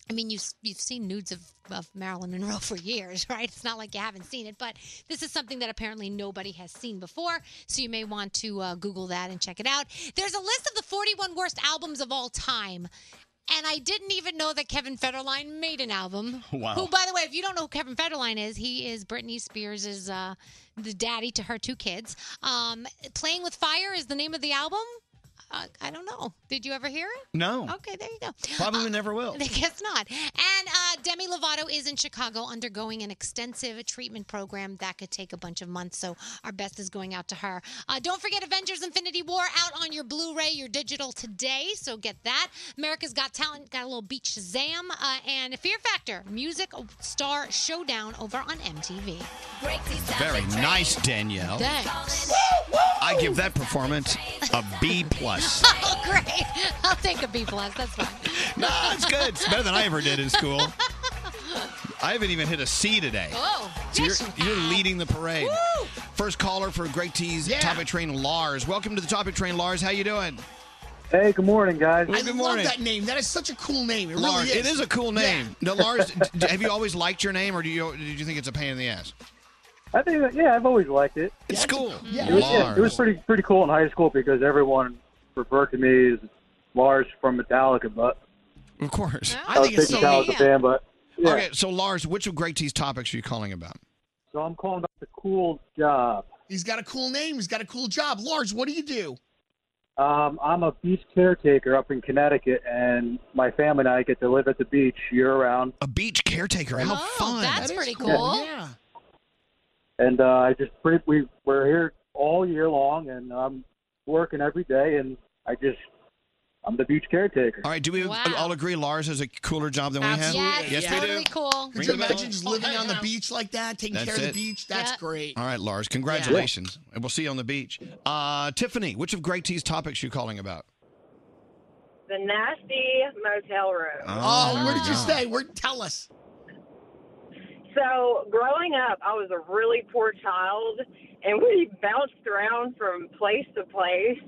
Speaker 6: I mean, you've, you've seen nudes of, of Marilyn Monroe for years, (laughs) right? It's not like you haven't seen it, but this is something that apparently nobody has seen before. So you may want to uh, Google that and check it out. There's a list of the 41 worst albums of all time. And I didn't even know that Kevin Federline made an album.
Speaker 11: Wow.
Speaker 6: Who, by the way, if you don't know who Kevin Federline is, he is Britney Spears' uh, the daddy to her two kids. Um, Playing with Fire is the name of the album. Uh, I don't know. Did you ever hear it?
Speaker 1: No.
Speaker 6: Okay, there you go.
Speaker 1: Probably never will.
Speaker 6: (laughs) I guess not. And uh, Demi Lovato is in Chicago undergoing an extensive treatment program that could take a bunch of months. So our best is going out to her. Uh, don't forget Avengers Infinity War out on your Blu ray, your digital today. So get that. America's Got Talent got a little beat Shazam. Uh, and Fear Factor, Music Star Showdown over on MTV.
Speaker 1: Very nice, Danielle.
Speaker 6: Thanks.
Speaker 1: I give that performance a B
Speaker 6: (laughs)
Speaker 1: plus.
Speaker 6: (laughs) Oh, great. I'll take a B plus. That's
Speaker 1: (laughs)
Speaker 6: fine.
Speaker 1: no, it's good. It's better than I ever did in
Speaker 6: (laughs)
Speaker 1: school. I haven't even hit a C today.
Speaker 6: Oh,
Speaker 1: So you're, you're leading the parade. First caller for Great T's Topic Train, Lars. Welcome to the Topic Train, Lars. How you doing?
Speaker 17: Hey, good morning, guys.
Speaker 5: I love that name. That is such a cool name. It
Speaker 1: Lars,
Speaker 5: really is.
Speaker 1: it is a cool name.
Speaker 5: (laughs) Yeah.
Speaker 1: Now, Lars, d- d- have you always liked your name, or do you did you think it's a pain in the ass?
Speaker 17: I think, that, yeah, I've always liked it.
Speaker 1: It's cool.
Speaker 17: It was, yeah, it was pretty pretty cool in high school because everyone referred to me as Lars from Metallica, but
Speaker 1: of course,
Speaker 17: I, was a big Metallica fan. But yeah,
Speaker 1: Okay, so Lars, which of Great T's topics are you calling about?
Speaker 17: so I'm calling about the cool job.
Speaker 5: He's got a cool name. He's got a cool job. Lars, what do you do?
Speaker 17: Um, I'm a beach caretaker up in Connecticut, and my family and I get to live at the beach year round.
Speaker 1: A beach caretaker. How fun!
Speaker 6: Oh, That's pretty cool.
Speaker 5: Yeah.
Speaker 17: and uh, I just pretty, we we're here all year long, and I'm working every day, and I just I'm the beach caretaker.
Speaker 1: All right, do we all agree Lars has a cooler job than we have?
Speaker 5: Absolutely.
Speaker 1: Yes, we do.
Speaker 6: Totally cool.
Speaker 1: Ring
Speaker 5: Could
Speaker 1: the
Speaker 5: you
Speaker 1: bell.
Speaker 5: imagine just living on the beach like that, taking
Speaker 1: That's
Speaker 5: care of the
Speaker 1: it.
Speaker 5: beach? That's
Speaker 1: (laughs)
Speaker 5: great.
Speaker 1: All right, Lars, congratulations. And we'll see you on the beach. Uh, Tiffany, which of Great T's topics are you calling about?
Speaker 18: The nasty motel room.
Speaker 5: Oh, where did you
Speaker 1: God.
Speaker 5: stay? Where? Tell us.
Speaker 18: So, growing up, I was a really poor child, and we bounced around from place to place.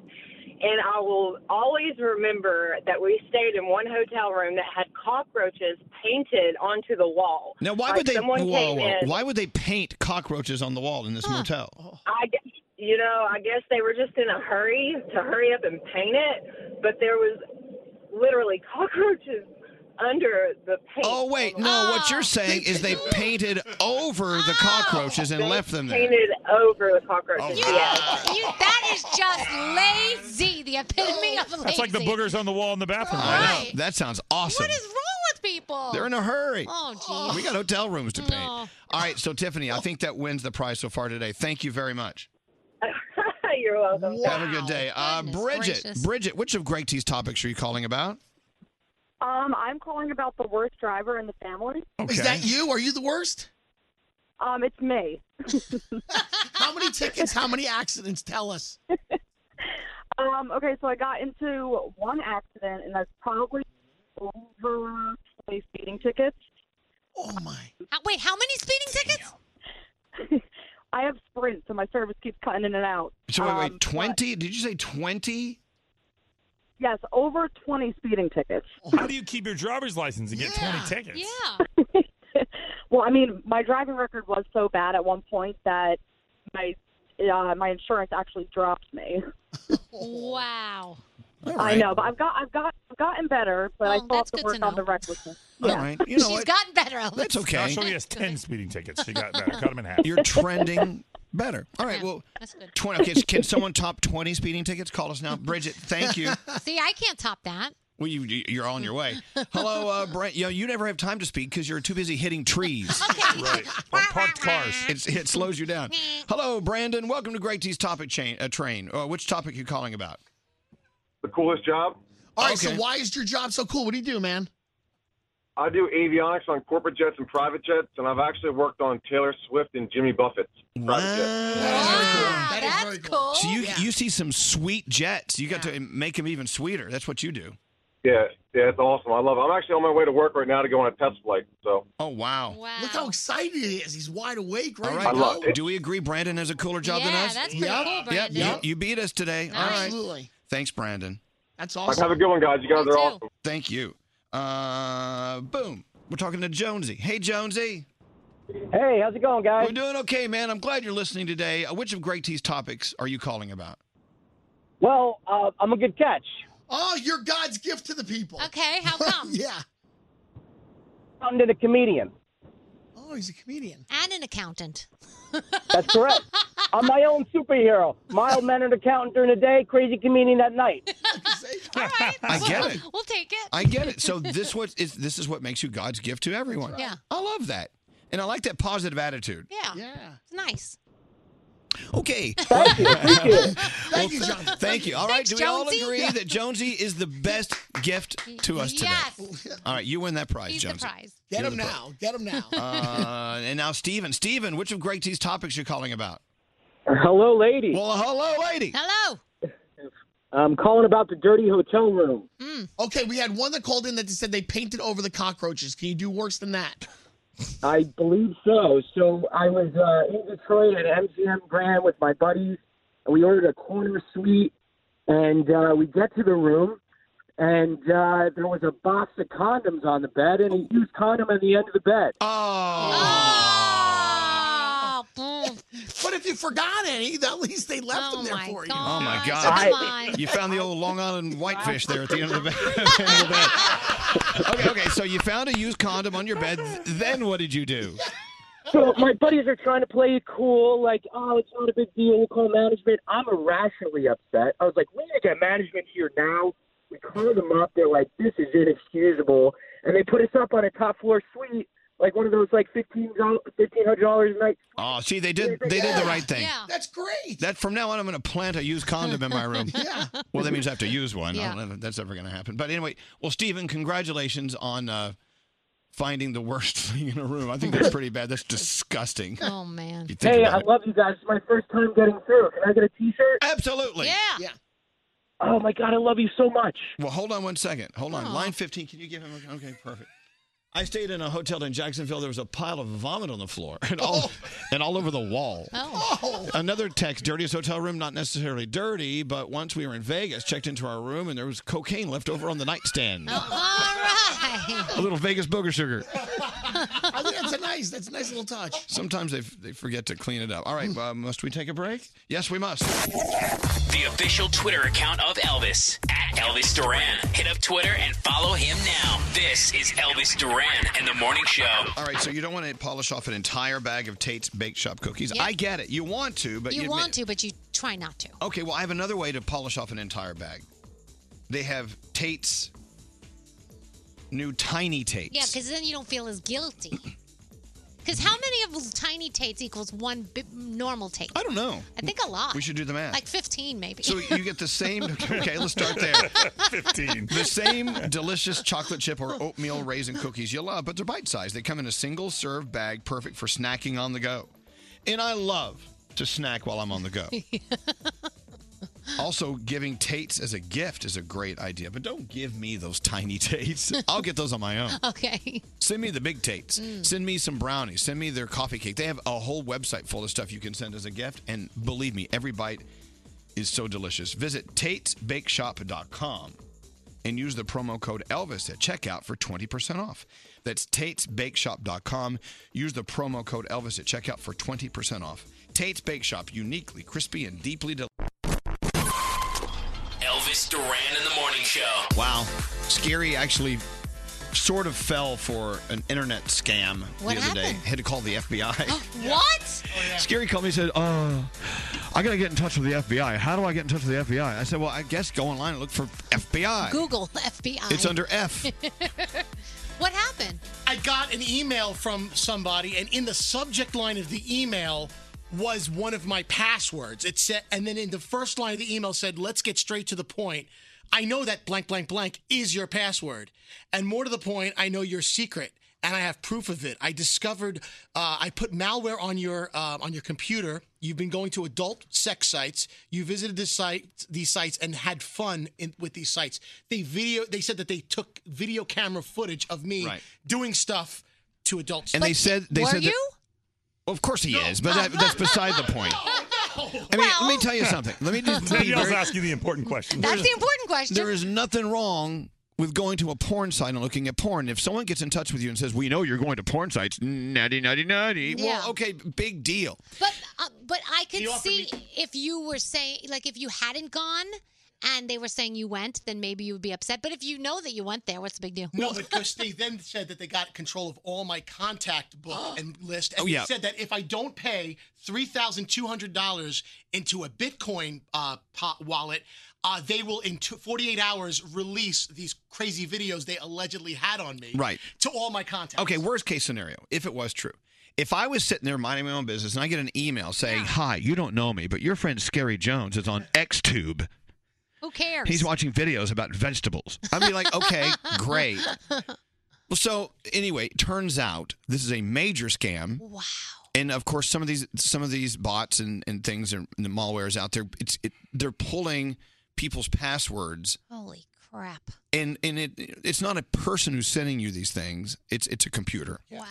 Speaker 18: And I will always remember that we stayed in one hotel room that had cockroaches painted onto the wall.
Speaker 1: Now, why
Speaker 18: Like,
Speaker 1: would they?
Speaker 18: Someone
Speaker 1: Whoa, whoa,
Speaker 18: came
Speaker 1: whoa.
Speaker 18: in.
Speaker 1: Why would they paint cockroaches on the wall in this motel?
Speaker 18: I, gu- you know, I guess they were just in a hurry to hurry up and paint it, but there was literally cockroaches under the paint.
Speaker 1: Oh wait, no. What you're saying is they painted over the cockroaches and left them there.
Speaker 18: painted over the cockroaches.
Speaker 1: Oh,
Speaker 18: yes.
Speaker 6: You, that is just lazy. The epitome of lazy.
Speaker 9: That's like the boogers on the wall in the bathroom.
Speaker 1: I know. That sounds awesome.
Speaker 6: What is wrong with people?
Speaker 1: They're in a hurry.
Speaker 6: Oh, geez.
Speaker 1: (laughs) We got hotel rooms to paint.
Speaker 6: No.
Speaker 1: All right, so Tiffany, I think that wins the prize so far today. Thank you very
Speaker 20: (laughs)
Speaker 1: much.
Speaker 18: You're welcome.
Speaker 1: Have a good day. Uh, Bridget,
Speaker 18: gracious.
Speaker 1: Bridget, which of Greg T's topics are you calling about?
Speaker 20: Um, I'm calling about the worst driver in the family.
Speaker 1: Is that
Speaker 5: you? Are you the worst?
Speaker 20: Um, it's me. (laughs)
Speaker 5: How many tickets? How many accidents? Tell us.
Speaker 20: Um, okay, so I got into one accident, and that's probably over 20 speeding tickets.
Speaker 5: Oh my!
Speaker 6: How- Wait, how many speeding tickets?
Speaker 20: I have Sprint, so my service keeps cutting in and out.
Speaker 1: So wait,
Speaker 20: Um,
Speaker 1: wait, twenty? Did you say twenty?
Speaker 20: yes, over 20 speeding tickets.
Speaker 9: How do you keep your driver's license and get 20 tickets?
Speaker 6: Yeah.
Speaker 20: Well, I mean, my driving record was so bad at one point that my uh, my insurance actually dropped me.
Speaker 6: Wow.
Speaker 20: I know, but I've got I've got I've gotten better, but
Speaker 6: Oh,
Speaker 20: I still have to work on the recklessness.
Speaker 1: All right. You know
Speaker 6: She's
Speaker 1: what?
Speaker 6: gotten better. Elvis.
Speaker 1: That's okay.
Speaker 9: Now show me has 10 speeding tickets. She got better. Cut them in half.
Speaker 1: You're trending better. All right. Well,
Speaker 6: That's good.
Speaker 1: twenty. Okay, can someone top twenty speeding tickets? Call us now, Bridget. Thank you.
Speaker 6: (laughs) See, I can't top that.
Speaker 1: Well, you, you- you're on your way.
Speaker 5: (laughs)
Speaker 1: Hello, uh, Brent. You know, you never have time to speak because you're too busy hitting
Speaker 5: (laughs)
Speaker 1: trees.
Speaker 9: right. Or parked cars.
Speaker 1: It's, it slows you down. Hello, Brandon. Welcome to Great T's topic chain, uh, train. Uh, which topic are you calling about?
Speaker 21: The coolest job.
Speaker 5: All right.
Speaker 1: Okay.
Speaker 5: So why is your job so cool? What do you do, man?
Speaker 21: I do avionics on corporate jets and private jets, and I've actually worked on Taylor Swift and Jimmy Buffett's private jets.
Speaker 6: Ah,
Speaker 5: that's cool.
Speaker 1: So you you see some sweet jets. You got to make them even sweeter. That's what you do.
Speaker 21: Yeah, yeah, it's awesome. I love it. I'm actually on my way to work right now to go on a test flight. So
Speaker 1: Oh wow!
Speaker 5: Look how excited he is. He's wide awake right
Speaker 1: All
Speaker 5: now.
Speaker 1: right.
Speaker 21: love it.
Speaker 1: Do we agree Brandon has a cooler job than
Speaker 5: Yeah,
Speaker 1: us?
Speaker 5: that's pretty Yep. cool,
Speaker 1: Yep.
Speaker 5: Brandon.
Speaker 1: You-
Speaker 5: Yep.
Speaker 1: You, beat us today. All right.
Speaker 5: Absolutely.
Speaker 1: Thanks, Brandon.
Speaker 5: That's
Speaker 21: Have a good one, guys. You guys are awesome.
Speaker 1: Thank you. Uh, boom. We're talking to Jonesy. Hey, Jonesy.
Speaker 29: Hey, how's it going, guys?
Speaker 1: We're doing okay, man. I'm glad you're listening today. Uh, Which of Great T's topics are you calling about?
Speaker 29: Well, uh, I'm a good catch.
Speaker 5: Oh, you're God's gift to the people.
Speaker 6: Okay,
Speaker 5: (laughs)
Speaker 6: how come?
Speaker 5: yeah.
Speaker 29: I'm a comedian.
Speaker 5: Oh, he's a comedian.
Speaker 6: And
Speaker 1: (laughs)
Speaker 6: an accountant.
Speaker 29: That's correct. I'm my own superhero. Mild mannered accountant during the day, crazy comedian at night.
Speaker 1: I get it.
Speaker 6: We'll take it.
Speaker 1: I get it. So this what is this is what makes you God's gift to everyone.
Speaker 6: right. Yeah.
Speaker 1: I love that, and I like that positive attitude.
Speaker 6: Yeah. Yeah. It's nice.
Speaker 1: Okay.
Speaker 29: (laughs)
Speaker 1: (laughs)
Speaker 29: Thank you. Thank you.
Speaker 1: Thank you, Jonesy. Thank you. All right.
Speaker 6: Thanks,
Speaker 1: Do we all
Speaker 6: Jonesy.
Speaker 1: agree that Jonesy is the best gift to us today?
Speaker 6: Yes.
Speaker 1: All right. You win that prize,
Speaker 6: He's
Speaker 1: Jonesy.
Speaker 6: the prize.
Speaker 1: Get
Speaker 5: Get him now. Get him now.
Speaker 1: (laughs) uh, and now Steven. Steven, which of Great T's topics you calling about?
Speaker 29: Hello, lady.
Speaker 1: Well, hello, lady.
Speaker 6: Hello.
Speaker 29: I'm calling about the dirty hotel room.
Speaker 6: Mm.
Speaker 5: Okay, we had one that called in that said they painted over the cockroaches. Can you do worse than
Speaker 6: (laughs)
Speaker 5: that?
Speaker 29: I believe so. So I was uh, in Detroit at MGM Grand with my buddies, and we ordered a corner suite. And uh, we get to the room, and uh, there was a box of condoms on the bed, and a used condom at the end of the bed.
Speaker 1: Oh.
Speaker 6: Oh,
Speaker 5: (laughs) But if you forgot any, at least they left them there for you.
Speaker 1: Oh my
Speaker 5: Guys,
Speaker 1: God!
Speaker 5: come on.
Speaker 1: You found the old Long Island whitefish there at the end of the (laughs) bed. end of the bed. Okay, okay. So you found a used condom on your bed. Then what did you do?
Speaker 29: So my buddies are trying to play it cool, like, oh, it's not a big deal. We'll call management. I'm irrationally upset. I was like, we need to get management here now. We call them up. They're like, this is inexcusable, and they put us up on a top floor suite, like one of those like fifteen hundred dollars a night.
Speaker 1: Oh, see, they did. They did the right thing.
Speaker 5: That's great.
Speaker 1: That from now on, I'm going to plant a used condom in my
Speaker 5: (laughs)
Speaker 1: room. yeah. Well, that means I have to use one. I
Speaker 5: Yeah.
Speaker 1: don't know if that's ever going to happen. But anyway, well, Stephen, congratulations on uh, finding the worst (laughs) thing in a room. I think that's pretty bad. That's
Speaker 5: (laughs)
Speaker 1: disgusting.
Speaker 6: Oh man.
Speaker 1: You think
Speaker 29: Hey,
Speaker 1: about
Speaker 29: I
Speaker 1: it.
Speaker 29: love you guys. It's my first time getting through. Can I get a T-shirt?
Speaker 1: Absolutely.
Speaker 5: Yeah.
Speaker 29: Oh my God, I love you so much.
Speaker 1: Well, hold on one second. Hold on. Line 15. Can you give him? A, okay, perfect. I stayed in a hotel in Jacksonville. There was a pile of vomit on the floor (laughs) and all and all over the
Speaker 6: (laughs)
Speaker 1: wall.
Speaker 6: Oh.
Speaker 1: Another text, dirtiest hotel room, not necessarily dirty, but once we were in Vegas, checked into our room and there was cocaine left over on the nightstand.
Speaker 6: Uh-huh. Oh.
Speaker 1: A little Vegas booger sugar.
Speaker 5: (laughs) I think that's a nice. That's a nice little touch.
Speaker 1: Sometimes they, they forget to clean it up. All
Speaker 6: Hmm.
Speaker 1: right, uh, must we take a break? Yes, we must.
Speaker 8: The official Twitter account of Elvis, at Elvis Duran. Hit up Twitter and follow him now. This is Elvis Duran and the Morning Show.
Speaker 1: All right, so you don't want to polish off an entire bag of Tate's Bake Shop cookies.
Speaker 6: Yeah.
Speaker 1: I get it. You want to, but
Speaker 6: you
Speaker 1: admit-
Speaker 6: want to, but you try not to.
Speaker 1: Okay, well, I have another way to polish off an entire bag. They have Tate's new tiny Tate's.
Speaker 6: Yeah, because then you don't feel as guilty. (clears throat) Because how many of tiny tates equals one bi- normal tate?
Speaker 1: I don't know.
Speaker 6: I think a lot.
Speaker 1: We should do the math.
Speaker 6: Like 15, maybe.
Speaker 1: so
Speaker 6: (laughs)
Speaker 1: you get the same. Okay, let's start there.
Speaker 9: 15.
Speaker 1: The same delicious chocolate chip or oatmeal raisin cookies you love, but they're bite sized. They come in a single serve bag, perfect for snacking on the go. And I love to snack while I'm on the go. Also, giving Tates as a gift is a great idea, but don't give me those tiny Tates. I'll get those on my own. (laughs)
Speaker 6: okay.
Speaker 1: Send me the big tates.
Speaker 6: Mm.
Speaker 1: Send me some brownies. Send me their coffee cake. They have a whole website full of stuff you can send as a gift. And believe me, every bite is so delicious. Visit tatesbakeshop.com and use the promo code Elvis at checkout for 20% off. That's tatesbakeshop.com. Use the promo code Elvis at checkout for 20% off. Tate's Bake Shop, uniquely crispy and deeply delicious.
Speaker 8: Elvis Duran and the Morning Show.
Speaker 1: Wow. Scary actually sort of fell for an internet scam
Speaker 8: What
Speaker 1: the other
Speaker 8: happened?
Speaker 1: day. Had to call the FBI.
Speaker 30: Oh,
Speaker 12: Oh.
Speaker 6: What?
Speaker 1: (laughs) Scary called me and said, uh, I got to get in touch with the FBI. How do I get in touch with the FBI? I said, well, I guess go online and look for FBI.
Speaker 6: Google FBI.
Speaker 1: It's under F.
Speaker 6: (laughs) what happened?
Speaker 5: I got an email from somebody, and in the subject line of the email was one of my passwords. It said, and then in the first line of the email said, "Let's get straight to the point. I know that blank, blank, blank is your password, and more to the point, I know your secret." And I have proof of it. I discovered uh, I put malware on your uh, on your computer. You've been going to adult sex sites. You visited this site, these sites, and had fun in, with these sites. They video. They said that they took video camera footage of me
Speaker 1: Right.
Speaker 5: doing stuff to adults.
Speaker 1: And they said, they said, that-
Speaker 5: (laughs)
Speaker 1: Well, of course he is, but that, that's beside the point. I mean, let
Speaker 9: (laughs)
Speaker 1: me tell you something. Let me just be
Speaker 9: Maybe I was
Speaker 1: very-
Speaker 9: asking the important question.
Speaker 1: There's-
Speaker 6: important question.
Speaker 1: There is nothing wrong with going to a porn site and looking at porn. If someone gets in touch with you and says, "We know you're going to porn sites," natty, natty, natty.
Speaker 6: Yeah.
Speaker 1: Well, okay, big deal.
Speaker 6: But uh, but I could see if you were saying like if you hadn't gone and they were saying you went, then maybe you would be upset. But if you know that you went there, what's the big deal?
Speaker 5: No, because they then said that they got control of all my
Speaker 1: (gasps)
Speaker 5: contact book and list, and
Speaker 1: Oh,
Speaker 5: they
Speaker 1: yeah.
Speaker 5: said that if I don't pay three thousand two hundred dollars into a Bitcoin uh, pot wallet, uh, they will in two, forty-eight hours release these crazy videos they allegedly had on me,
Speaker 1: Right.
Speaker 5: to all my contacts.
Speaker 1: Okay, worst case scenario, if it was true. If I was sitting there minding my own business and I get an email saying, Hi, you don't know me, but your friend Scary Jones is on XTube.
Speaker 6: Who cares?
Speaker 1: He's watching videos about vegetables. I'd be like, Okay, great. Well, so anyway, it turns out this is a major scam. Wow. And of course, some of these some of these bots and, and things and the malware is out there. It's it, they're pulling people's passwords
Speaker 6: Holy crap!
Speaker 1: and and it it's not a person who's sending you these things. It's it's a computer.
Speaker 6: Wow.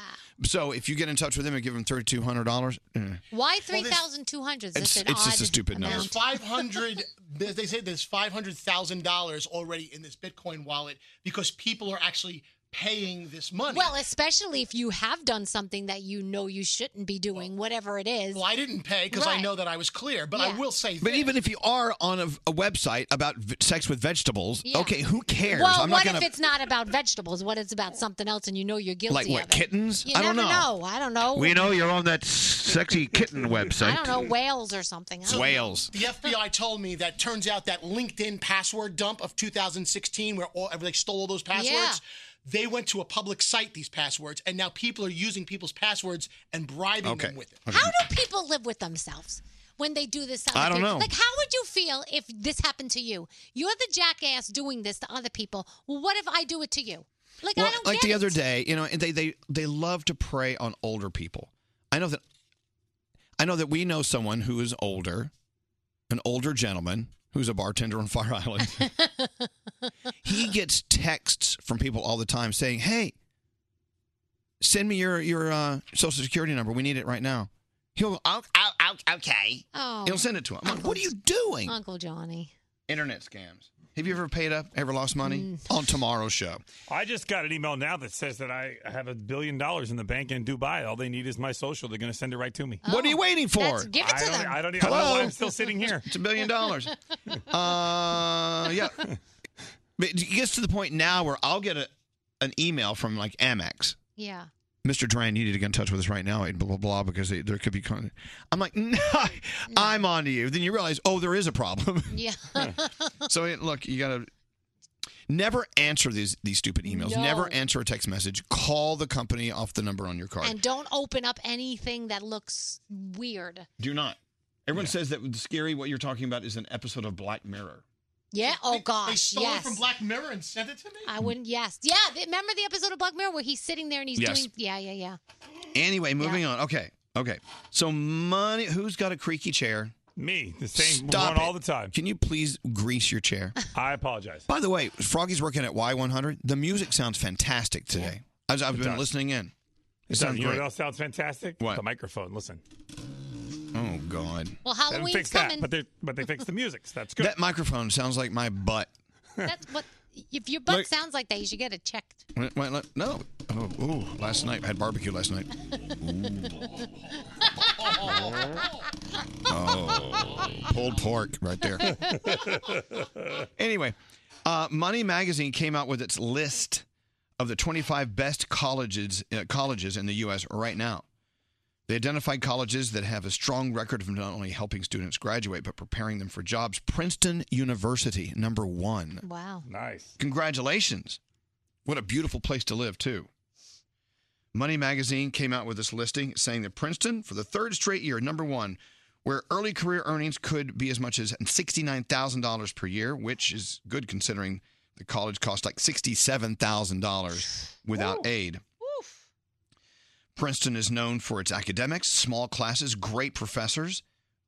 Speaker 1: So if you get in touch with them and give them thirty two hundred dollars, eh.
Speaker 6: Why three thousand two hundred?
Speaker 1: It's- it's just a stupid number.
Speaker 5: There's five
Speaker 6: (laughs)
Speaker 5: hundred. they say there's five hundred thousand dollars already in this Bitcoin wallet because people are actually paying this money.
Speaker 6: Well, especially if you have done something that you know you shouldn't be doing, whatever it is. Well,
Speaker 5: I didn't pay because I know that I was clear, but I will say
Speaker 1: but even if you are on a, a website about v- sex with vegetables,
Speaker 6: Yeah.
Speaker 1: okay, who cares?
Speaker 6: Well,
Speaker 1: I'm
Speaker 6: what
Speaker 1: not gonna
Speaker 6: if it's not about vegetables? What it's about something else, and you know you're guilty
Speaker 1: like what
Speaker 6: of it.
Speaker 1: kittens.
Speaker 6: You
Speaker 1: I
Speaker 6: never
Speaker 1: don't know.
Speaker 6: I don't know.
Speaker 1: We know you're on that sexy kitten website.
Speaker 6: (laughs) I don't know whales or something. I don't know.
Speaker 1: Whales.
Speaker 5: The FBI told me that turns out that LinkedIn password dump of 2016, where all, they stole all those passwords,
Speaker 6: Yeah.
Speaker 5: they went to a public site, these passwords, and now people are using people's passwords and bribing
Speaker 1: Okay.
Speaker 5: them with it.
Speaker 6: How do people live with themselves when they do this?
Speaker 5: I don't
Speaker 6: solitary-
Speaker 5: know.
Speaker 6: Like, how would you feel if this happened to you? You're the jackass doing this to other people. Well, what if I do it to you? Like, I
Speaker 1: Well,
Speaker 6: don't
Speaker 1: like
Speaker 6: get
Speaker 1: the
Speaker 6: it.
Speaker 1: other day, you know, and they they they love to prey on older people. I know that. I know that we know someone who is older, an older gentleman who's a bartender on Fire
Speaker 6: (laughs)
Speaker 1: Island. he gets texts from people all the time saying, "Hey, send me your your uh, social security number. We need it right now." He'll go, "Oh, oh, oh, okay."
Speaker 6: Oh.
Speaker 1: He'll send it to him. I'm like, "What are you doing?"
Speaker 6: Uncle Johnny.
Speaker 1: Internet scams. Have you ever paid up? Ever lost money
Speaker 6: mm.
Speaker 1: on tomorrow's show?
Speaker 9: I just got an email now that says that I have a billion dollars in the bank in Dubai. All they need is my social. They're going to send it right to me.
Speaker 1: What are you waiting for?
Speaker 9: I don't, e- I don't, I don't know why I'm still sitting here.
Speaker 1: It's a billion
Speaker 30: (laughs)
Speaker 12: (laughs)
Speaker 1: dollars. Uh, yeah. But it gets to the point now where I'll get a, an email from like Amex.
Speaker 6: Yeah.
Speaker 1: Mr. Duran, you need to get in touch with us right now, and blah, blah, blah, because they, there could be. Con- I'm like, (laughs) no, I'm on to you. Then you realize, oh, there is a problem. (laughs)
Speaker 5: (laughs)
Speaker 6: Yeah.
Speaker 1: so, it- look, you got to never answer these, these stupid emails.
Speaker 6: No.
Speaker 1: Never answer a text message. Call the company off the number on your card.
Speaker 6: (laughs) And don't open up anything that looks weird.
Speaker 1: Do not. Everyone says that scary what you're talking about is an episode of Black Mirror.
Speaker 6: Yeah. Oh gosh.
Speaker 5: They stole
Speaker 6: yes.
Speaker 5: it from Black Mirror and sent it to me?
Speaker 6: I wouldn't. Yes. Yeah. th- Remember the episode of Black Mirror where he's sitting there and he's
Speaker 1: Yes.
Speaker 6: doing. Yeah. Yeah.
Speaker 5: (laughs)
Speaker 6: Yeah.
Speaker 1: Anyway, moving on. Okay. Okay. So money who's got a creaky chair?
Speaker 9: Me. The same
Speaker 1: Stop
Speaker 9: one all
Speaker 1: it.
Speaker 9: the time.
Speaker 1: Can you please grease your
Speaker 9: (laughs)
Speaker 1: chair?
Speaker 9: I apologize.
Speaker 1: By the way, Froggy's working at Y100. The music sounds fantastic today. I've, I've
Speaker 9: It
Speaker 1: been
Speaker 9: does.
Speaker 1: listening in. It
Speaker 9: It
Speaker 1: sounds
Speaker 9: sounds, you know
Speaker 1: great.
Speaker 9: what else sounds fantastic?
Speaker 1: What?
Speaker 9: The microphone. Listen.
Speaker 1: Oh God.
Speaker 6: Well,
Speaker 9: They haven't
Speaker 6: Halloween's
Speaker 9: fixed That,
Speaker 6: coming.
Speaker 9: but they but they fixed the (laughs) music. So that's good.
Speaker 1: That microphone sounds like my butt.
Speaker 6: That's what. If your butt
Speaker 1: Like-
Speaker 6: sounds like that, you should get
Speaker 5: (laughs)
Speaker 6: it checked.
Speaker 1: Wait, wait, let- no. Oh, ooh, last night I had barbecue last
Speaker 6: (laughs)
Speaker 1: night. Oh, pulled pork right there. anyway, uh, Money Magazine came out with its list of the 25 best colleges uh, colleges in the U.S. right now. They identified colleges that have a strong record of not only helping students graduate but preparing them for jobs. Princeton University, number one.
Speaker 6: Wow.
Speaker 9: Nice.
Speaker 1: Congratulations. What a beautiful place to live, too. Money Magazine came out with this listing saying that Princeton, for the third straight year, number one, where early career earnings could be as much as $69,000 per year, which is good considering the college cost like $67,000 without aid. Princeton is known for its academics, small classes, great professors.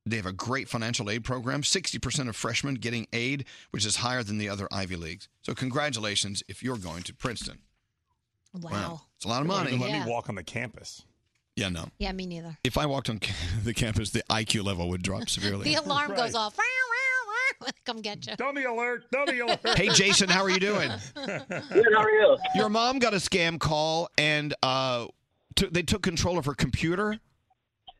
Speaker 1: They have a great financial aid program. 60% of freshmen getting aid, which is higher than the other Ivy Leagues. So, congratulations if you're going to Princeton.
Speaker 6: Wow.
Speaker 1: It's a lot of
Speaker 9: They won't
Speaker 1: money.
Speaker 9: even Let
Speaker 6: Yeah.
Speaker 9: me walk on the campus.
Speaker 1: Yeah, no.
Speaker 6: Yeah. Me neither.
Speaker 1: (laughs) If I walked on ca- the campus, the IQ level would drop severely.
Speaker 6: The alarm goes off. (laughs) Come get you.
Speaker 30: Dummy alert.
Speaker 6: (laughs)
Speaker 30: Dummy alert.
Speaker 1: Hey, Jason, how are you doing?
Speaker 31: how are you?
Speaker 1: Your mom got a scam call, and uh, t- they took control of her computer.
Speaker 31: (laughs)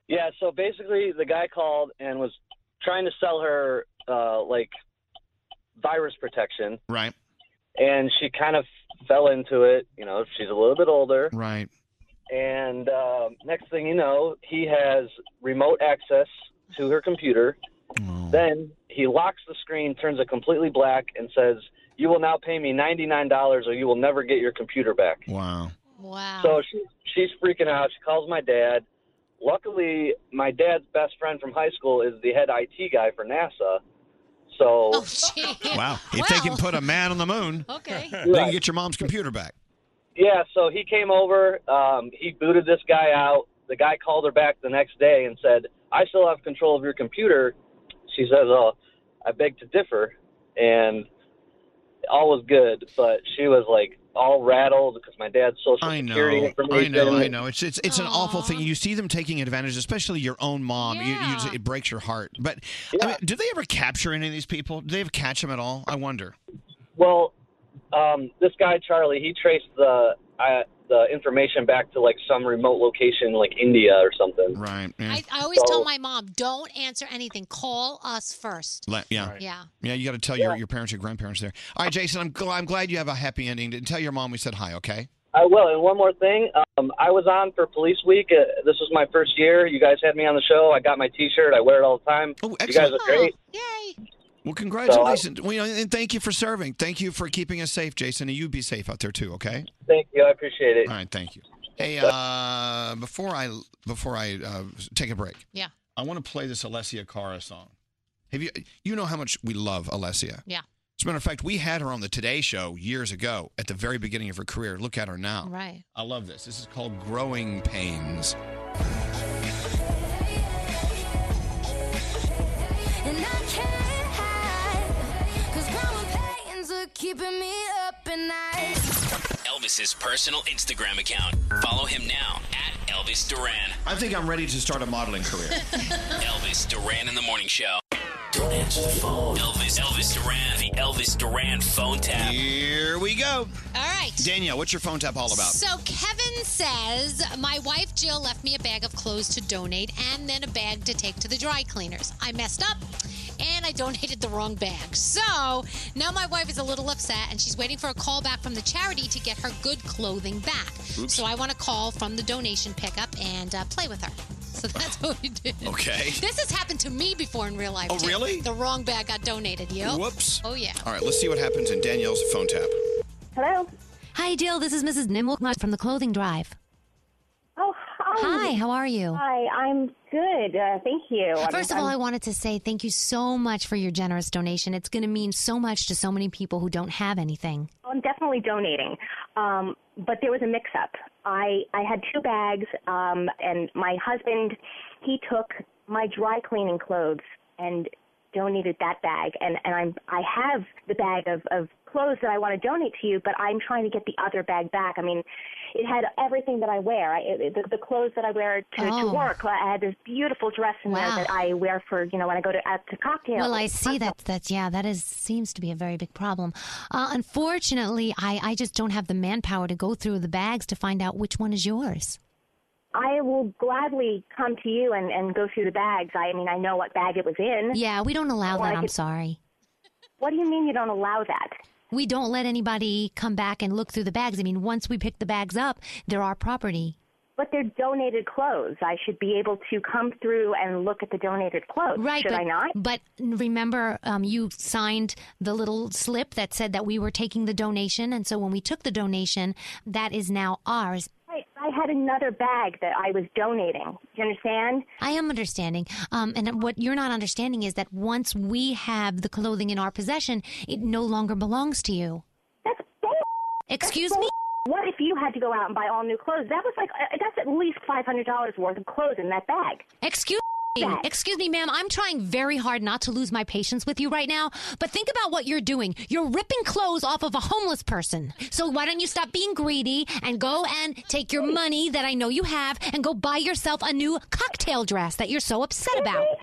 Speaker 31: Yeah, so basically, the guy called and was trying to sell her uh, like virus protection,
Speaker 1: Right.
Speaker 31: and she kind of fell into it. You know, she's a little bit older,
Speaker 1: Right.
Speaker 31: and um, next thing you know, he has remote access to her computer. Then he locks the screen, turns it completely black, and says, "You will now pay me ninety nine dollars, or you will never get your computer back."
Speaker 1: Wow.
Speaker 6: Wow.
Speaker 31: So she, she's freaking out. She calls my dad. Luckily, my dad's best friend from high school is the head IT guy for NASA. So
Speaker 1: Wow. If they can put a man on the moon,
Speaker 6: (laughs) okay,
Speaker 1: they can get your mom's computer back.
Speaker 31: yeah, so he came over. Um, he booted this guy out. The guy called her back the next day and said, "I still have control of your computer." She says, "Oh, I beg to differ," and all was good, but she was like all rattled because my dad's social
Speaker 1: I
Speaker 31: security
Speaker 1: know, I
Speaker 31: information.
Speaker 1: know, I know. It's it's it's an awful thing. You see them taking advantage, especially your own mom. You- you just- it breaks your heart. But I mean, do they ever capture any of these people? Do they ever catch them at all? I wonder.
Speaker 31: Well, um, this guy Charlie, he traced the uh, the information back to like some remote location, like India or something.
Speaker 1: Right.
Speaker 6: I, I always tell my mom, don't answer anything. Call us first.
Speaker 1: Le- yeah.
Speaker 6: Yeah.
Speaker 1: Yeah, you got to tell your, your parents, your grandparents there. All right, Jason, I'm, gl- I'm glad you have a happy ending. And tell your mom we said hi, okay?
Speaker 31: I will. And one more thing, um, I was on for Police Week. Uh, this was my first year. You guys had me on the show. I got my T-shirt. I wear it all the time. you guys
Speaker 1: Oh, excellent.
Speaker 31: are great.
Speaker 1: Well, congratulations. We, and thank you for serving. Thank you for keeping us safe, Jason. And you be safe out there, too, okay?
Speaker 31: Thank you. I appreciate it.
Speaker 1: All right, thank you. Hey, uh, before I before I uh, take a break,
Speaker 6: (laughs) Yeah.
Speaker 1: I want to play this Alessia Cara song. Have you you know how much we love Alessia?
Speaker 6: Yeah.
Speaker 1: As a matter of fact, we had her on the Today Show years ago at the very beginning of her career. Look at her now.
Speaker 6: Right.
Speaker 1: I love this. This is called Growing Pains.
Speaker 12: And I can't hide, cause growing pains are keeping me up at night.
Speaker 8: Elvis's personal Instagram account. Follow him now at Elvis Duran.
Speaker 1: I think I'm ready to start a modeling
Speaker 6: (laughs)
Speaker 1: career.
Speaker 8: Elvis Duran in the morning show. Don't answer the phone. Elvis, Elvis Duran, the Elvis Duran phone tap.
Speaker 1: Here we go.
Speaker 6: All right.
Speaker 1: Danielle, what's your phone tap all about?
Speaker 6: So Kevin says, My wife Jill left me a bag of clothes to donate and then a bag to take to the dry cleaners. I messed up and I donated the wrong bag. So now my wife is a little upset and she's waiting for a call back from the charity to get her good clothing back.
Speaker 1: Oops.
Speaker 6: So I want to call from the donation pickup and uh, play with her. So that's what we did.
Speaker 1: Okay.
Speaker 6: This has happened to me before in real life.
Speaker 1: Oh,
Speaker 6: too.
Speaker 1: really?
Speaker 6: The wrong bag got donated. Yep.
Speaker 1: Whoops.
Speaker 6: Oh, yeah.
Speaker 1: all right, let's see what happens in Danielle's phone tap.
Speaker 14: Hello. Hi, Jill. This is Mrs. Nimwilkmott from the Clothing Drive. Oh, hi.
Speaker 6: Hi, how are you?
Speaker 14: Oh, Hi, I'm good. Uh, thank you. I'm-
Speaker 6: 1st of all,
Speaker 14: I'm-
Speaker 6: I wanted to say thank you so much for your generous donation. It's going to mean so much to so many people who don't have anything.
Speaker 14: I'm definitely donating, um, but there was a mix-up. I I had two bags, um, and my husband he took my dry cleaning clothes and donated that bag, and and I'm I have the bag of of clothes that I want to donate to you, but I'm trying to get the other bag back. I mean, it had everything that I wear. I, it, the, the clothes that I wear to,
Speaker 6: Oh.
Speaker 14: to work. I had this beautiful dress in
Speaker 6: Wow.
Speaker 14: there that I wear for you know when I go to at to cocktails.
Speaker 6: Well, I see that. That yeah, that is seems to be a very big problem. Uh, unfortunately, I I just don't have the manpower to go through the bags to find out which one is yours.
Speaker 14: I will gladly come to you and, and go through the bags. I mean, I know what bag it was in.
Speaker 6: Yeah, we don't allow
Speaker 14: Or I
Speaker 6: that. I'm
Speaker 14: could-
Speaker 6: sorry.
Speaker 14: What do you mean you don't allow that?
Speaker 6: We don't let anybody come back and look through the bags. I mean, once we pick the bags up, they're our property.
Speaker 14: But they're donated clothes. I should be able to come through and look at the donated clothes.
Speaker 6: Right,
Speaker 14: Should
Speaker 6: but,
Speaker 14: I not?
Speaker 6: But remember, um, you signed the little slip that said that we were taking the donation, and so when we took the donation, that is now ours.
Speaker 14: I, I had another bag that I was donating. Do you understand?
Speaker 6: I am understanding, um, and what you're not understanding is that once we have the clothing in our possession, it no longer belongs to you. Excuse me?
Speaker 14: What if you had to go out and buy all new clothes? That was like, uh, that's at least $500 worth of clothes in that bag.
Speaker 6: Excuse me. Excuse me, ma'am. I'm trying very hard not to lose my patience with you right now, but think about what you're doing. You're ripping clothes off of a homeless person. So why don't you stop being greedy and go and take your money that I know you have and go buy yourself a new cocktail dress that you're so upset about?
Speaker 18: (laughs)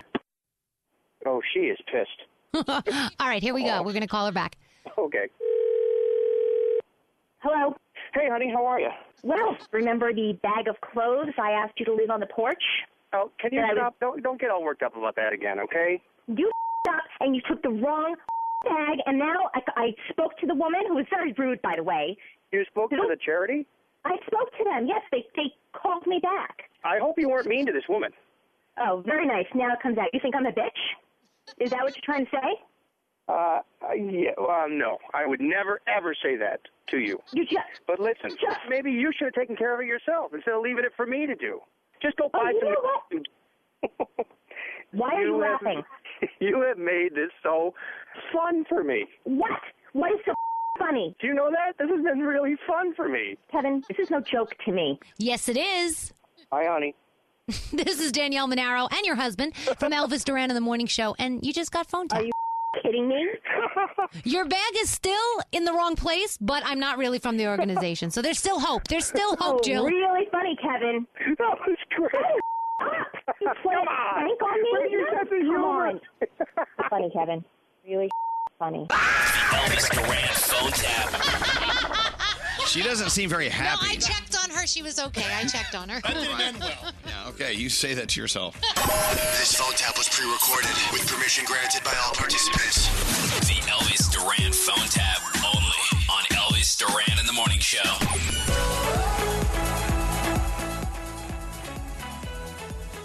Speaker 11: Oh, she is pissed.
Speaker 6: (laughs) All right, here we go. We're going to call her back.
Speaker 11: Okay.
Speaker 2: Hello.
Speaker 11: Hey, honey, how are you?
Speaker 2: Well, remember the bag of clothes I asked you to leave on the porch?
Speaker 11: Oh, Can you
Speaker 2: that I was-
Speaker 11: stop? Don't don't get all worked up about that again, okay?
Speaker 2: you up and you took the wrong bag, and now I, I spoke to the woman who was very rude, by the way.
Speaker 11: You spoke to the charity?
Speaker 2: I spoke to them. Yes, they they called me back.
Speaker 11: I hope you weren't mean to this woman.
Speaker 2: Oh, very nice. Now it comes out. You think I'm a bitch? Is that what you're trying to say?
Speaker 11: Uh, I- yeah, uh, no, I would never ever say that to you.
Speaker 2: You just.
Speaker 11: But listen, maybe you should have taken care of it yourself instead of leaving it for me to do. Just go buy
Speaker 2: Oh, you
Speaker 11: some.
Speaker 2: know
Speaker 11: (laughs)
Speaker 2: Why are you
Speaker 11: have-
Speaker 2: laughing?
Speaker 11: (laughs) you have made this so fun for me.
Speaker 2: What? What is so funny?
Speaker 11: Do you know that? This has been really fun for me.
Speaker 2: Kevin, this is no joke to me.
Speaker 6: Yes, it is.
Speaker 11: Hi, honey.
Speaker 6: (laughs) This is Danielle Monaro and your husband from Elvis Duran in the Morning Show, and you just got phone tapped. Are you
Speaker 2: (laughs) kidding me?
Speaker 6: (laughs) your bag is still in the wrong place, but I'm not really from the organization, so there's still hope. There's still hope,
Speaker 2: oh,
Speaker 6: Jill.
Speaker 2: Really funny, Kevin.
Speaker 11: (laughs) That was great.
Speaker 2: Come on. Prank on me?
Speaker 11: Where's your
Speaker 2: No,
Speaker 11: sense of
Speaker 2: Come
Speaker 11: humor?
Speaker 2: on. funny, Kevin.
Speaker 11: (laughs)
Speaker 2: Really funny.
Speaker 8: Elvis Duran phone tap.
Speaker 1: She doesn't seem very happy.
Speaker 6: I checked on her. She was okay. I checked on her.
Speaker 1: Yeah, okay, you say that to yourself.
Speaker 19: This phone tap was pre-recorded with permission granted by all participants.
Speaker 8: The Elvis Duran phone tap only on Elvis Duran in the Morning Show.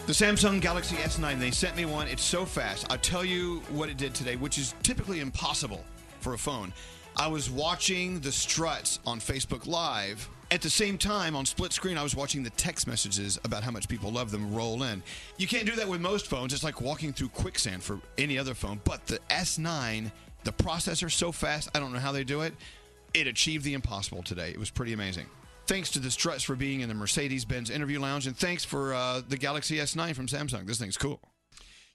Speaker 1: The Samsung Galaxy S9, they sent me one. It's so fast. I'll tell you what it did today, which is typically impossible for a phone. I was watching the struts on Facebook Live. At the same time, on split screen, I was watching the text messages about how much people love them roll in. You can't do that with most phones. It's like walking through quicksand for any other phone. But the S9, the processor's so fast, I don't know how they do it. It achieved the impossible today. It was pretty amazing. Thanks to the Struts for being in the Mercedes Benz interview lounge, and thanks for uh, the Galaxy S9 from Samsung. This thing's cool.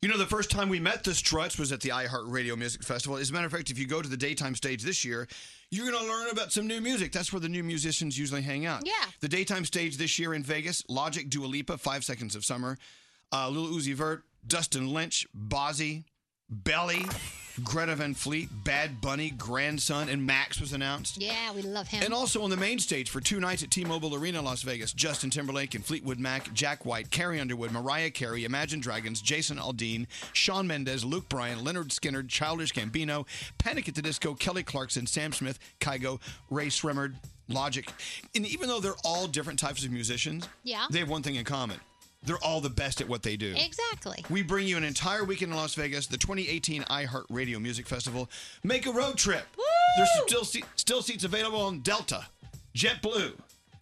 Speaker 1: You know, the first time we met the Struts was at the iHeartRadio Music Festival. As a matter of fact, if you go to the daytime stage this year, you're going to learn about some new music. That's where the new musicians usually hang out.
Speaker 22: Yeah.
Speaker 1: The daytime stage this year in Vegas Logic, Dua Lipa, Five Seconds of Summer, uh, Lil Uzi Vert, Dustin Lynch, Bozzy, Belly, Greta Van Fleet, Bad Bunny, Grandson, and Max was announced.
Speaker 6: (laughs) Yeah, we love him.
Speaker 1: And also on the main stage for two nights at T-Mobile Arena, Las Vegas, Justin Timberlake and Fleetwood Mac, Jack White, Carrie Underwood, Mariah Carey, Imagine Dragons, Jason Aldean, Sean Mendez, Luke Bryan, Leonard Skinner, Childish Gambino, Panic at the Disco, Kelly Clarkson, Sam Smith, Kygo, Ray Sremmerd, Logic. And even though they're all different types of musicians,
Speaker 6: Yeah.
Speaker 1: they have one thing in common. They're all the best at what they do.
Speaker 6: Exactly.
Speaker 1: We bring you an entire weekend in Las Vegas, the 2018 iHeartRadio Music Festival. Make a road trip. There's still se- still seats available on Delta, JetBlue,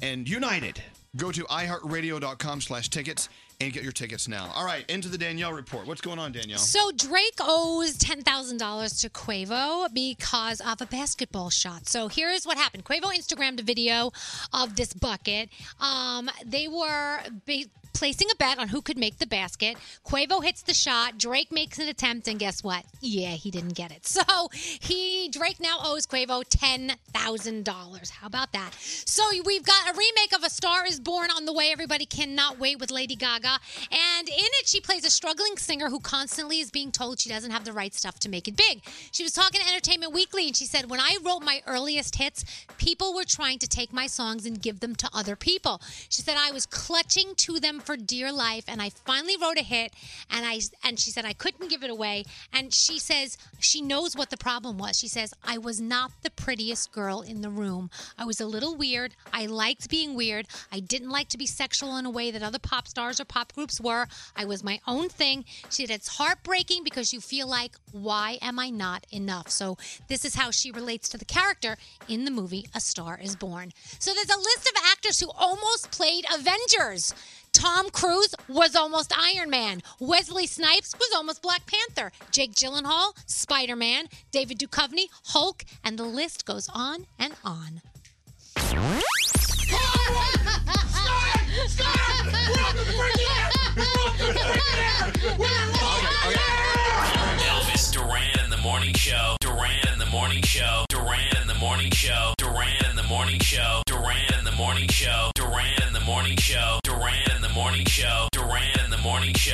Speaker 1: and United. Go to iHeartRadio.com slash tickets and get your tickets now. All right, into the Danielle report. What's going on, Danielle?
Speaker 6: So Drake owes ten thousand dollars to Quavo because of a basketball shot. So here is what happened: Quavo Instagrammed a video of this bucket. Um, they were. Ba- Placing a bet on who could make the basket. Quavo hits the shot. Drake makes an attempt, and guess what? Yeah, he didn't get it. (laughs) So he Drake now owes Quavo ten thousand dollars. How about that? So we've got a remake of A Star Is Born on the way. Everybody cannot wait with Lady Gaga, and in it she plays a struggling singer who constantly is being told she doesn't have the right stuff to make it big. She was talking to Entertainment Weekly, and she said, "When I wrote my earliest hits, people were trying to take my songs and give them to other people." She said, "I was clutching to them for dear life, and I finally wrote a hit, and I and she said I couldn't give it away, and she says she knows what the problem was. She says, I was not the prettiest girl in the room. I was a little weird. I liked being weird. I didn't like to be sexual in a way that other pop stars or pop groups were. I was my own thing. She said, It's heartbreaking because you feel like, why am I not enough? So, this is how she relates to the character in the movie A Star is Born. So, there's a list of actors who almost played Avengers. Tom Cruise was almost Iron Man. Wesley Snipes was almost Black Panther. Jake Gyllenhaal, Spider Man. David Duchovny, Hulk, and the list goes on and on.
Speaker 8: Elvis Duran in the Morning Show. Duran in the Morning Show. Duran in the Morning Show. Duran in the Morning Show. Duran in the Morning Show. Duran in the Morning Show. Duran in the Morning Show. Duran in the Morning Show.